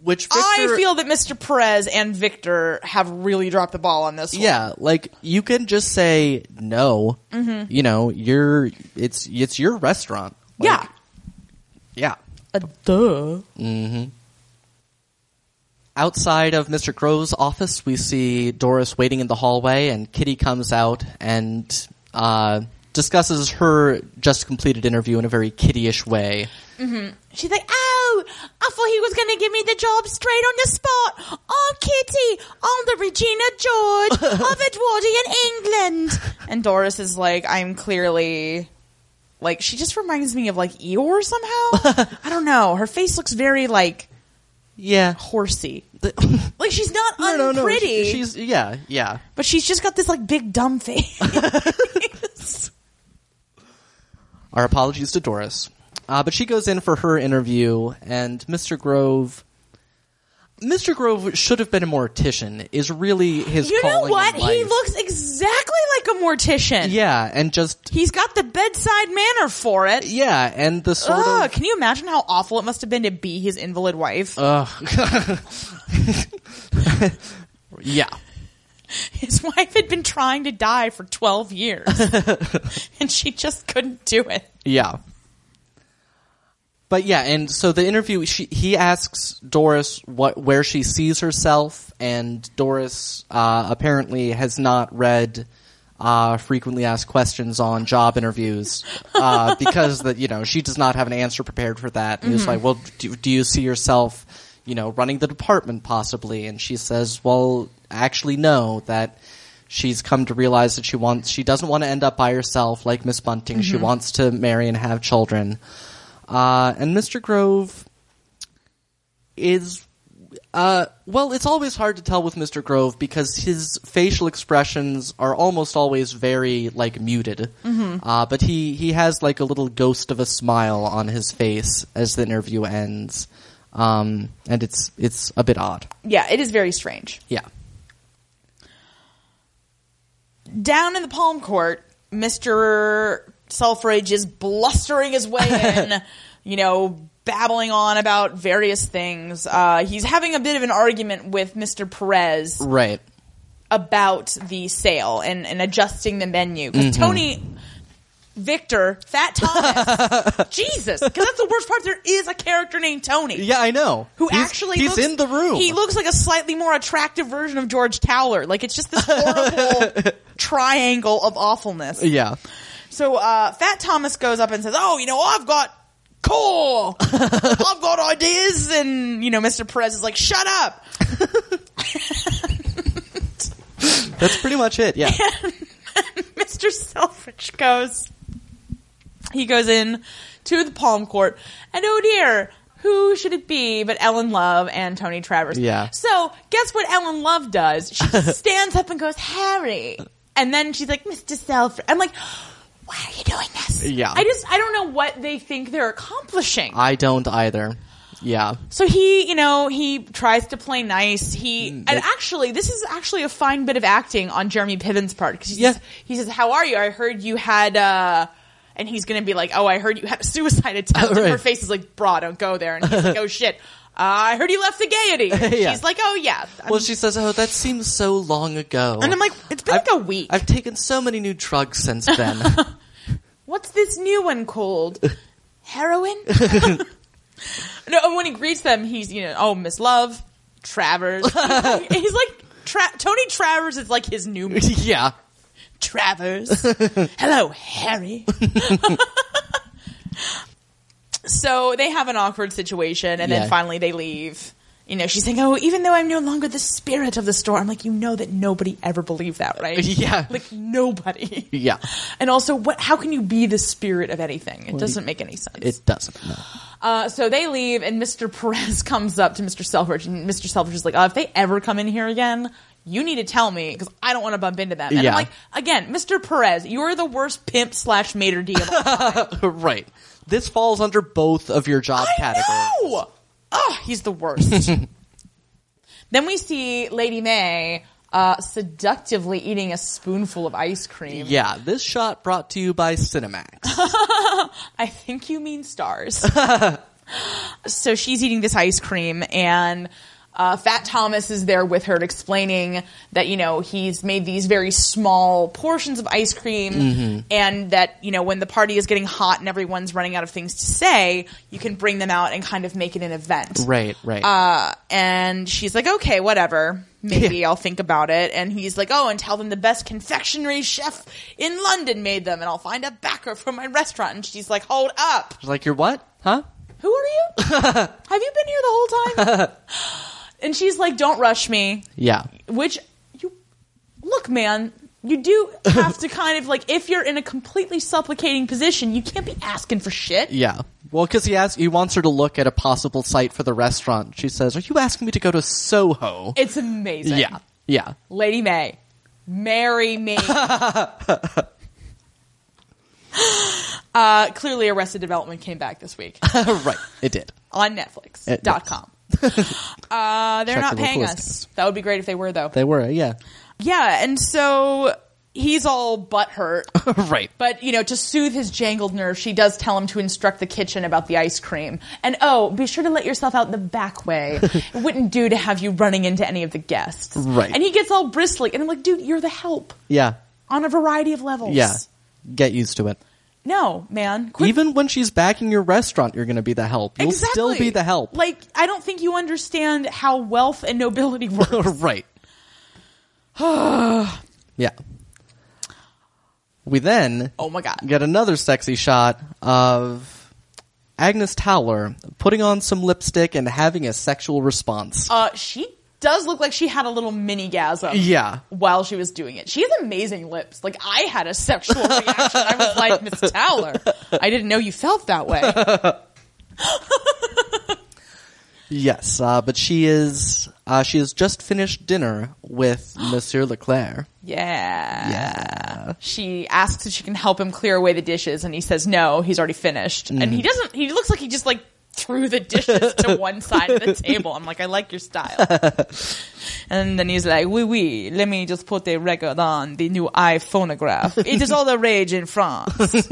Which Victor, I feel that Mr. Perez and Victor have really dropped the ball on this one. Yeah, like you can just say no. Mm-hmm. You know, you're it's it's your restaurant. Like, yeah. Yeah. Uh, duh. Outside of Mr. Crow's office, we see Doris waiting in the hallway, and Kitty comes out and uh, discusses her just completed interview in a very kittyish way. She's like, oh, I thought he was going to give me the job straight on the spot. Oh, Kitty, I'm the Regina George of Edwardian England. And Doris is like, I'm clearly, like, she just reminds me of, like, Eeyore somehow. I don't know. Her face looks very, like, Yeah, horsey. The- Like, she's not no, no, unpretty, no. she- she's yeah, yeah. but she's just got this, like, big dumb face. Our apologies to Doris, uh, but she goes in for her interview, and Mr. Grove. Mr. Grove should have been a mortician. Is really his. you know calling in what? He life. looks exactly like a mortician. Yeah, and just He's got the bedside manner for it. yeah, and the sort of. Ugh, can you imagine how awful it must have been to be his invalid wife? Uh. Yeah. his wife had been trying to die for 12 years and she just couldn't do it. Yeah. But yeah, and so the interview, she, he asks Doris what where she sees herself, and Doris uh, apparently has not read uh, frequently asked questions on job interviews uh, because that you know she does not have an answer prepared for that. And he's like, "Well, do, do you see yourself, you know, running the department possibly?" And she says, "Well, actually, no. That she's come to realize that she wants she doesn't want to end up by herself like Miss Bunting. She wants to marry and have children. Uh, and Mr. Grove is uh, well, it's always hard to tell with Mr. Grove because his facial expressions are almost always very like muted. Mm-hmm. Uh, but he he has like a little ghost of a smile on his face as the interview ends, um, and it's it's a bit odd. Yeah, it is very strange. Yeah. Down in the palm court, Mr. Selfridge is blustering his way in, you know, babbling on about various things. Uh, he's having a bit of an argument with Mr. Perez. Right. about the sale and, and adjusting the menu. Because Mm-hmm. Tony, Victor, Fat Thomas, Jesus, because that's the worst part. There is a character named Tony. Yeah, I know. Who He's- actually he's looks- in the room. He looks like a slightly more attractive version of George Towler. Like it's just this horrible triangle of awfulness. yeah. So uh, Fat Thomas goes up and says, "Oh, you know, I've got cool. I've got ideas." And you know, Mr. Perez is like, "Shut up." That's pretty much it. Yeah. Mr. Selfridge goes. He goes in to the palm court, and oh dear, who should it be but Ellen Love and Tony Travers? Yeah. So guess what Ellen Love does? She stands up and goes, Harry, and then she's like, Mr. Selfridge. I'm like, why are you doing this? Yeah. I just I don't know what they think they're accomplishing. I don't either. Yeah. So he, you know, he tries to play nice. He and that- actually, this is actually a fine bit of acting on Jeremy Piven's part because he, Yeah. says, he says, "How are you? I heard you had," uh and he's going to be like, "Oh, I heard you had a suicide attempt." Oh, And her right. face is like, "Bra, don't go there." And he's like, "Oh shit, I heard you left the Gaiety." And Yeah. She's like, "Oh yeah." I'm- Well, she says, "Oh, that seems so long ago." and I'm like, "It's been like a week. I've taken so many new drugs since then. What's this new one called? Heroin? no, and when he greets them, he's, you know, oh, Miss Love, Travers. He's like, he's like Tra- Tony Travers is like his new man. yeah. Travers. Hello, Harry. so they have an awkward situation, and Yeah. then finally they leave. You know, she's saying, oh, even though I'm no longer the spirit of the store, I'm like, you know that nobody ever believed that, right? Yeah. Like, nobody. Yeah. And also, what? How can you be the spirit of anything? It doesn't make any sense. It doesn't. No. uh, so they leave, and Mr. Perez comes up to Mr. Selfridge, and Mr. Selfridge is like, "Oh, if they ever come in here again, you need to tell me because I don't want to bump into them." And Yeah. I'm like, again, Mr. Perez, you are the worst pimp slash mater d. of all time." right. This falls under both of your job categories. no, oh, he's the worst. then we see Lady May uh, seductively eating a spoonful of ice cream. Yeah, this shot brought to you by Cinemax. I think you mean stars. so she's eating this ice cream, and uh, Fat Thomas is there with her explaining that, you know, he's made these very small portions of ice cream, and that, you know, when the party is getting hot and everyone's running out of things to say, you can bring them out and kind of make it an event. right, right. Uh, and she's like, okay, whatever. Maybe I'll think about it. And he's like, oh, and tell them the best confectionery chef in London made them, and I'll find a backer for my restaurant. And she's like, hold up. She's like, you're what? Huh? Who are you? Have you been here the whole time? and she's like, don't rush me. Yeah. Which, you, look, man, you do have to kind of like, if you're in a completely supplicating position, you can't be asking for shit. Yeah. Well, because he asks, he wants her to look at a possible site for the restaurant. She says, "Are you asking me to go to Soho?" It's amazing. yeah, yeah. Lady May, marry me. uh, clearly, Arrested Development came back this week right, it did. on Netflix.com. It- dot com. uh, they're Check not the paying list. us. That would be great if they were, though. They were, yeah. yeah, and so he's all butthurt. right. But, you know, to soothe his jangled nerves, she does tell him to instruct the kitchen about the ice cream. And, oh, be sure to let yourself out the back way. it wouldn't do to have you running into any of the guests. Right. And he gets all bristly. And I'm like, dude, you're the help Yeah, on a variety of levels. yeah. Get used to it. No, man. Quit. Even when she's back in your restaurant, you're going to be the help. You'll Exactly. still be the help. Like, I don't think you understand how wealth and nobility work. right. yeah. We then oh my god. get another sexy shot of Agnes Towler putting on some lipstick and having a sexual response. Uh, she does look like she had a little mini gasm. Yeah. While she was doing it, she has amazing lips. Like I had a sexual reaction. I was like, Miss Towler, I didn't know you felt that way. Yes, uh, but she is uh, she has just finished dinner with Monsieur Leclerc. Yeah. Yeah. She asks if she can help him clear away the dishes, and he says no. He's already finished, and Mm. he doesn't. He looks like he just like threw the dishes to one side of the table. I'm like, I like your style. and then he's like, "Oui, oui. Let me just put a record on the new iPhonograph. It is all the rage in France."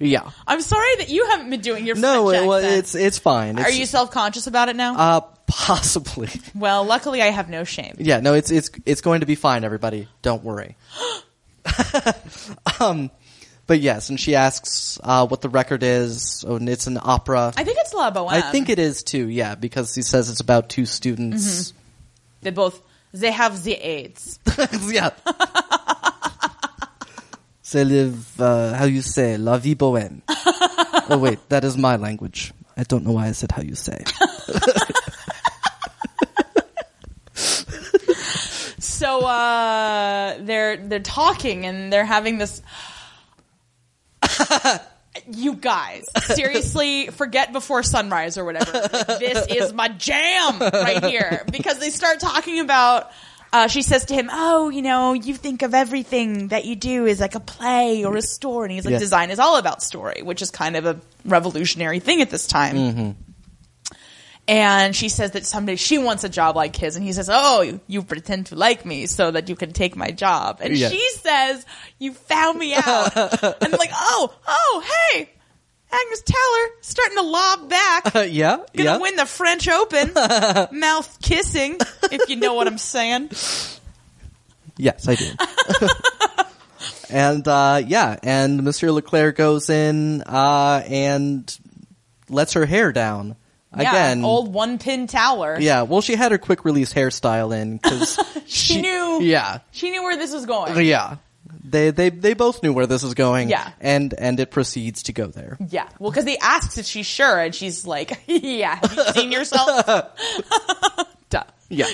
Yeah. I'm sorry that you haven't been doing your No, French it, well, accent. it's it's fine. It's, Are you self conscious about it now? uh possibly. well, luckily, I have no shame. Yeah, no, it's it's it's going to be fine, everybody. Don't worry. um, but yes, and she asks uh, what the record is, oh, and it's an opera. I think it's La Boheme. I think it is too. Yeah, because he says it's about two students. they both they have the AIDS. yeah. c'est le, uh, how you say, la vie bohème. oh wait, that is my language. I don't know why I said how you say. So uh, they're they're talking and they're having this. you guys, seriously, forget before sunrise or whatever. Like, this is my jam right here because they start talking about. Uh, she says to him, "Oh, you know, you think of everything that you do is like a play or a story." And he's like, Yeah. "Design is all about story," which is kind of a revolutionary thing at this time and she says that someday she wants a job like his and he says oh you, you pretend to like me so that you can take my job and Yeah. she says you found me out and I'm like oh oh hey agnes Taylor starting to lob back Uh, yeah, gonna yeah. win the french open mouth kissing if you know what i'm saying Yes, I do. and uh, yeah, and Monsieur Leclerc goes in uh, and lets her hair down yeah, again. old one pin tower yeah, well, she had her quick release hairstyle in because She knew. Yeah, she knew where this was going yeah. They they they both knew where this was going. Yeah. and and it proceeds to go there. yeah well because he asks if she's sure and she's like yeah have you seen yourself duh Yeah,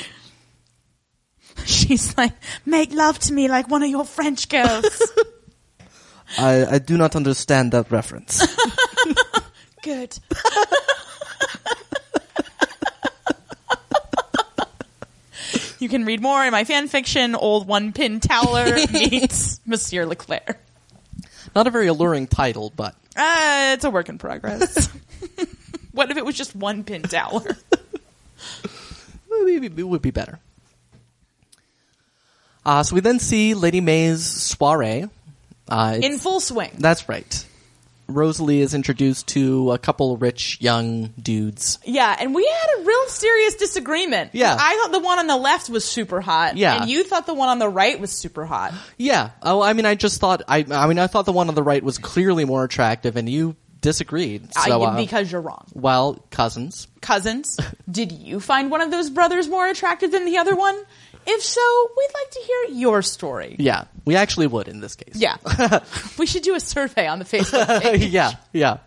She's like, make love to me like one of your French girls. I I do not understand that reference. Good. you can read more in my fan fiction, Old One Pin Towler meets Monsieur Leclerc. not a very alluring title, but Uh, it's a work in progress. what if it was just one pin towler? maybe it would be better. Uh, so we then see Lady May's soiree. Uh, it's- In full swing. That's right. Rosalie is introduced to a couple rich young dudes. Yeah, and we had a real serious disagreement. Yeah. I thought the one on the left was super hot. Yeah. And you thought the one on the right was super hot. Yeah. Oh, I mean, I just thought. I, I mean, I thought the one on the right was clearly more attractive, and you disagreed. Uh, So, uh, because you're wrong. well, cousins. cousins, did you find one of those brothers more attractive than the other one? If so, we'd like to hear your story. Yeah, we actually would in this case. Yeah. we should do a survey on the Facebook page. yeah, yeah.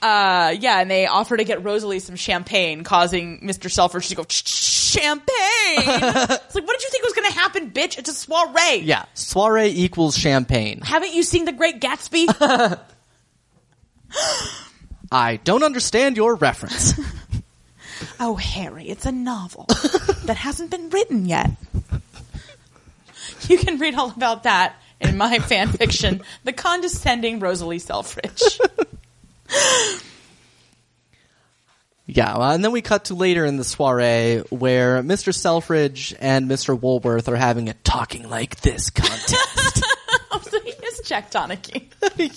Uh, yeah, and they offer to get Rosalie some champagne, causing Mr. Selfridge to go, "Ch- champagne! it's like, what did you think was going to happen, bitch? It's a soiree. Yeah. Soiree equals champagne. Haven't you seen The Great Gatsby? I don't understand your reference. Oh, Harry, it's a novel that hasn't been written yet. You can read all about that in my fan fiction, The Condescending Rosalie Selfridge. Yeah, well, and then we cut to later in the soiree where Mr. Selfridge and Mr. Woolworth are having a talking like this contest. Oh, so he is Jack Donaghy.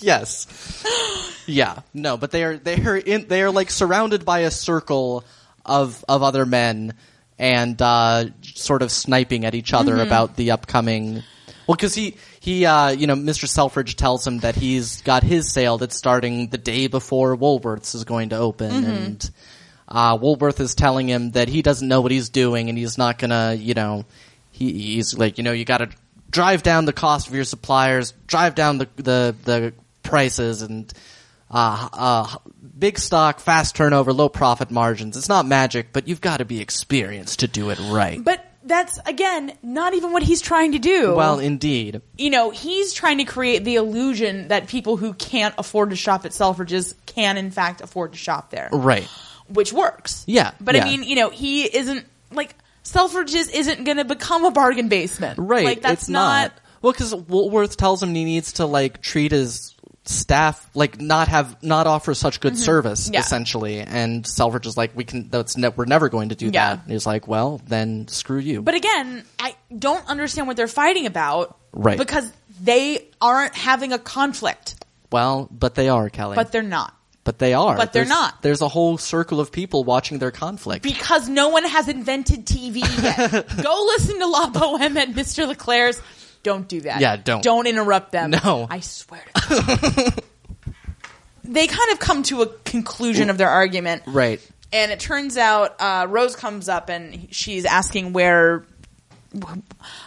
yes. Yeah. No, but they are they are in they are like surrounded by a circle of of other men and uh sort of sniping at each other about the upcoming well, because he he uh, you know Mr. Selfridge tells him that he's got his sale that's starting the day before Woolworths is going to open, and uh, Woolworth is telling him that he doesn't know what he's doing, and he's not gonna you know he, he's like you know you got to drive down the cost of your suppliers, drive down the the, the prices, and uh, uh, big stock, fast turnover, low profit margins. It's not magic, but you've got to be experienced to do it right. But that's, again, not even what he's trying to do. well, indeed. you know, he's trying to create the illusion that people who can't afford to shop at Selfridges can, in fact, afford to shop there. Right. which works. Yeah, But yeah. I mean, you know, he isn't like Selfridges isn't going to become a bargain basement. Right. Like that's it's not. Well, because Woolworth tells him he needs to like treat his staff like not have not offer such good service Mm-hmm. Yeah. essentially, and Selfridge is like, we can. That's ne- we're never going to do Yeah. that. And he's like, well, then screw you. But again, I don't understand what they're fighting about. Right. Because they aren't having a conflict, well, but they are Kelly. but they're not. but they are. but they're There's- not. There's a whole circle of people watching their conflict. Because no one has invented TV yet. Go listen to La Boheme and Mr. Leclerc's. Don't do that. Yeah, don't. Don't interrupt them. No. I swear to God. they kind of come to a conclusion of their argument. right. And it turns out uh, Rose comes up and she's asking where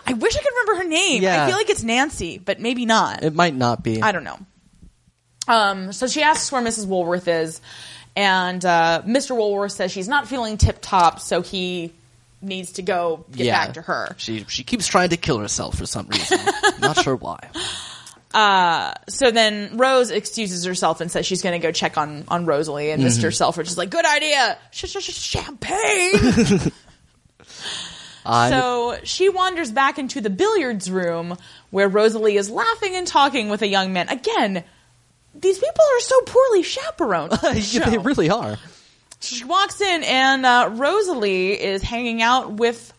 I wish I could remember her name. Yeah. I feel like it's Nancy, but maybe not. It might not be. I don't know. Um, so she asks where Mrs. Woolworth is, and uh, Mr. Woolworth says she's not feeling tip top, so he needs to go get Yeah. back to her. She she keeps trying to kill herself for some reason. not sure why. So then Rose excuses herself and says she's going to go check on on Rosalie, Mm-hmm. and Mr. Selfridge is like, "Good idea, Sh- sh- sh- champagne." I so she wanders back into the billiards room where Rosalie is laughing and talking with a young man. Again, these people are so poorly chaperoned. on this Yeah, they show. really are. She walks in, and uh, Rosalie is hanging out with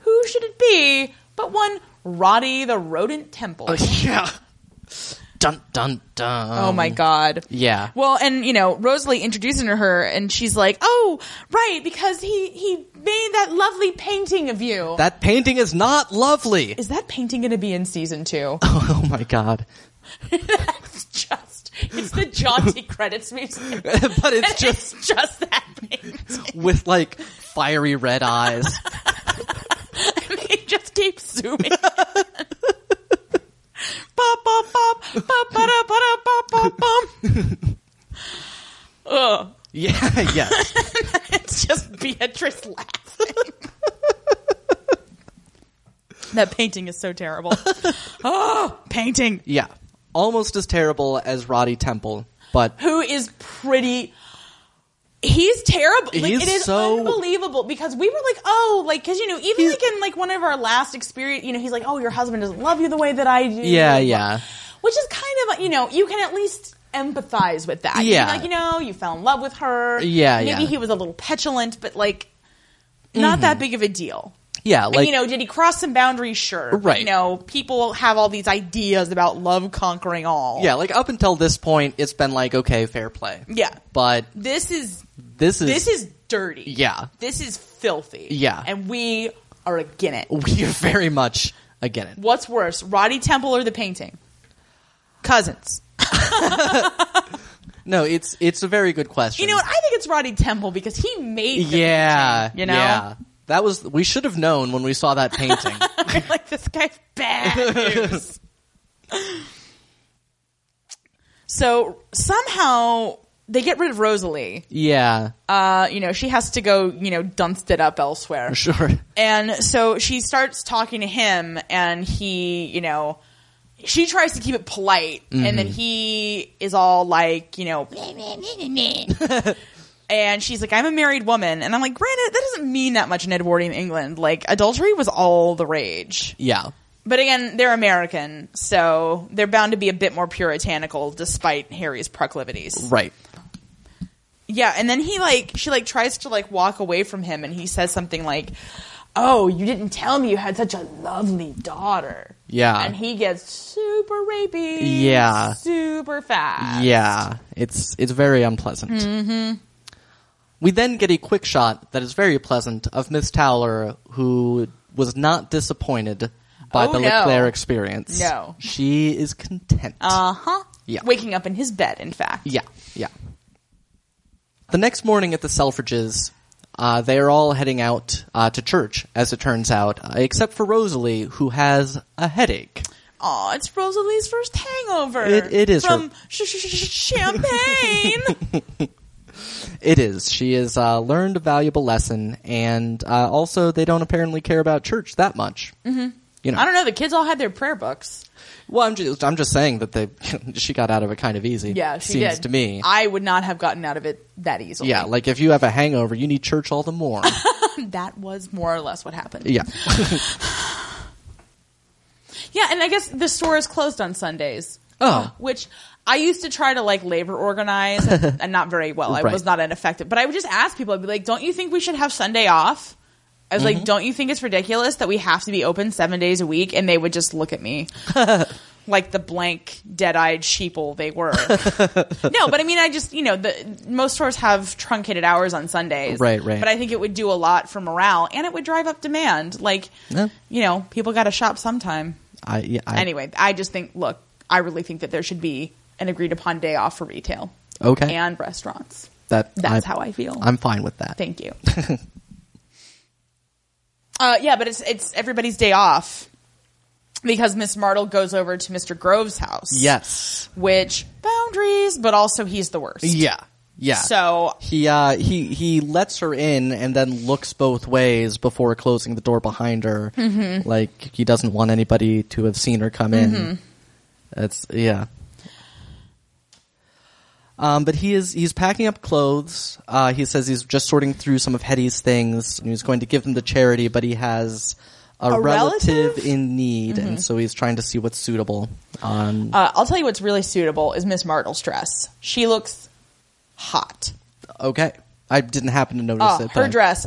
who should it be but one Roddy the Rodent Temple. yeah. Dun dun dun. Oh my god. Yeah. Well, and you know, Rosalie introducing her and she's like, "Oh, right, because he he made that lovely painting of you." Is That painting is not lovely. that painting going to be in season 2? Oh my god. That's just it's the jaunty credits music. but it's just It's just that painting. with like fiery red eyes. they just keep zooming. Bop, bop, bop, bop, ba-da, ba-da, bop, bop, bop. Ugh. yeah, yes. It's just Beatrice laughing. that painting is so terrible. Oh, painting. Yeah. Almost as terrible as Roddy Temple, but Who is pretty. He's terrible. Like, He's it is so- unbelievable because we were like, oh, like, because you know, even like in like one of our last experience, you know, he's like, oh, your husband doesn't love you the way that I do. yeah, Like, yeah. which is kind of you know you can at least empathize with that. You Yeah. can, like you know you fell in love with her. Yeah, maybe yeah. he was a little petulant, but like not that big of a deal. Yeah, like and, you know, did he cross some boundaries? Sure, But, Right. You know, people have all these ideas about love conquering all. yeah, like up until this point it's been like okay, fair play. yeah. But This is this is this is dirty. Yeah. this is filthy. Yeah. and we are again it. we are very much again it. What's worse, Roddy Temple or the painting? Cousins. No, it's it's a very good question. You know what? I think it's Roddy Temple because he made. The yeah, painting, you know. yeah. That was we should have known when we saw that painting. I'm like, this guy's bad news. so somehow they get rid of Rosalie. yeah, Uh, you know, she has to go, you know, dunst it up elsewhere. sure. And so she starts talking to him, and he, you know, she tries to keep it polite, and then he is all like, you know, and she's like, I'm a married woman. And I'm like, granted, that doesn't mean that much in Edwardian England. Like, adultery was all the rage. Yeah. But again, they're American, so they're bound to be a bit more puritanical despite Harry's proclivities. Right. Yeah, and then he like she like tries to like walk away from him and he says something like, "Oh, you didn't tell me you had such a lovely daughter." Yeah. And he gets super rapey. Yeah. Super fast. Yeah, it's it's very unpleasant. Mm-hmm. We then get a quick shot that is very pleasant of Miss Towler, who was not disappointed by Oh, the no. Leclerc experience. No. she is content. Uh-huh. Yeah. Waking up in his bed, in fact. yeah, yeah. The next morning at the Selfridges, uh, they are all heading out uh, to church, as it turns out, uh, except for Rosalie, who has a headache. Aw, it's Rosalie's first hangover. It- it is her- from sh- sh- sh- champagne. It is. She has uh, learned a valuable lesson, and uh, also they don't apparently care about church that much. Mm-hmm. You know, I don't know. The kids all had their prayer books. well, I'm just I'm just saying that they she got out of it kind of easy. Yeah, she seems did. to me. I would not have gotten out of it that easily. yeah, like if you have a hangover, you need church all the more. that was more or less what happened. yeah, Yeah, and I guess the store is closed on Sundays. Oh. which I used to try to like labor organize, and, and not very well. I Right. was not an effective, but I would just ask people. I'd be like, "Don't you think we should have Sunday off?" I was Mm-hmm. like, "Don't you think it's ridiculous that we have to be open seven days a week?" And they would just look at me. Like the blank, dead-eyed sheeple they were. no, but I mean, I just you know, the most stores have truncated hours on Sundays, Right, right. But I think it would do a lot for morale, and it would drive up demand. Like, Yeah. you know, people got to shop sometime I, yeah, I- anyway, I just think, look, I really think that there should be an agreed upon day off for retail Okay, and restaurants. that That's I- how I feel. I'm fine with that. Thank you. Uh, yeah, but it's it's everybody's day off because Miss Martle goes over to Mr. Grove's house. Yes. Which boundaries, but also he's the worst. Yeah. Yeah. So he uh he he lets her in and then looks both ways before closing the door behind her. Mm-hmm. Like he doesn't want anybody to have seen her come in. Mm-hmm. That's yeah. Um, but he is he's packing up clothes. Uh, he says he's just sorting through some of Hetty's things and he's going to give them to charity, but he has a, A relative? Mm-hmm. in need, and so he's trying to see what's suitable. Um, uh, I'll tell you what's really suitable is Miss Martle's dress. She looks hot. okay, I didn't happen to notice Oh, it. her but- dress,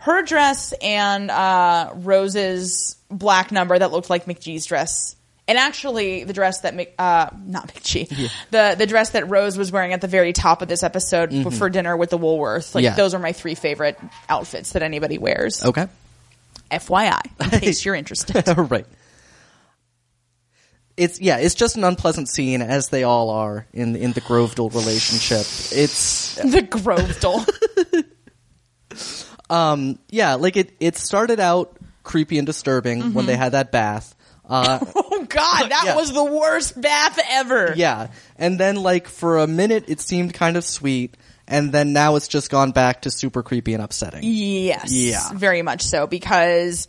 her dress, and uh, Rose's black number that looked like McGee's dress, and actually the dress that Mc, uh, not McGee, the the dress that Rose was wearing at the very top of this episode for dinner with the Woolworth. Like Mm-hmm. Yeah. Oh. those are my three favorite outfits that anybody wears. Okay. FYI, in case you're interested. right. It's yeah, it's just an unpleasant scene as they all are in in the Grovedal relationship. It's the Grove doll. yeah, like it it started out creepy and disturbing when they had that bath. Uh Oh God, that Yeah. was the worst bath ever. yeah. And then like for a minute it seemed kind of sweet and then now it's just gone back to super creepy and upsetting. Yes. Yeah. Very much so because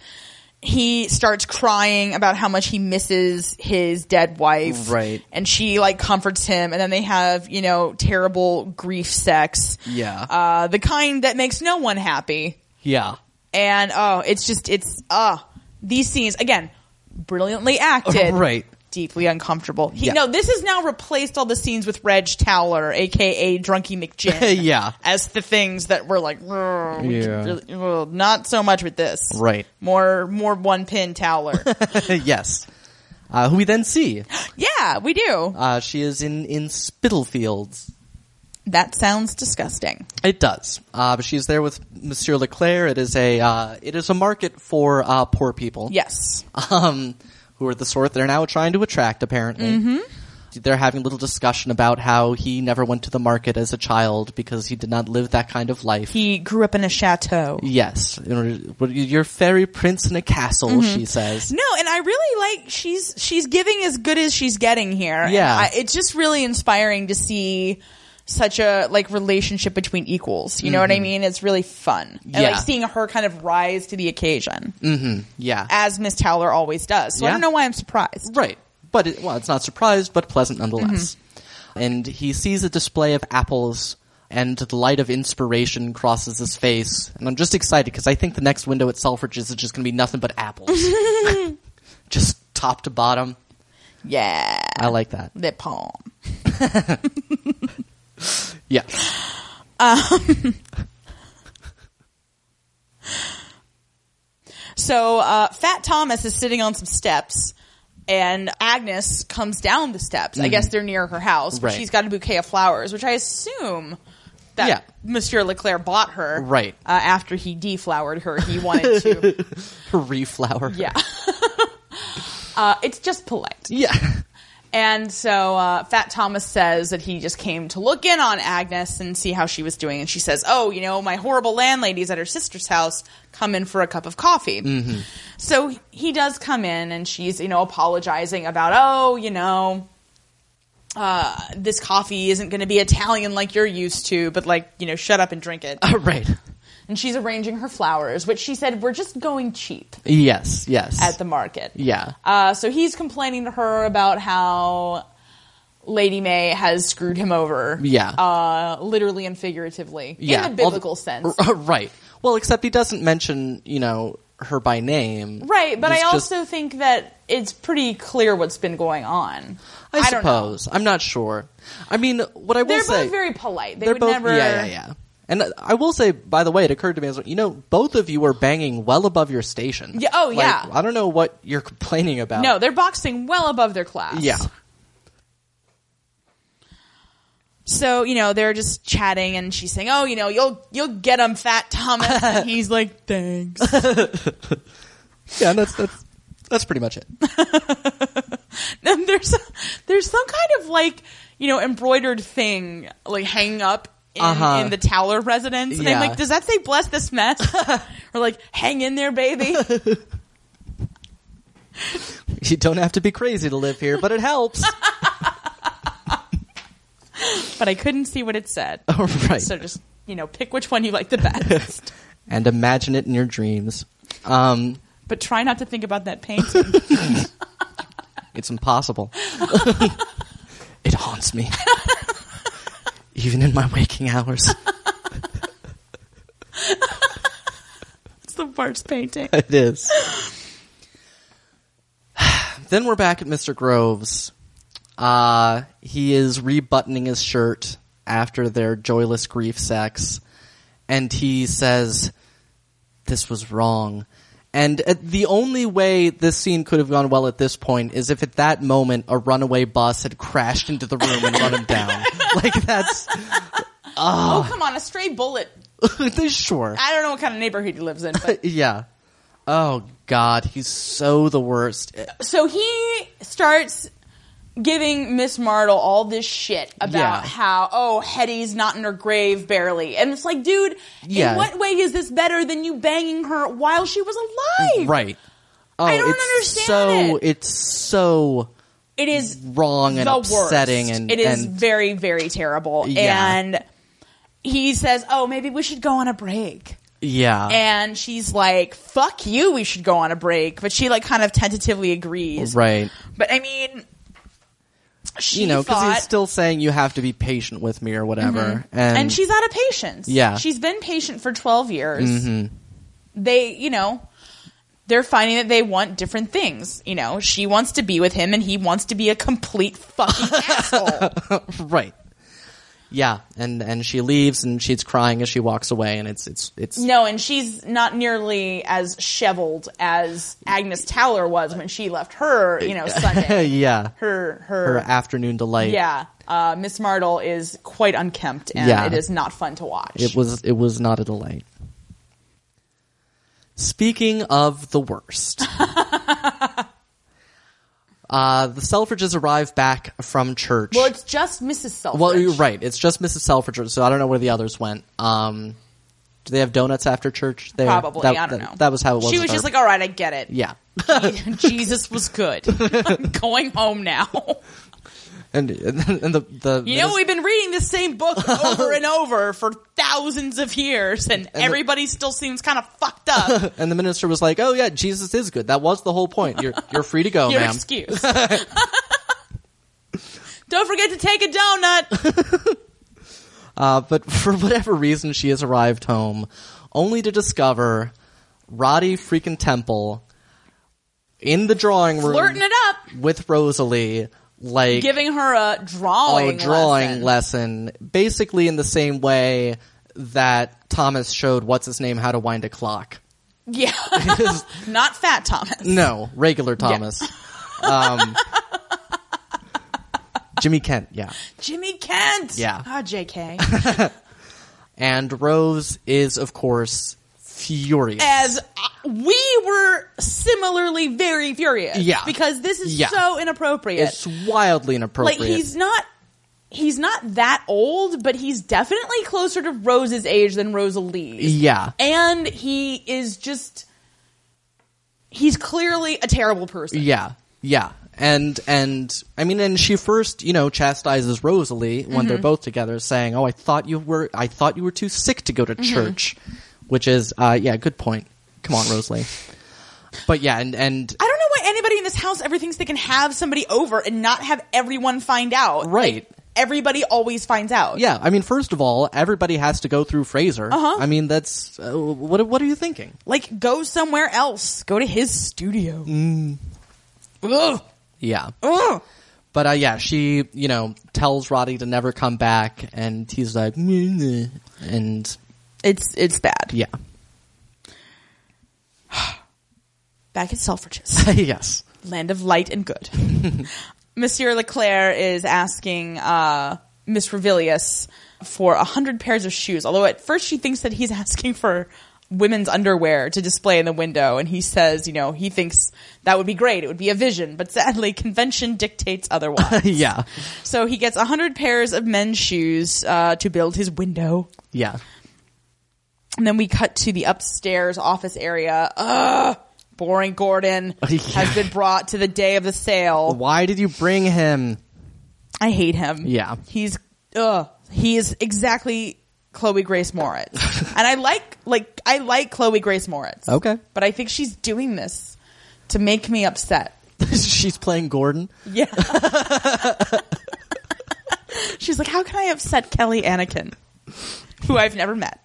he starts crying about how much he misses his dead wife. Right. And she like comforts him and then they have, you know, terrible grief sex. Yeah. Uh, the kind that makes no one happy. Yeah. And oh, it's just, it's, uh, these scenes, again, brilliantly acted. Right. Deeply uncomfortable. He, Yeah. No, this has now replaced all the scenes with Reg Towler, aka Drunky McGinn yeah. as the things that were like, "Ugh, we Yeah. could really- ugh," not so much with this. Right. More, more one pin towler. yes. Uh, who we then see. yeah, we do. Uh, she is in in Spitalfields. That sounds disgusting. It does. Uh, but she's there with Monsieur Leclerc. It is a uh, it is a market for uh, poor people. Yes. Um, who are the sort they're now trying to attract. Apparently, mm-hmm. they're having a little discussion about how he never went to the market as a child because he did not live that kind of life. He grew up in a chateau. yes, in order, but you're a fairy prince in a castle. She says. No, and I really like she's she's giving as good as she's getting here. And Yeah. I, it's just really inspiring to see such a like relationship between equals. You know what I mean? It's really fun. And Mm-hmm. Yeah. like seeing her kind of rise to the occasion Yeah, as Miss Towler always does. So I Yeah. don't know why I'm surprised. Right. But it, well, it's not surprised, but pleasant nonetheless. Mm-hmm. And he sees a display of apples, and the light of inspiration crosses his face. And I'm just excited because I think the next window at Selfridges is just going to be nothing but apples, just top to bottom. Yeah. I like that. the palm. Yeah. So uh, Fat Thomas is sitting on some steps, and Agnes comes down the steps. I guess they're near her house, but Mm-hmm. Right. she's got a bouquet of flowers, which I assume that Yeah. Monsieur Leclerc bought her. Right. uh, after he deflowered her, he wanted to. Reflower. yeah. uh, it's just polite. Yeah. And so uh, Fat Thomas says that he just came to look in on Agnes and see how she was doing. And she says, Oh, you know, my horrible landlady's at her sister's house. Come in for a cup of coffee. So he does come in and she's, you know, apologizing about, Oh, you know, uh, this coffee isn't going to be Italian like you're used to, but like, you know, shut up and drink it. right. And she's arranging her flowers, which she said, We're just going cheap Yes. Yes. at the market. yeah. Uh, so he's complaining to her about how Lady May has screwed him over. Yeah. Uh, literally and figuratively. yeah. In a All the- biblical sense. R- right. Well, except he doesn't mention, you know, her by name. Right, but He's I just- also think that it's pretty clear what's been going on. I, don't know. suppose. I'm not sure. I mean, what I will They're say, both very polite. They they're would both never. yeah, yeah, yeah. And uh, I will say, by the way, it occurred to me as well. You know, both of you are banging well above your station. Yeah, oh, Like, yeah. I don't know what you're complaining about. No, they're boxing well above their class. yeah, So you know they're just chatting, and she's saying, "Oh, you know, you'll you'll get him, Fat Thomas." and he's like, "Thanks." yeah. That's that's that's pretty much it. And there's there's some kind of like you know embroidered thing like hanging up in, Uh-huh. in the Towler residence. And Yeah. I'm like, does that say bless this mess? or like, hang in there, baby. You don't have to be crazy to live here, but it helps. but I couldn't see what it said. All right. So just, you know, pick which one you like the best. and imagine it in your dreams. Um, but try not to think about that painting. it's impossible. it haunts me. Even in my waking hours. it's the worst painting. it is. then we're back at Mr. Groves. Uh, he is rebuttoning his shirt after their joyless grief sex, and he says, This was wrong. And uh, the only way this scene could have gone well at this point is if at that moment a runaway bus had crashed into the room and run him down. Like, that's. Oh, come on, a stray bullet. sure. I don't know what kind of neighborhood he lives in, but Yeah. Oh, God. He's so the worst. so he starts giving Miss Martle all this shit about Yeah. how oh Hetty's not in her grave barely, and it's like, dude, Yeah. in what way is this better than you banging her while she was alive? Right. Oh, I don't it's understand so it. it's so It is wrong and the upsetting worst. and it is and very very terrible. Yeah. And he says, oh maybe we should go on a break. yeah. And she's like, fuck you, we should go on a break. But she like kind of tentatively agrees. right. But I mean, she You know, because thought, Mm-hmm. he's still saying you have to be patient with me or whatever, and, and, she's out of patience. Yeah. Mm-hmm. she's been patient for twelve years. They, you know, they're finding that they want different things. You know, she wants to be with him, and he wants to be a complete fucking asshole. right. Yeah, and and she leaves and she's crying as she walks away, and it's it's it's No, and she's not nearly as sheveled as Agnes Towler was when she left her. You know, Sunday. yeah Her her afternoon delight. Yeah. Uh, Miss Martle is quite unkempt and Yeah. it is not fun to watch. It was it was not a delight. Speaking of the worst. Uh, the Selfridges arrive back from church. well, it's just Mrs. Selfridge. Well, you're right. It's just Mrs. Selfridge, so I don't know where the others went. Um, do they have donuts after church? There, Probably. That, I don't that- know. That was how it was. She was with just our- like, all right, I get it. yeah. Jesus was good. I'm going home now. And and the the You know, we've been reading the same book over and over for thousands of years and, everybody still seems kind of fucked up. and the minister was like, "Oh yeah, Jesus is good. That was the whole point. You're you're free to go, Your ma'am." excuse. Don't forget to take a donut. Uh, but for whatever reason, she has arrived home, only to discover Roddy freaking Temple in the drawing room Flirting it up. with Rosalie, like Giving her a a drawing. Oh, drawing lesson. lesson. basically in the same way that Thomas showed what's his name how to wind a clock. Yeah. Not fat Thomas. no, regular Thomas. Um, Jimmy Kent, yeah. Jimmy Kent. Yeah. Ah, JK. And Rose is, of course, furious. As uh, we were similarly very furious. Yeah. Because this is Yeah. so inappropriate. it's wildly like inappropriate. he's not he's not that old, but he's definitely closer to Rose's age than Rosalie's. yeah. And he is just he's clearly a terrible person. Yeah, yeah, and and I mean, and she first, you know, chastises Rosalie when Mm-hmm. they're both together, saying, "Oh, I thought you were, I thought you were too sick to go to Mm-hmm. church," which is, uh, yeah, good point. Come on, Rosalie. But yeah, and and I don't know why anybody in this house ever thinks they can have somebody over and not have everyone find out. right, Everybody always finds out. yeah. I mean, first of all, everybody has to go through Fraser. Uh-huh. I mean, that's uh, what what are you thinking? Like, go somewhere else. Go to his studio. Ugh. Yeah. Ugh. But uh, yeah, she you know tells Roddy to never come back, and he's like, "Meh, meh," and It's it's bad. yeah, Back at Selfridges, yes, land of light and good. Monsieur Leclerc is asking uh, Miss Revilius for a hundred pairs of shoes. Although at first she thinks that he's asking for women's underwear to display in the window. And he says, you know, he thinks that would be great. It would be a vision, but sadly, convention dictates otherwise. yeah. so he gets 100 pairs of men's shoes uh, to build his window. Yeah. And then we cut to the upstairs office area. Ugh! Boring Gordon Yeah. has been brought to the day of the sale. Why did you bring him? I hate him. Yeah. He's ugh. He is exactly Chloe Grace Moritz. and I like like I like Chloe Grace Moritz. Okay. But I think she's doing this to make me upset. She's playing Gordon. Yeah. she's like, How can I upset Kelly Anakin? Who I've never met.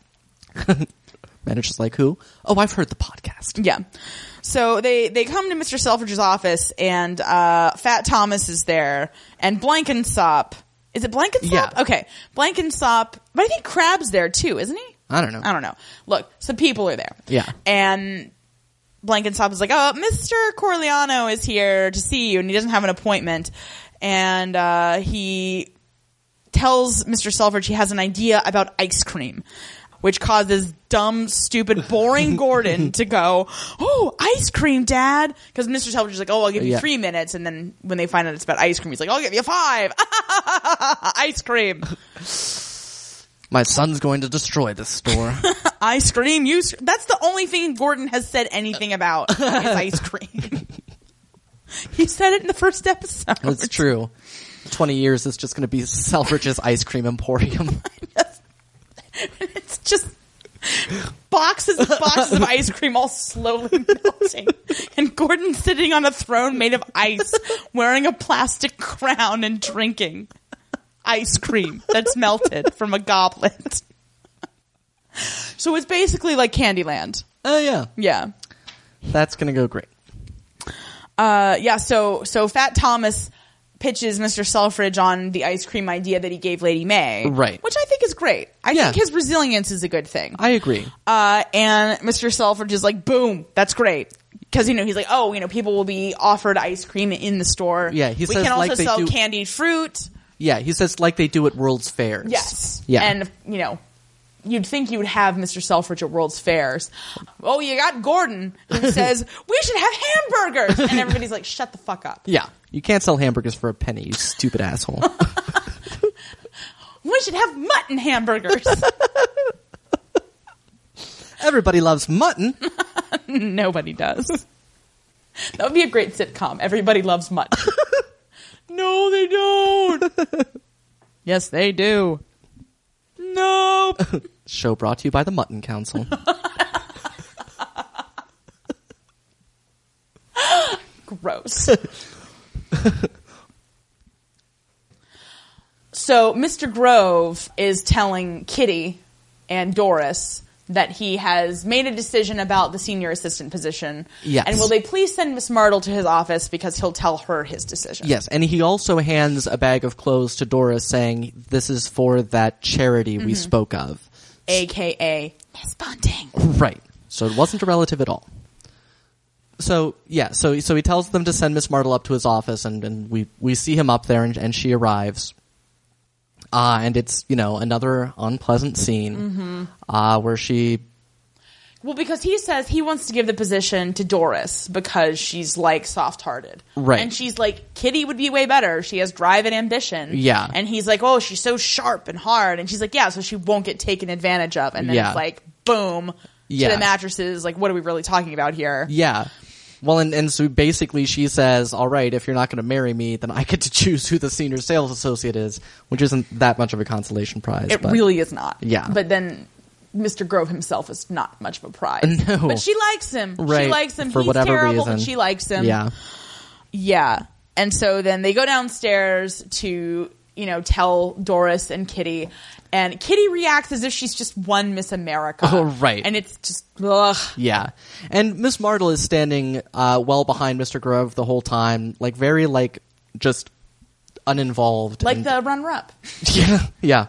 And it's just like, who? Oh, I've heard the podcast. Yeah. So they they come to Mr. Selfridge's office and uh Fat Thomas is there and Blankensop. Is it Blankensop? Yeah. Okay. Blankensop. But I think Crab's there too, isn't he? I don't know. I don't know. Look, some people are there. Yeah. And Blankensop is like, "Oh, Mr. Corleano is here to see you and he doesn't have an appointment." And uh he tells Mr. Selfridge he has an idea about ice cream, which causes dumb, stupid, boring Gordon to go, "Oh, ice cream, Dad!" Because Mr. Selfridge is like, "Oh, I'll give you Yeah. three minutes," and then when they find out it's about ice cream, he's like, "I'll give you five. ice cream, My son's going to destroy this store. ice cream. You. sc- That's the only thing Gordon has said anything about is ice cream. he said it in the first episode. That's true. 20 years is just going to be Selfridge's ice cream emporium. It's just boxes and boxes of ice cream all slowly melting. And Gordon sitting on a throne made of ice, wearing a plastic crown and drinking ice cream that's melted from a goblet. So it's basically like Candyland. oh, yeah. Yeah. That's going to go great. Uh, yeah, so so Fat Thomas pitches Mr. Selfridge on the ice cream idea that he gave Lady May. Right. Which I think is great. I Yeah. think his resilience is a good thing. I agree. Uh, and Mr. Selfridge is like, boom, that's great. Cause you know, he's like, oh, you know, people will be offered ice cream in the store. Yeah, he We says, can also like, they sell do- candied fruit. Yeah, he says like they do at World's Fairs. Yes. Yeah. And, you know, you'd think you would have Mr. Selfridge at World's Fairs. Oh, you got Gordon who says, we should have hamburgers. And everybody's like, shut the fuck up. yeah. You can't sell hamburgers for a penny, you stupid asshole. We should have mutton hamburgers. Everybody loves mutton. Nobody does. That would be a great sitcom. Everybody loves mutton. no, they don't. yes, they do. Nope. Show brought to you by the Mutton Council. Gross. so Mr. Grove is telling Kitty and Doris that he has made a decision about the senior assistant position. Yes. And will they please send Miss Martle to his office because he'll tell her his decision. yes, and he also hands a bag of clothes to Dora saying, This is for that charity we spoke of. AKA Miss Bunting. Right. So it wasn't a relative at all. So yeah, so so he tells them to send Miss Martle up to his office, and, and we we see him up there, and, and she arrives. Uh, and it's you know another unpleasant scene uh, where she Well, because he says he wants to give the position to Doris because she's like soft hearted. Right. And she's like, Kitty would be way better. She has drive and ambition. Yeah. And he's like, oh, she's so sharp and hard. And she's like, yeah, so she won't get taken advantage of. And then Yeah. it's like, boom, Yeah. to the mattresses. Like, what are we really talking about here? yeah well and, and so basically she says all right if you're not going to marry me then i get to choose who the senior sales associate is which isn't that much of a consolation prize It but- really is not. Yeah. But then Mr. Grove himself is not much of a prize. No. But she likes him. right She likes him. for He's whatever terrible, reason but she likes him. yeah Yeah. And so then they go downstairs to, you know, tell Doris and Kitty. And Kitty reacts as if she's just one Miss America. Oh, right. And it's just, ugh. Yeah, and Miss Martle is standing uh, well behind Mr. Grove the whole time, like very like just uninvolved. Like and- the runner up. yeah, yeah,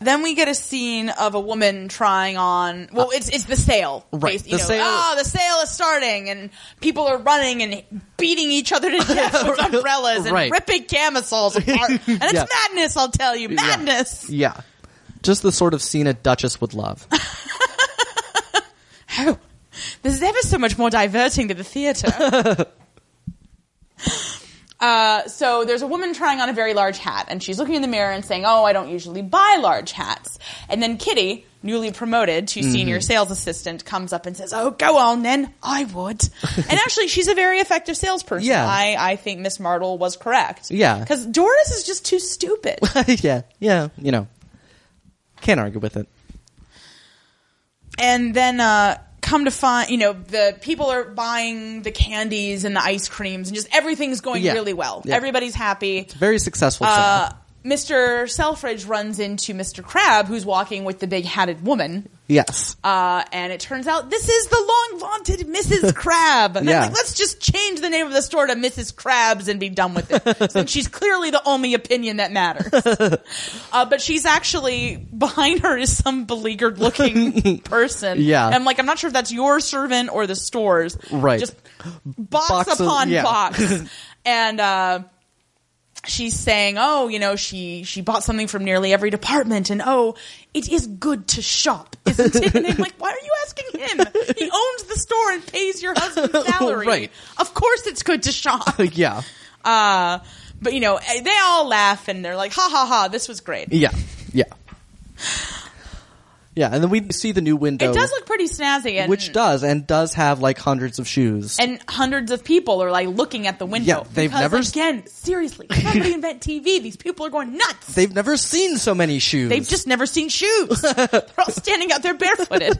Then we get a scene of a woman trying on. Well, it's it's the sale, Right. bas- You The know, sale- Oh, the sale is starting, and people are running and beating each other to death with umbrellas and Right. ripping camisoles apart. And it's Yeah. madness, I'll tell you, madness. yeah. Just the sort of scene a duchess would love. Oh, this is ever so much more diverting to the theater. uh, so there's a woman trying on a very large hat, and she's looking in the mirror and saying, "Oh, I don't usually buy large hats." And then Kitty, newly promoted Mm-hmm. to senior sales assistant, comes up and says, "Oh, go on then, I would." and actually, she's a very effective salesperson. Yeah. I I think Miss Martle was correct. Yeah. because Doris is just too stupid. yeah, yeah, you know. Can't argue with it. and then uh, come to find, you know, the people are buying the candies and the ice creams, and just everything's going Yeah. really well. Yeah. Everybody's happy. Very successful sale. Uh, Mr. Selfridge runs into Mr. Crab, who's walking with the big hatted woman. yes. Uh, and it turns out this is the long vaunted Mrs. Crab. And Yeah. I'm like, let's just change the name of the store to Mrs. Crabs and be done with it. Since she's clearly the only opinion that matters. uh, but she's actually behind her is some beleaguered looking person. Yeah. And I'm like, I'm not sure if that's your servant or the store's. Right. Just box, Box of- upon yeah. box. and, uh, she's saying, "Oh, you know, she she bought something from nearly every department, and oh, it is good to shop, isn't it?" And I'm like, "Why are you asking him? He owns the store and pays your husband's salary. Right. Of course, it's good to shop." yeah. Uh, but you know, they all laugh and they're like, "Ha ha ha! This was great." Yeah. Yeah. Yeah, and then we see the new window. It does look pretty snazzy, and which does and does have like hundreds of shoes. and hundreds of people are like looking at the window. Yeah, they've because, never s- again. Seriously, somebody invent TV. These people are going nuts. They've never seen so many shoes. They've just never seen shoes. they're all standing out there barefooted.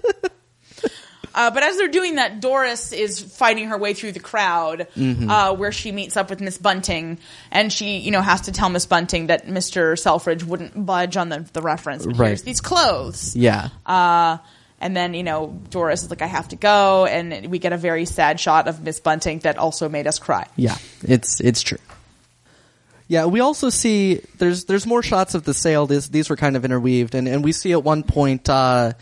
Uh, but as they're doing that, Doris is fighting her way through the crowd, Mm-hmm. uh, where she meets up with Miss Bunting, and she, you know, has to tell Miss Bunting that Mister Selfridge wouldn't budge on the, the reference. Right. Here's these clothes. yeah. Uh, and then you know, Doris is like, "I have to go," and we get a very sad shot of Miss Bunting that also made us cry. Yeah, it's it's true. Yeah, we also see there's there's more shots of the sale. These these were kind of interweaved, and and we see at one point uh,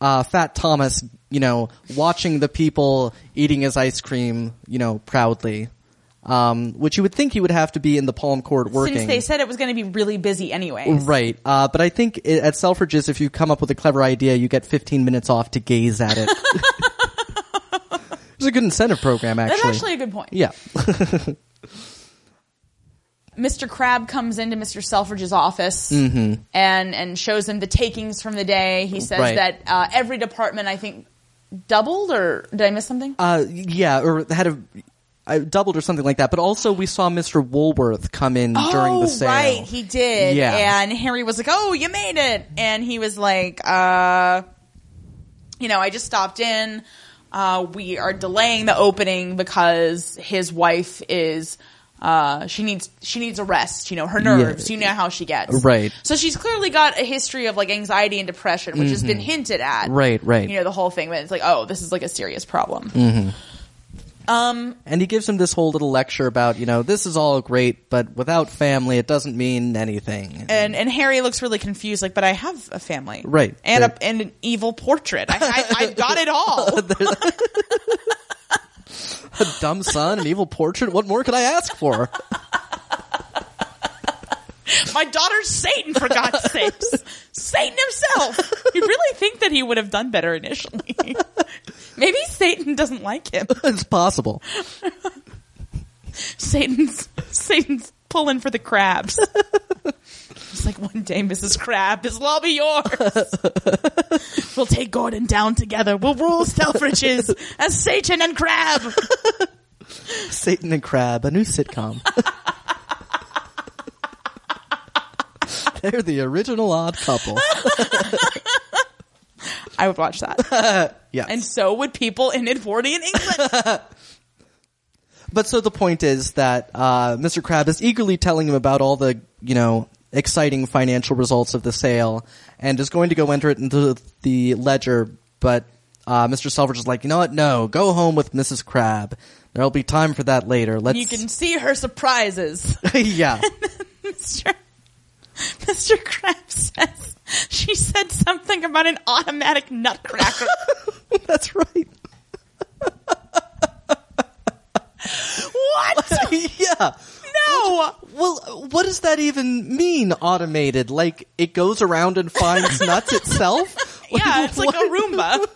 uh, Fat Thomas, you know, watching the people eating his ice cream, you know, proudly, um, which you would think he would have to be in the Palm Court working. Since they said it was going to be really busy anyway, Right, uh, but I think i at Selfridges, if you come up with a clever idea, you get 15 minutes off to gaze at it. it's a good incentive program, that's actually. actually a good point. yeah, Mr. Crab comes into Mr. Selfridge's office and and shows him the takings from the day. He says Right. that uh, every department, I think, doubled or did I miss something? Uh, yeah, or had a I doubled or something like that. But also, we saw Mr. Woolworth come in during the sale. Oh, right, he did. Yeah. and Harry was like, "Oh, you made it," and he was like, uh, "You know, I just stopped in. Uh, we are delaying the opening because his wife is." Uh, she needs she needs a rest. You know her nerves. You know how she gets. Right. So she's clearly got a history of like anxiety and depression, which has been hinted at. Mm-hmm. Right, right. You know the whole thing, but it's like, oh, this is like a serious problem. and he gives him this whole little lecture about you know this is all great, but without family, it doesn't mean anything. and and Harry looks really confused, like, but I have a family, Right. And Right. a, and an evil portrait. I, I, I got it all. a dumb son, an evil portrait. What more could I ask for? My daughter's Satan, for God's sakes, Satan himself. You really think that he would have done better initially? Maybe Satan doesn't like him. it's possible. Satan's Satan's pulling for the crabs. It's like one day, Mrs. Crab, this will all be yours. we'll take Gordon down together. We'll rule Selfridges as Satan and Crab. Satan and Crab, a new sitcom. They're the original odd couple. I would watch that. Yeah. and so would people in Edwardian England. But so the point is that uh, Mr. Crab is eagerly telling him about all the you know exciting financial results of the sale, and is going to go enter it into the ledger. But uh, Mr. Selfridge is like, you know what? No, go home with Mrs. Crab. There'll be time for that later. Let's. you can see her surprises. yeah, Mr. Mr. Crab says she said something about an automatic nutcracker, that's right. what? yeah. No, No! Well, what does that even mean, automated? Like, it goes around and finds nuts itself? Yeah, it's like a Roomba.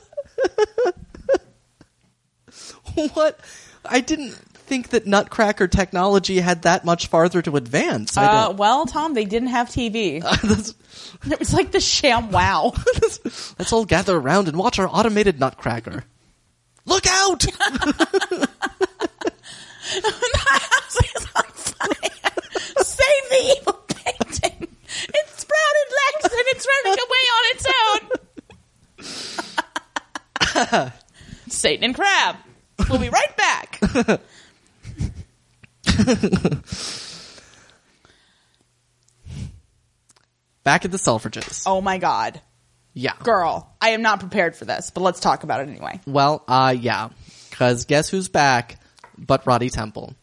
What? I didn't think that Nutcracker technology had that much farther to advance. I Uh, don't- well, Tom, they didn't have TV. Let's- It was like the sham wow. Let's all gather around and watch our automated Nutcracker. Look out! The house is on fire. Save the evil painting. It sprouted legs and it's running away on its own. Satan and Crab. We'll be right back. Back at the Selfridges. Oh my god. yeah. Girl, I am not prepared for this, but let's talk about it anyway. Well, uh, yeah. Because guess who's back but Roddy Temple?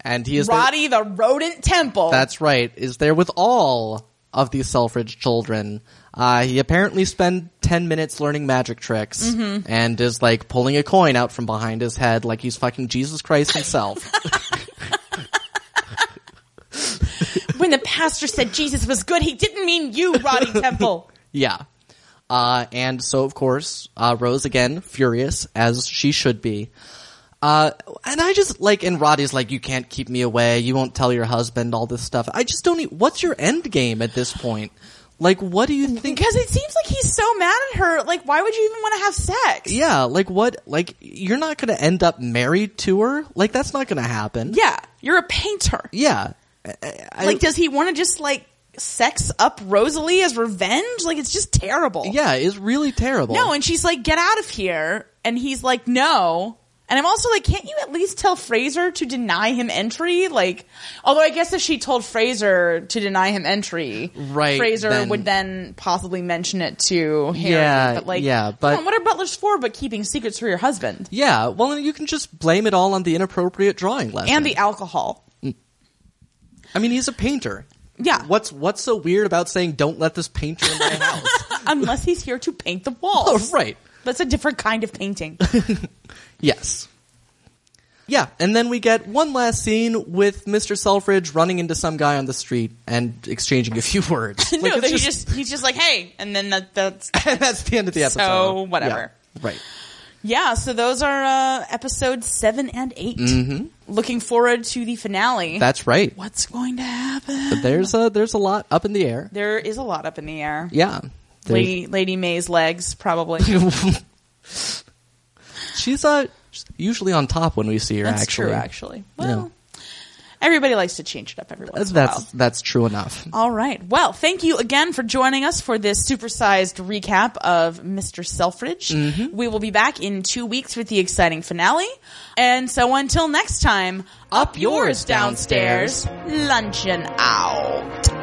And he is there- Roddy the rodent temple. That's right. Is there with all of these Selfridge children? Uh, he apparently spent ten minutes learning magic tricks and is like pulling a coin out from behind his head, like he's fucking Jesus Christ himself. when the pastor said Jesus was good, he didn't mean you, Roddy Temple. yeah. Uh, and so, of course, uh, Rose again, furious as she should be. Uh, and I just like, and Roddy's like, you can't keep me away. You won't tell your husband all this stuff. I just don't. e- What's your end game at this point? Like, what do you think? Because it seems like he's so mad at her. Like, why would you even want to have sex? Yeah, like what? Like you're not going to end up married to her. Like that's not going to happen. Yeah, you're a painter. Yeah. like, does he want to just like sex up Rosalie as revenge? Like, it's just terrible. Yeah, it's really terrible. No, and she's like, "Get out of here," and he's like, "No." And I'm also like, can't you at least tell Fraser to deny him entry? Like, although I guess if she told Fraser to deny him entry, Right, Fraser then- would then possibly mention it to Harry. Yeah, but like, yeah, come but- on, what are butlers for but keeping secrets for your husband yeah, well, and you can just blame it all on the inappropriate drawing lesson. and the alcohol? I mean, he's a painter. Yeah. What's what's so weird about saying don't let this painter in my house? Unless he's here to paint the walls. oh, right. That's a different kind of painting. Yes. Yeah, and then we get one last scene with Mr. Selfridge running into some guy on the street and exchanging a few words. no, Like, it's that he just he's just like, hey, and then that that's and that's the end of the So, episode. whatever. Yeah, right. yeah. So those are uh, episodes seven and 8 Looking forward to the finale. That's right. What's going to happen? There's a there's a lot up in the air. There is a lot up in the air. Yeah. There's- Lady Lady May's legs, probably. she's uh she's usually on top when we see her That's actually. true, actually. Well, everybody likes to change it up every once That's in a that's while. that's true enough. All right. Well, thank you again for joining us for this supersized recap of Mr. Selfridge. We will be back in two weeks with the exciting finale. And so until next time, up, yours, downstairs. downstairs, luncheon out.